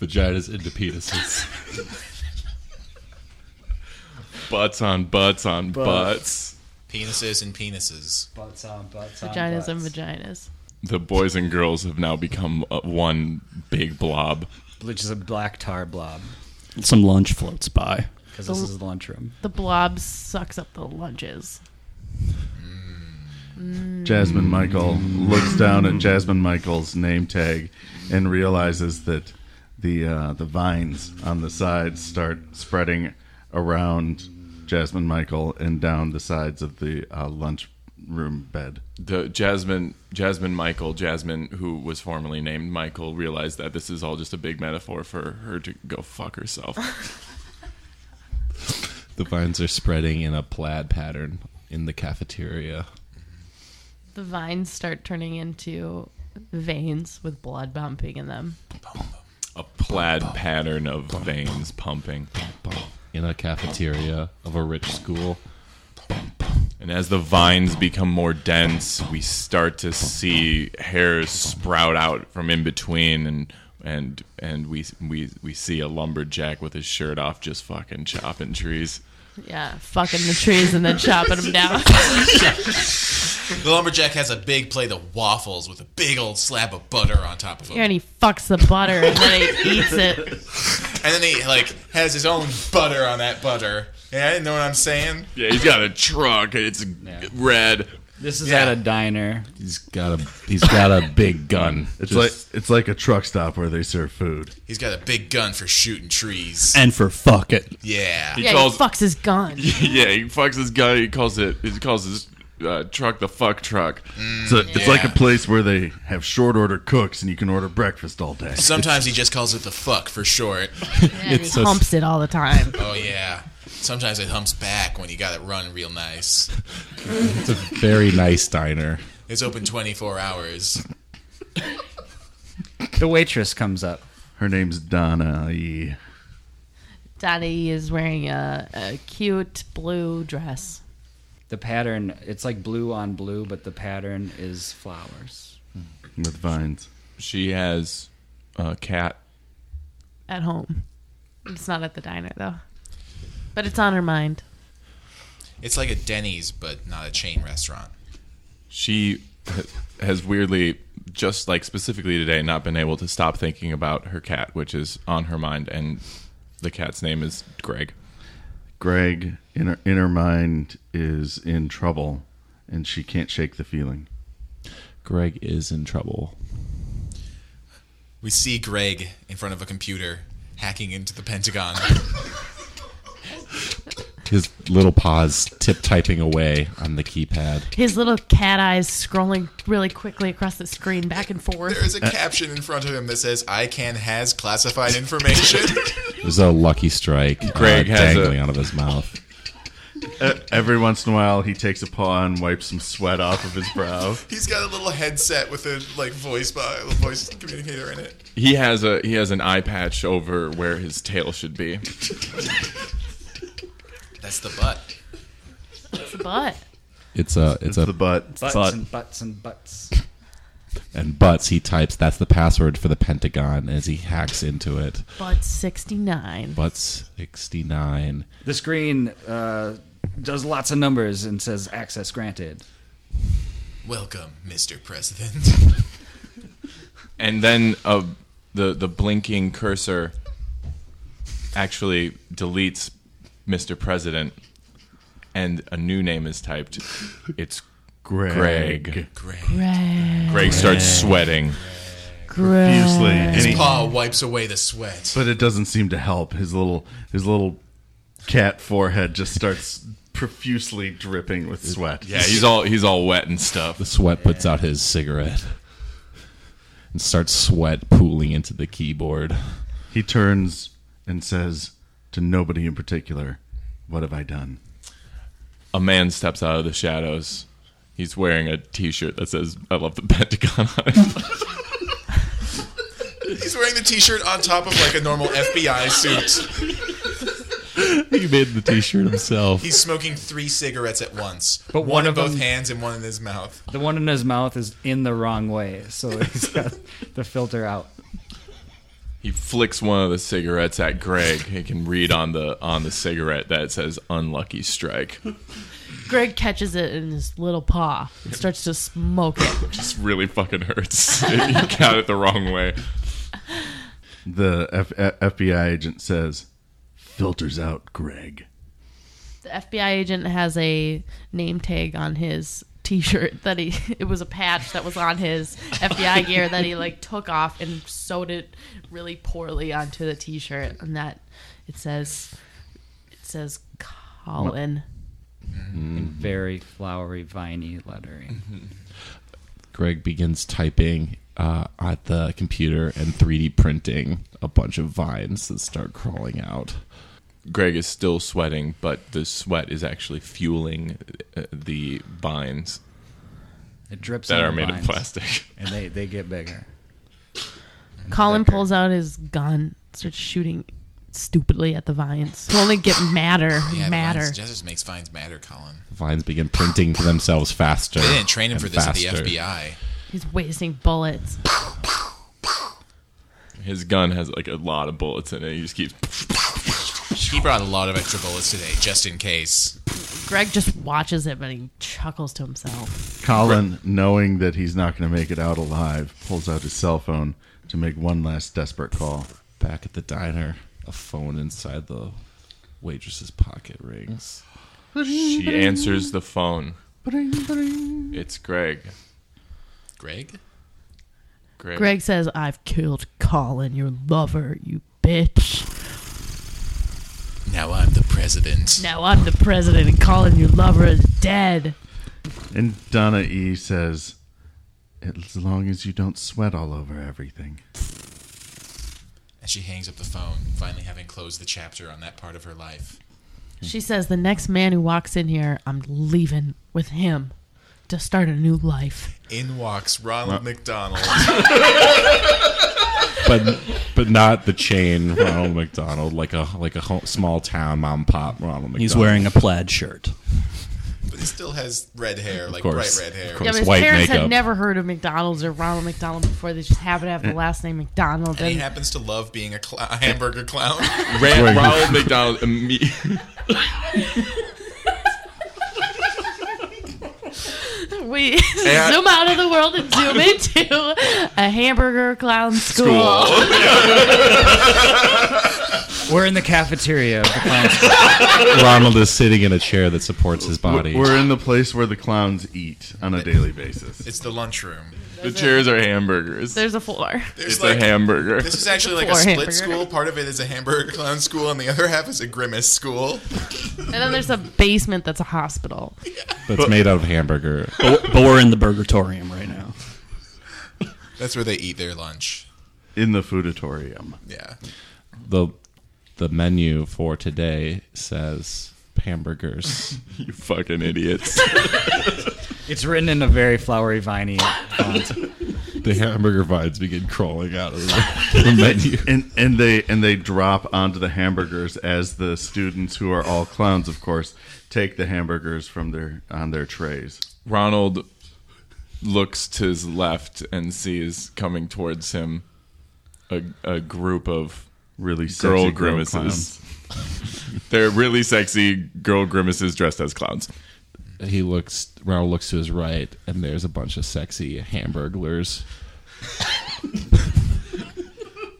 [SPEAKER 2] Vaginas into penises.
[SPEAKER 4] Butts on butts on butts.
[SPEAKER 1] Penises and penises.
[SPEAKER 6] Butts on butts
[SPEAKER 3] Vaginas and vaginas.
[SPEAKER 4] The boys and girls have now become uh, one big blob.
[SPEAKER 6] Which is a black tar blob
[SPEAKER 7] Some lunch floats by.
[SPEAKER 6] because this is the lunchroom.
[SPEAKER 3] The blob sucks up the lunches.
[SPEAKER 5] Jasmine Michael looks down at Jasmine Michael's name tag and realizes that the uh, the vines on the sides start spreading around Jasmine Michael and down the sides of the uh, lunchroom bed.
[SPEAKER 4] the Jasmine Jasmine Michael Jasmine, who was formerly named Michael, realized that this is all just a big metaphor for her to go fuck herself.
[SPEAKER 2] the vines are spreading in a plaid pattern in the cafeteria.
[SPEAKER 3] The vines start turning into veins with blood pumping in them.
[SPEAKER 4] a plaid pattern of veins pumping,
[SPEAKER 2] In a cafeteria of a rich school.
[SPEAKER 4] and as the vines become more dense, we start to see hairs sprout out from in between, and and and we we we see a lumberjack with his shirt off, just fucking chopping trees.
[SPEAKER 3] Yeah, fucking the trees and then chopping them down.
[SPEAKER 1] The lumberjack has a big plate of waffles with a big old slab of butter on top of
[SPEAKER 3] and
[SPEAKER 1] them.
[SPEAKER 3] he fucks the butter and then he eats it.
[SPEAKER 1] and then he like has his own butter on that butter. Yeah, you know what I'm saying?
[SPEAKER 4] Yeah, he's got a truck. and It's red.
[SPEAKER 6] This is
[SPEAKER 1] Yeah.
[SPEAKER 6] at a diner.
[SPEAKER 2] He's got a he's got a big gun.
[SPEAKER 5] It's like it's like a truck stop where they serve food.
[SPEAKER 1] He's got a big gun for shooting trees.
[SPEAKER 7] and for fuck it.
[SPEAKER 1] Yeah.
[SPEAKER 4] He
[SPEAKER 3] yeah,
[SPEAKER 4] calls.
[SPEAKER 3] he fucks his gun.
[SPEAKER 4] yeah, he fucks this guy. He calls it. He calls his uh, truck the fuck truck.
[SPEAKER 5] It's, a, it's like a place where they have short order cooks and you can order breakfast all day.
[SPEAKER 1] Sometimes he just calls it the fuck for short.
[SPEAKER 3] And
[SPEAKER 2] It's
[SPEAKER 3] he
[SPEAKER 2] a-
[SPEAKER 3] humps it all the time.
[SPEAKER 1] Oh yeah. Sometimes it humps back when you got it run real nice.
[SPEAKER 2] It's a very nice diner.
[SPEAKER 1] It's open 24 hours.
[SPEAKER 3] Oh.
[SPEAKER 6] The waitress comes up.
[SPEAKER 5] Her name's Donna. E.
[SPEAKER 3] Daddy is wearing a, a cute blue dress.
[SPEAKER 6] The pattern, it's like blue on blue, but the pattern is flowers.
[SPEAKER 5] with vines.
[SPEAKER 4] She has a cat.
[SPEAKER 3] at home. It's not at the diner though. But it's on her mind.
[SPEAKER 1] It's like a Denny's but not a chain restaurant.
[SPEAKER 4] She has weirdly, just like specifically today, not been able to stop thinking about her cat, which is on her mind. And the cat's name is Greg.
[SPEAKER 5] Greg, in her, in her mind, is in trouble, and she can't shake the feeling.
[SPEAKER 2] Greg is in trouble.
[SPEAKER 1] We see Greg in front of a computer hacking into the Pentagon.
[SPEAKER 2] His little paws tip typing away on the keypad.
[SPEAKER 3] His little cat eyes scrolling really quickly across the screen back and
[SPEAKER 1] There
[SPEAKER 3] forth.
[SPEAKER 1] is a caption in front of him that says "ICANN has classified information."
[SPEAKER 2] There's a lucky strike uh,
[SPEAKER 4] Greg has
[SPEAKER 2] dangling
[SPEAKER 4] a-
[SPEAKER 2] out of his mouth.
[SPEAKER 5] E, Every once in a while, he takes a paw and wipes some sweat off of his brow.
[SPEAKER 1] He's got a little headset with a like voice bo- voice communicator in it.
[SPEAKER 4] He has a he has an eye patch over where his tail should be.
[SPEAKER 1] That's the butt.
[SPEAKER 3] It's a butt.
[SPEAKER 2] It's a it's,
[SPEAKER 5] It's
[SPEAKER 2] a
[SPEAKER 5] the butt.
[SPEAKER 6] Butts
[SPEAKER 2] But-
[SPEAKER 6] and butts and butts.
[SPEAKER 2] and butts he types that's the password for the Pentagon as he hacks into it.
[SPEAKER 3] Butt 69.
[SPEAKER 2] Butts sixty nine.
[SPEAKER 6] The screen uh, does lots of numbers and says access granted.
[SPEAKER 1] Welcome, Mr. President.
[SPEAKER 4] And then uh, the the blinking cursor actually deletes Mr. President, and a new name is typed. It's
[SPEAKER 5] Greg.
[SPEAKER 4] Greg.
[SPEAKER 1] Greg.
[SPEAKER 3] Greg.
[SPEAKER 4] Greg starts sweating.
[SPEAKER 3] Greg.
[SPEAKER 5] Fiercely. And he-
[SPEAKER 1] Paul wipes away the sweat.
[SPEAKER 5] but it doesn't seem to help. His little his little cat forehead just starts profusely dripping with sweat.
[SPEAKER 4] Yeah, he's all he's all wet and stuff.
[SPEAKER 2] The sweat puts out his cigarette and starts sweat pooling into the keyboard.
[SPEAKER 5] He turns and says to nobody in particular, "What have I done?"
[SPEAKER 4] A man steps out of the shadows. He's wearing a T-shirt that says "I love the Pentagon" on it.
[SPEAKER 1] He's wearing the T-shirt on top of like a normal FBI suit.
[SPEAKER 2] He made the T-shirt himself.
[SPEAKER 1] He's smoking three cigarettes at once,
[SPEAKER 6] But
[SPEAKER 1] one,
[SPEAKER 6] one
[SPEAKER 1] in
[SPEAKER 6] of
[SPEAKER 1] both
[SPEAKER 6] them-
[SPEAKER 1] hands and one in his mouth.
[SPEAKER 6] The one in his mouth is in the wrong way, so he's got the filter out.
[SPEAKER 4] He flicks one of the cigarettes at Greg. He can read on the on the cigarette that it says "Unlucky Strike."
[SPEAKER 3] Greg catches it in his little paw and starts to smoke it.
[SPEAKER 4] Just really fucking hurts. you got it the wrong way.
[SPEAKER 5] The F- F- FBI agent says, "Filters out Greg."
[SPEAKER 3] The FBI agent has a name tag on his t-shirt that he it was a patch that was on his FBI gear that he like took off and sewed it really poorly onto the t-shirt and that it says it says Colin.
[SPEAKER 6] Very flowery, viney lettering.
[SPEAKER 2] Greg begins typing uh, at the computer and 3D printing a bunch of vines that start crawling out.
[SPEAKER 4] Greg is still sweating, but the sweat is actually fueling uh, the vines
[SPEAKER 6] It drips
[SPEAKER 4] that
[SPEAKER 6] on
[SPEAKER 4] are
[SPEAKER 6] the
[SPEAKER 4] made of
[SPEAKER 6] vines,
[SPEAKER 4] plastic.
[SPEAKER 6] and they, they get bigger.
[SPEAKER 3] Colin pulls out his gun, starts shooting stupidly at the vines. It'll only get madder,
[SPEAKER 1] Yeah, the
[SPEAKER 3] madder.
[SPEAKER 1] Vines, Jesus makes fines matter, Colin.
[SPEAKER 2] The vines begin printing to themselves faster.
[SPEAKER 1] They didn't train him
[SPEAKER 2] and
[SPEAKER 1] for this at
[SPEAKER 2] faster.
[SPEAKER 1] the FBI.
[SPEAKER 3] He's wasting bullets.
[SPEAKER 4] His gun has like a lot of bullets in it. He just keeps.
[SPEAKER 1] He brought a lot of extra bullets today, just in case.
[SPEAKER 3] Greg just watches him and he chuckles to himself.
[SPEAKER 5] Colin, knowing that he's not going to make it out alive, pulls out his cell phone to make one last desperate call.
[SPEAKER 2] Back at the diner, a phone inside the waitress's pocket rings.
[SPEAKER 4] She answers the phone. It's Greg.
[SPEAKER 1] Greg?
[SPEAKER 4] Greg.
[SPEAKER 3] Greg says, I've killed Colin, your lover, you bitch.
[SPEAKER 1] Now I'm the president.
[SPEAKER 3] Now I'm the president, and Colin, your lover, is dead.
[SPEAKER 5] And Donna E says, as long as you don't sweat all over everything.
[SPEAKER 1] And she hangs up the phone, finally having closed the chapter on that part of her life.
[SPEAKER 3] She says, The next man who walks in here, I'm leaving with him to start a new life.
[SPEAKER 1] In walks Ronald McDonald.
[SPEAKER 2] But but not the chain Ronald McDonald, like a like a ho- small town mom and pop Ronald McDonald.
[SPEAKER 7] He's wearing a plaid shirt.
[SPEAKER 1] but he still has red hair, like
[SPEAKER 2] course.
[SPEAKER 1] bright red hair.
[SPEAKER 2] Of
[SPEAKER 3] Yeah,
[SPEAKER 2] course.
[SPEAKER 3] but his
[SPEAKER 2] white
[SPEAKER 3] parents
[SPEAKER 2] makeup.
[SPEAKER 3] had never heard of McDonald's or Ronald McDonald before. They just happened to have the last name McDonald.
[SPEAKER 1] And he
[SPEAKER 3] And
[SPEAKER 1] happens to love being a, cl- a hamburger clown.
[SPEAKER 4] Ran- Ronald McDonald. imme-
[SPEAKER 3] we zoom out of the world and zoom into a hamburger clown school.
[SPEAKER 6] We're in the cafeteria of the clown school.
[SPEAKER 2] Ronald is sitting in a chair that supports his body.
[SPEAKER 5] We're in the place where the clowns eat on a daily basis.
[SPEAKER 1] it's the lunchroom.
[SPEAKER 4] the chairs are hamburgers.
[SPEAKER 3] There's a floor.
[SPEAKER 1] There's
[SPEAKER 4] It's
[SPEAKER 1] like
[SPEAKER 4] a hamburger.
[SPEAKER 1] this is actually like a
[SPEAKER 3] Or
[SPEAKER 1] split
[SPEAKER 3] hamburger.
[SPEAKER 1] school. Part of it is a hamburger clown school, and the other half is a grimace school.
[SPEAKER 3] And then there's a basement that's a hospital.
[SPEAKER 2] That's made out of hamburger.
[SPEAKER 7] But, but we're in the Burgatorium right now.
[SPEAKER 1] That's where they eat their lunch.
[SPEAKER 5] in the foodatorium.
[SPEAKER 1] Yeah.
[SPEAKER 2] the the menu for today says hamburgers.
[SPEAKER 4] you fucking idiots.
[SPEAKER 6] It's written in a very flowery, viney font.
[SPEAKER 2] the hamburger vines begin crawling out of the, the menu.
[SPEAKER 5] And and they and they drop onto the hamburgers as the students who are all clowns, of course, take the hamburgers from their on their trays.
[SPEAKER 4] Ronald looks to his left and sees coming towards him a, a group of
[SPEAKER 5] Really sexy
[SPEAKER 4] girl
[SPEAKER 5] girl
[SPEAKER 4] grimaces.
[SPEAKER 5] clowns.
[SPEAKER 4] They're really sexy girl grimaces dressed as clowns.
[SPEAKER 2] He looks. Ronald looks to his right, and there's a bunch of sexy hamburglers.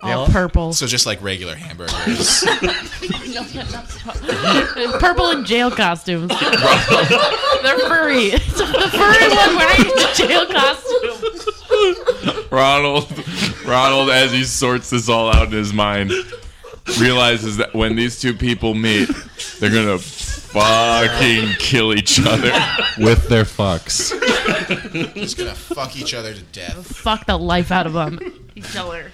[SPEAKER 3] All purple.
[SPEAKER 1] So just like regular hamburgers.
[SPEAKER 3] purple in jail costumes. They're furry. It's the furry one wearing the jail costume.
[SPEAKER 4] Ronald, Ronald, as he sorts this all out in his mind, realizes that when these two people meet, they're gonna fucking kill each other.
[SPEAKER 2] With their fucks,
[SPEAKER 1] just gonna fuck each other to death.
[SPEAKER 3] Fuck the life out of them. Each other.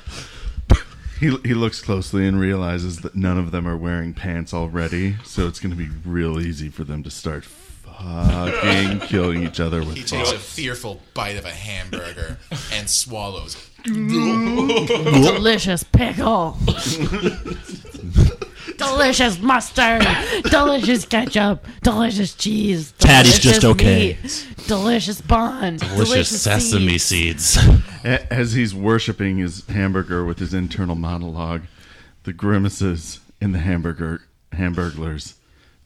[SPEAKER 5] He he looks closely and realizes that none of them are wearing pants already, so it's going to be real easy for them to start fucking killing each other with
[SPEAKER 1] He takes a
[SPEAKER 5] fuck.
[SPEAKER 1] fearful bite of a hamburger and swallows.
[SPEAKER 3] Delicious pickle. Delicious mustard. Delicious ketchup. Delicious cheese.
[SPEAKER 7] Patty's
[SPEAKER 3] delicious
[SPEAKER 7] just okay.
[SPEAKER 3] meat, delicious bun. Delicious, seeds.
[SPEAKER 2] seeds.
[SPEAKER 5] A- As he's worshiping his hamburger with his internal monologue, the grimaces in the hamburger hamburglers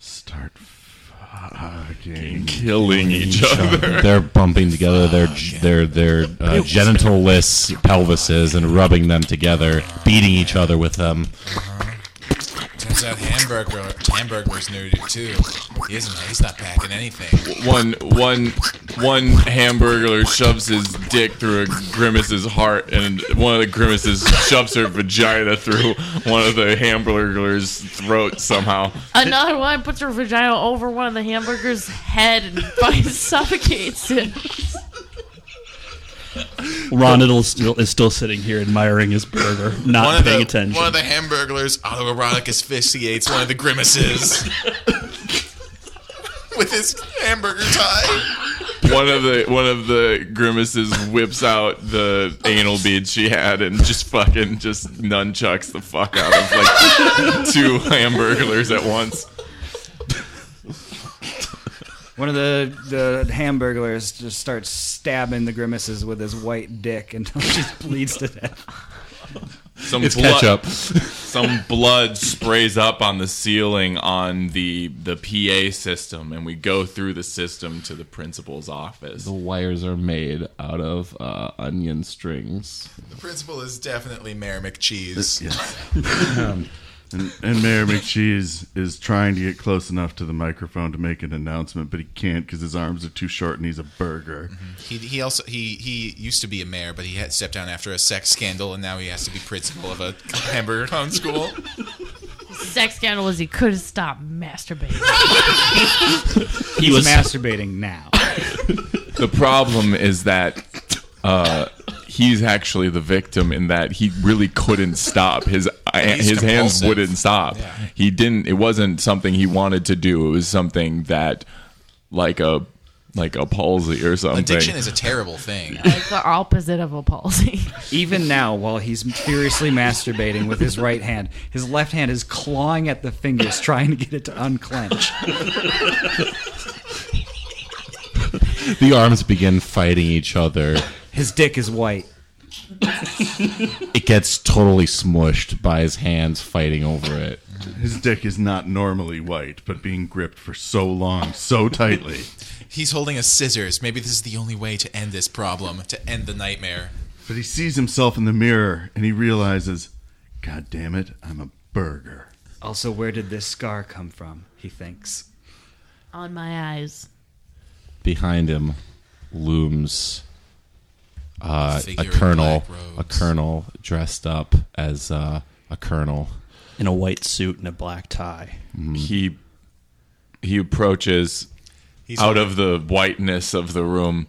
[SPEAKER 5] start fucking.
[SPEAKER 4] Killing each other.
[SPEAKER 2] They're bumping together their their their uh, genitalless pelvises and rubbing them together, beating each other with them.
[SPEAKER 1] Turns out hamburger hamburger's new to too. He isn't. He's not packing anything.
[SPEAKER 4] One one one hamburger shoves his dick through a grimace's heart, and one of the grimaces shoves her vagina through one of the hamburger's throat somehow.
[SPEAKER 3] Another one puts her vagina over one of the hamburger's head and fucking suffocates it.
[SPEAKER 7] Ronald is still, is still sitting here admiring his burger,
[SPEAKER 1] One
[SPEAKER 7] not
[SPEAKER 1] of
[SPEAKER 7] paying
[SPEAKER 1] the
[SPEAKER 7] attention.
[SPEAKER 1] one of the hamburglers autoerotic asphyxiates one of the grimaces with his hamburger tie.
[SPEAKER 4] One of the one of the grimaces whips out the anal beads she had and just fucking just nunchucks the fuck out of like two hamburglers at once.
[SPEAKER 6] One of the the hamburglers just starts stabbing the grimaces with his white dick until she bleeds to death.
[SPEAKER 4] Some
[SPEAKER 2] It's
[SPEAKER 4] blood-
[SPEAKER 2] ketchup.
[SPEAKER 4] some blood sprays up on the ceiling on the the PA system, and we go through the system to the principal's office.
[SPEAKER 2] The wires are made out of uh, onion strings.
[SPEAKER 1] The principal is definitely Mayor McCheese.
[SPEAKER 5] Yes. And, and Mayor McCheese is trying to get close enough to the microphone to make an announcement, but he can't because his arms are too short and he's a burger.
[SPEAKER 1] He, he also he he used to be a mayor, but he had stepped down after a sex scandal, and now he has to be principal of a hamburger town school.
[SPEAKER 3] Sex scandal was he could have stopped masturbating.
[SPEAKER 7] He was
[SPEAKER 9] masturbating now.
[SPEAKER 4] The problem is that uh, he's actually the victim in that he really couldn't stop. His uh,
[SPEAKER 1] He's
[SPEAKER 4] his hands
[SPEAKER 1] compulsive.
[SPEAKER 4] wouldn't stop.
[SPEAKER 1] Yeah.
[SPEAKER 4] He didn't. It wasn't something he wanted to do. It was something that, like a like a palsy or something.
[SPEAKER 1] Addiction is a terrible thing.
[SPEAKER 3] like the opposite of a palsy.
[SPEAKER 9] Even now, while he's furiously masturbating with his right hand, his left hand is clawing at the fingers, trying to get it to unclench.
[SPEAKER 2] The arms begin fighting each other.
[SPEAKER 9] His dick is white.
[SPEAKER 2] It gets totally smushed by his hands fighting over it.
[SPEAKER 5] His dick is not normally white, but being gripped for so long, so tightly.
[SPEAKER 1] He's holding a scissors. Maybe this is the only way to end this problem, to end the nightmare.
[SPEAKER 5] But he sees himself in the mirror and he realizes, God damn it, I'm a burger.
[SPEAKER 9] Also, where did this scar come from? He thinks.
[SPEAKER 3] On my eyes.
[SPEAKER 2] Behind him looms uh,
[SPEAKER 1] Figure
[SPEAKER 2] a
[SPEAKER 1] in
[SPEAKER 2] colonel,
[SPEAKER 1] black
[SPEAKER 2] a
[SPEAKER 1] robes.
[SPEAKER 2] colonel dressed up as uh, a colonel.
[SPEAKER 7] in a white suit and a black tie.
[SPEAKER 4] he he approaches out of the whiteness of the room.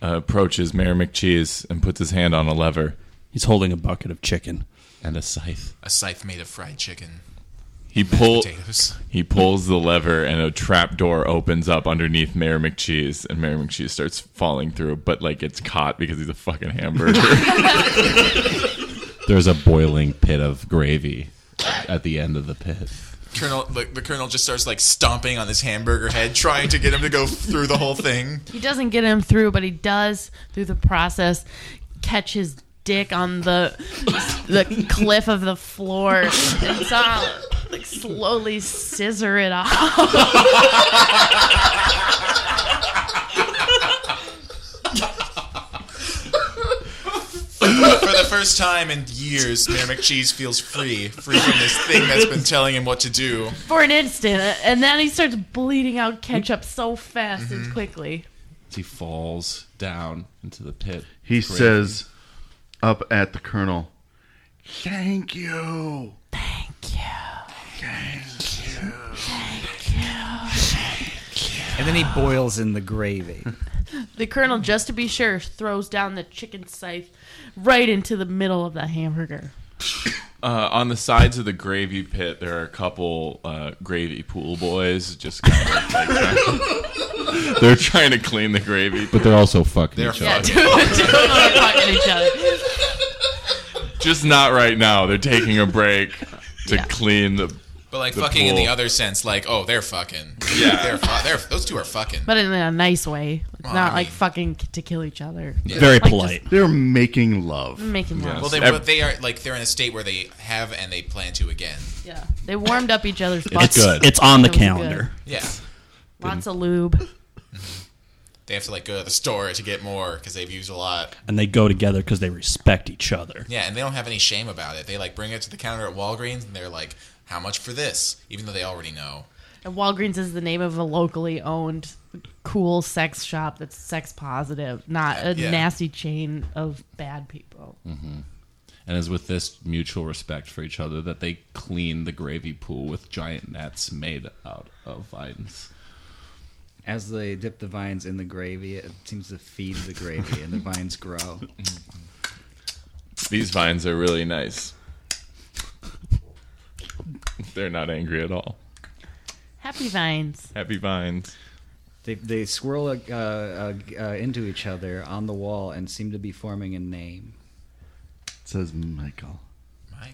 [SPEAKER 4] Uh, approaches Mayor McCheese and puts his hand on a lever.
[SPEAKER 7] He's holding a bucket of chicken.
[SPEAKER 2] and a scythe.
[SPEAKER 1] A scythe made of fried chicken,
[SPEAKER 4] He pull
[SPEAKER 1] potatoes.
[SPEAKER 4] he pulls the lever and a trap door opens up underneath Mayor McCheese and Mayor McCheese starts falling through, but like it's caught because he's a fucking hamburger.
[SPEAKER 2] There's a boiling pit of gravy at the end of the pit.
[SPEAKER 1] Colonel, the, the colonel just starts like stomping on this hamburger head, trying to get him to go through the whole thing.
[SPEAKER 3] He doesn't get him through, but he does through the process catch his dick on the the cliff of the floor and so, like slowly scissor it off.
[SPEAKER 1] For the first time in years, Mayor McCheese feels free, free from this thing that's been telling him what to do.
[SPEAKER 3] for an instant, and then he starts bleeding out ketchup so fast and quickly.
[SPEAKER 2] He falls down into the pit.
[SPEAKER 5] He says up at the colonel, Thank you.
[SPEAKER 9] And then he boils in the gravy.
[SPEAKER 3] The colonel, just to be sure, throws down the chicken scythe right into the middle of the hamburger.
[SPEAKER 4] uh, on the sides of the gravy pit, there are a couple uh, gravy pool boys just kind of like, trying- they're trying to clean the gravy,
[SPEAKER 2] But they're also fucking each
[SPEAKER 3] Yeah,
[SPEAKER 2] other.
[SPEAKER 3] two, two of them are fucking each other.
[SPEAKER 4] just not right now. They're taking a break to clean the.
[SPEAKER 1] But like
[SPEAKER 4] The
[SPEAKER 1] fucking in
[SPEAKER 4] pool.
[SPEAKER 1] the other sense, like oh they're fucking,
[SPEAKER 4] Yeah.
[SPEAKER 1] they're, fu- they're those two are fucking.
[SPEAKER 3] But in a nice way,
[SPEAKER 1] Well,
[SPEAKER 3] not
[SPEAKER 1] I
[SPEAKER 3] like
[SPEAKER 1] mean-
[SPEAKER 3] fucking k- to kill each other.
[SPEAKER 7] Very
[SPEAKER 3] Like,
[SPEAKER 7] polite.
[SPEAKER 5] They're making love.
[SPEAKER 3] Making love.
[SPEAKER 1] Well, they,
[SPEAKER 4] Ev-
[SPEAKER 1] but they are like they're in a state where they have and they plan to again.
[SPEAKER 3] Yeah, they warmed up each other's
[SPEAKER 7] It's
[SPEAKER 3] butts.
[SPEAKER 2] good.
[SPEAKER 7] It's on the
[SPEAKER 3] That was
[SPEAKER 7] calendar.
[SPEAKER 1] Yeah,
[SPEAKER 3] Lots of lube.
[SPEAKER 1] they have to like go to the store to get more because they've used a lot.
[SPEAKER 7] And they go together because they respect each other.
[SPEAKER 1] Yeah, and they don't have any shame about it. They like bring it to the counter at Walgreens and they're like, "How much for this?" Even though they already know.
[SPEAKER 3] And Walgreens is the name of a locally owned cool sex shop that's sex positive, not a
[SPEAKER 1] Yeah. Mm.
[SPEAKER 3] nasty chain of bad people.
[SPEAKER 2] And it's with this mutual respect for each other that they clean the gravy pool with giant nets made out of vines.
[SPEAKER 9] As they dip the vines in the gravy, it seems to feed the gravy, and the vines grow.
[SPEAKER 4] These vines are really nice. They're not angry at all.
[SPEAKER 3] Happy Vines.
[SPEAKER 4] Happy vines.
[SPEAKER 9] They, they swirl uh, uh, uh, into each other on the wall and seem to be forming a name.
[SPEAKER 5] Says Michael.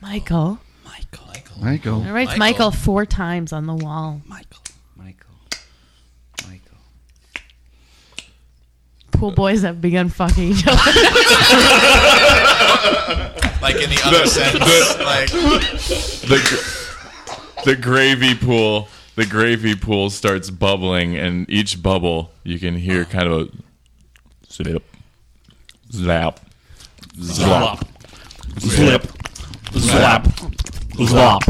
[SPEAKER 3] Michael.
[SPEAKER 7] Michael.
[SPEAKER 5] Michael.
[SPEAKER 3] It writes
[SPEAKER 1] Michael.
[SPEAKER 3] Michael. four times on the wall.
[SPEAKER 7] Michael.
[SPEAKER 9] Michael. Michael.
[SPEAKER 3] Pool boys have begun fucking each other.
[SPEAKER 1] Like in the other sense, like
[SPEAKER 4] the gr- the gravy pool the gravy pool starts bubbling and each bubble you can hear kind of a zip zap zlop
[SPEAKER 7] Zlip. Zlap. Zlop.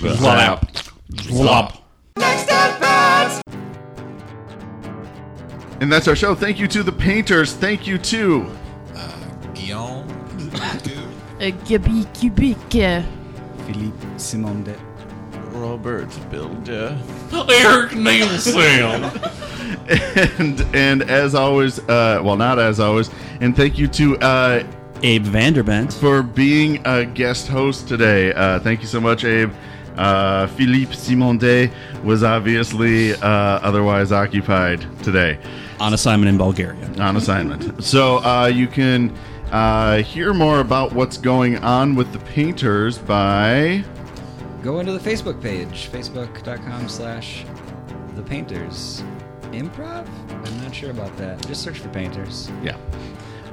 [SPEAKER 7] Little. Flop. Flop.
[SPEAKER 8] Next at bat.
[SPEAKER 5] And that's our show. Thank you to the painters. Thank you to
[SPEAKER 1] Guillaume. dude.
[SPEAKER 3] Uh, Gabi Kubik.
[SPEAKER 6] Philippe Simon de.
[SPEAKER 4] Robert Builder.
[SPEAKER 2] Eric Nielsen.
[SPEAKER 5] and and as always, uh, well, not as always, and thank you to uh,
[SPEAKER 7] Abe Vanderbent.
[SPEAKER 5] for being a guest host today. Uh, thank you so much, Abe. Uh, Philippe Simondet was obviously uh, otherwise occupied today
[SPEAKER 7] On assignment in Bulgaria.
[SPEAKER 5] on assignment. So uh, you can uh, hear more about what's going on with the painters by.
[SPEAKER 6] Go into the Facebook page, facebook.com slash the painters. Improv? I'm not sure about that. Just search for painters.
[SPEAKER 5] Yeah.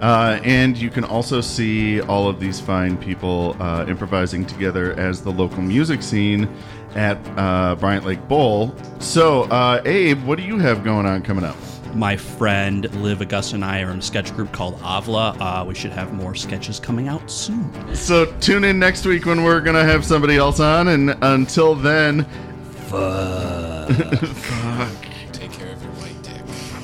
[SPEAKER 5] Uh, and you can also see all of these fine people uh, improvising together as the local music scene at uh, Bryant Lake Bowl. So, uh, Abe, what do you have going on coming up?
[SPEAKER 7] My friend Liv Augusta and I are in a sketch group called Avla. Uh, we should have more sketches coming out soon.
[SPEAKER 5] So, tune in next week when we're going to have somebody else on. And until then,
[SPEAKER 1] Take care of your white dick.